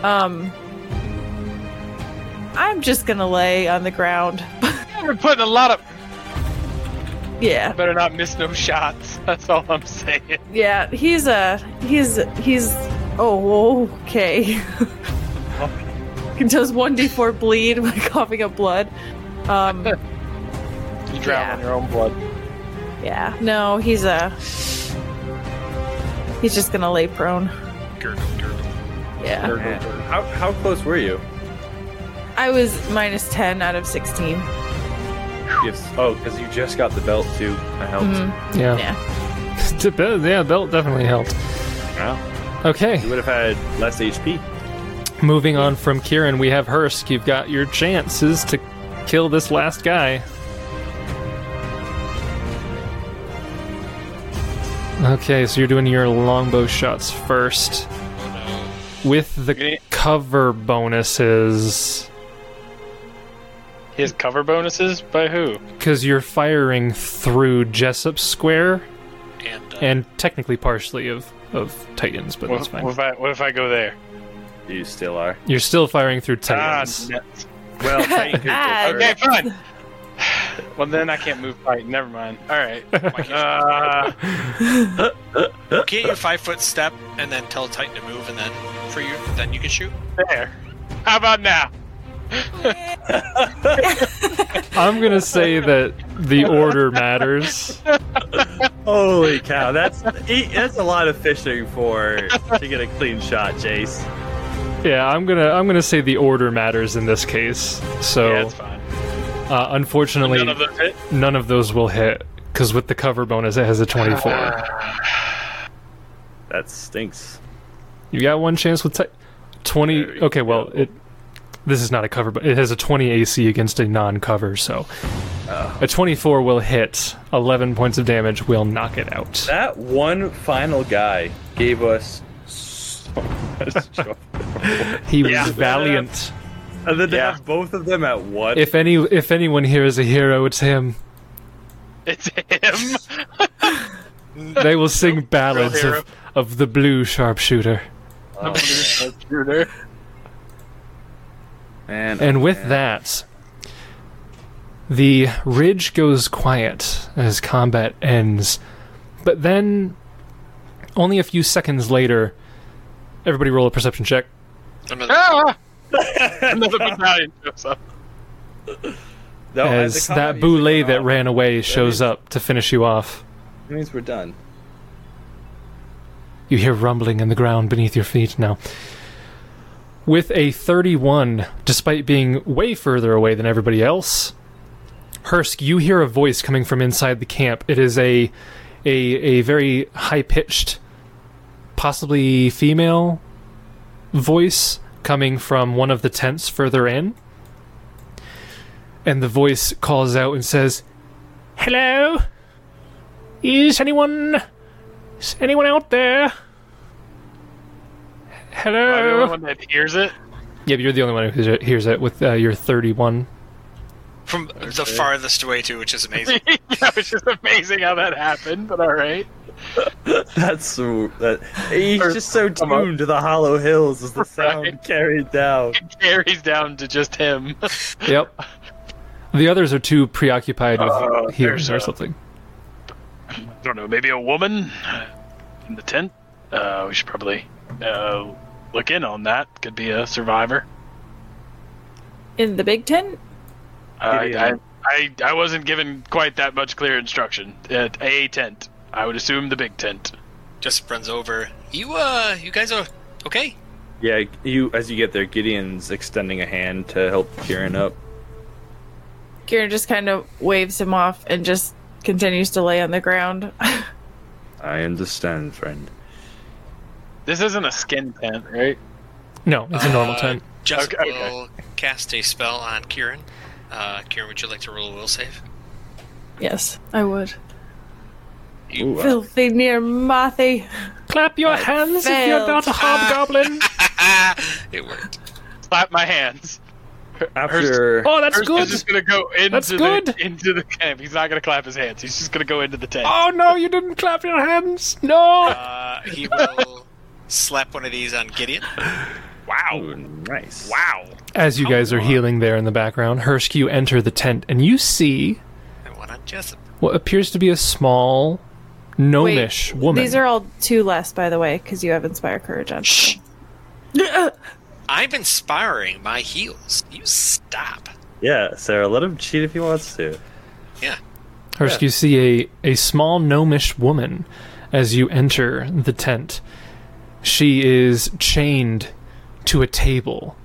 um I'm just gonna lay on the ground. (laughs) We're putting a lot of. yeah. Better not miss no shots. (laughs) That's all I'm saying. Yeah, he's a he's he's oh okay. (laughs) Does one d four bleed by coughing up blood? Um, You drown Yeah. in your own blood. yeah, no, he's a he's just gonna lay prone. Gurgle, gurgle. Yeah, How, how close were you? I was minus ten out of sixteen. Yes. Oh, because you just got the belt too. I helped. Yeah, Oh. (laughs) uh, Yeah, yeah, belt definitely helped. Wow. Okay, You would have had less HP. moving on from Kieran, we have Hursk. You've got your chances to kill this last guy. Okay, so you're doing your longbow shots first. With the Okay. cover bonuses. His cover bonuses by who? because you're firing through Jessup's square And, uh, and technically partially of of Titans, but What, that's fine. what if I what if I go there? You still are. You're still firing through Ah, Titans. nuts. Well, Titan could Ah, go okay, first. fine. (sighs) well then I can't move fight. Never mind. (laughs) All right. why can't you- Uh, Get your five foot step and then tell Titan to move, and then for you, then you can shoot. there. How about now? I'm gonna say that the order matters. Holy cow! That's he, that's a lot of fishing for to get a clean shot, Jace. Yeah, I'm gonna I'm gonna say the order matters in this case. So Yeah, it's fine. uh, unfortunately, None of those hit. none of those will hit because with the cover bonus, it has a 24. That stinks. You got one chance with Titan. 20. Okay, well, it this is not a cover, but it has a 20 AC against a non cover, so. Oh. A 24 will hit. 11 points of damage will knock it out. (laughs) (laughs) That one final guy gave us so much trouble. He was Yeah. valiant. And then to Yeah. have both of them at once. If any, if anyone here is a hero, it's him. It's him. (laughs) They will sing ballads hero. of, of the blue sharpshooter. Oh, Shooter. Man, And with that, the ridge goes quiet as combat ends. But then, only a few seconds later, everybody roll a perception check. Another- Ah! Another battalion shows up. no, I- Oh, the as combat that boule music went that off. ran away shows is- up to finish you off. That means we're done. You hear rumbling in the ground beneath your feet now. With a 31, despite being way further away than everybody else, Hursk, you hear a voice coming from inside the camp. It is a a a very high pitched, possibly female voice coming from one of the tents further in. And the voice calls out and says, "Hello? Is anyone is anyone out there? Am I the Hello. only one that hears it? Yeah, but you're the only one who hears it- hears it with uh, your 31. from the farthest away too, which is amazing. (laughs) yeah, it was just amazing how that happened, but all right. That's so. That, he's Or just so come up. tuned to the hollow hills as the sound (laughs) Right. carried down. It carries down to just him. (laughs) Yep. The others are too preoccupied with Oh, hearing there's or a- something. I don't know, maybe a woman in the tent. Uh, we should probably uh, look in on that. Could be a survivor. in the big tent. I, I, Gideon. I, I wasn't given quite that much clear instruction. At a tent, I would assume the big tent. Just runs over. You uh, you guys are okay. Yeah, you as you get there, Gideon's extending a hand to help Kieran up. Kieran just kind of waves him off and just continues to lay on the ground. (laughs) I understand, friend. This isn't a skin tent, right? No, it's a normal Uh, tent. Just Okay, okay. will cast a spell on Kieran. Uh, Kieran, would you like to roll a will save? yes, I would. Ooh, uh, Filthy near mothy. Clap your hands if you're failed. not a (laughs) hobgoblin. Ah, it worked. Clap my hands. After oh, that's He's good. just gonna go into That's the good. into the camp. He's not gonna clap his hands. He's just gonna go into the tent. Oh no, you didn't clap your hands. No. (laughs) Uh, he will slap one of these on Gideon. Wow, nice. Wow. As you guys are healing there in the background, Hirsch, you enter the tent and you see And one on Jessup. what appears to be a small, gnomish woman. These are all two less, by the way, because you have inspire courage on. Shh. I'm inspiring my heels. You stop. yeah, Sarah, let him cheat if he wants to. Yeah. Hursk, you see a, a small gnomish woman as you enter the tent. She is chained to a table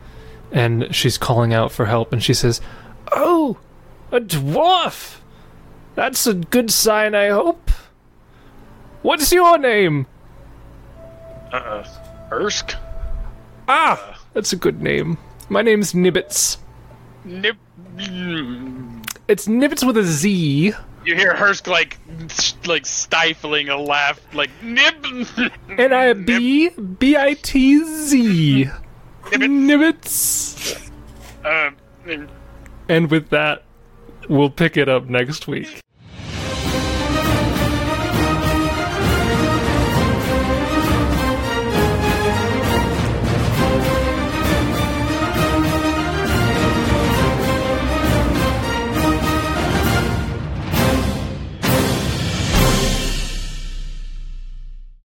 and she's calling out for help and she says, Oh, a dwarf! That's a good sign, I hope. What's your name? Uh, Ersk? Ah, that's a good name. My name's Nibbits. Nip. mm. It's Nibbits with a Z. You hear Hursk like s- like stifling a laugh, like nib. (laughs) N I B B I T Z. Nibbits. Uh, And with that, we'll pick it up next week.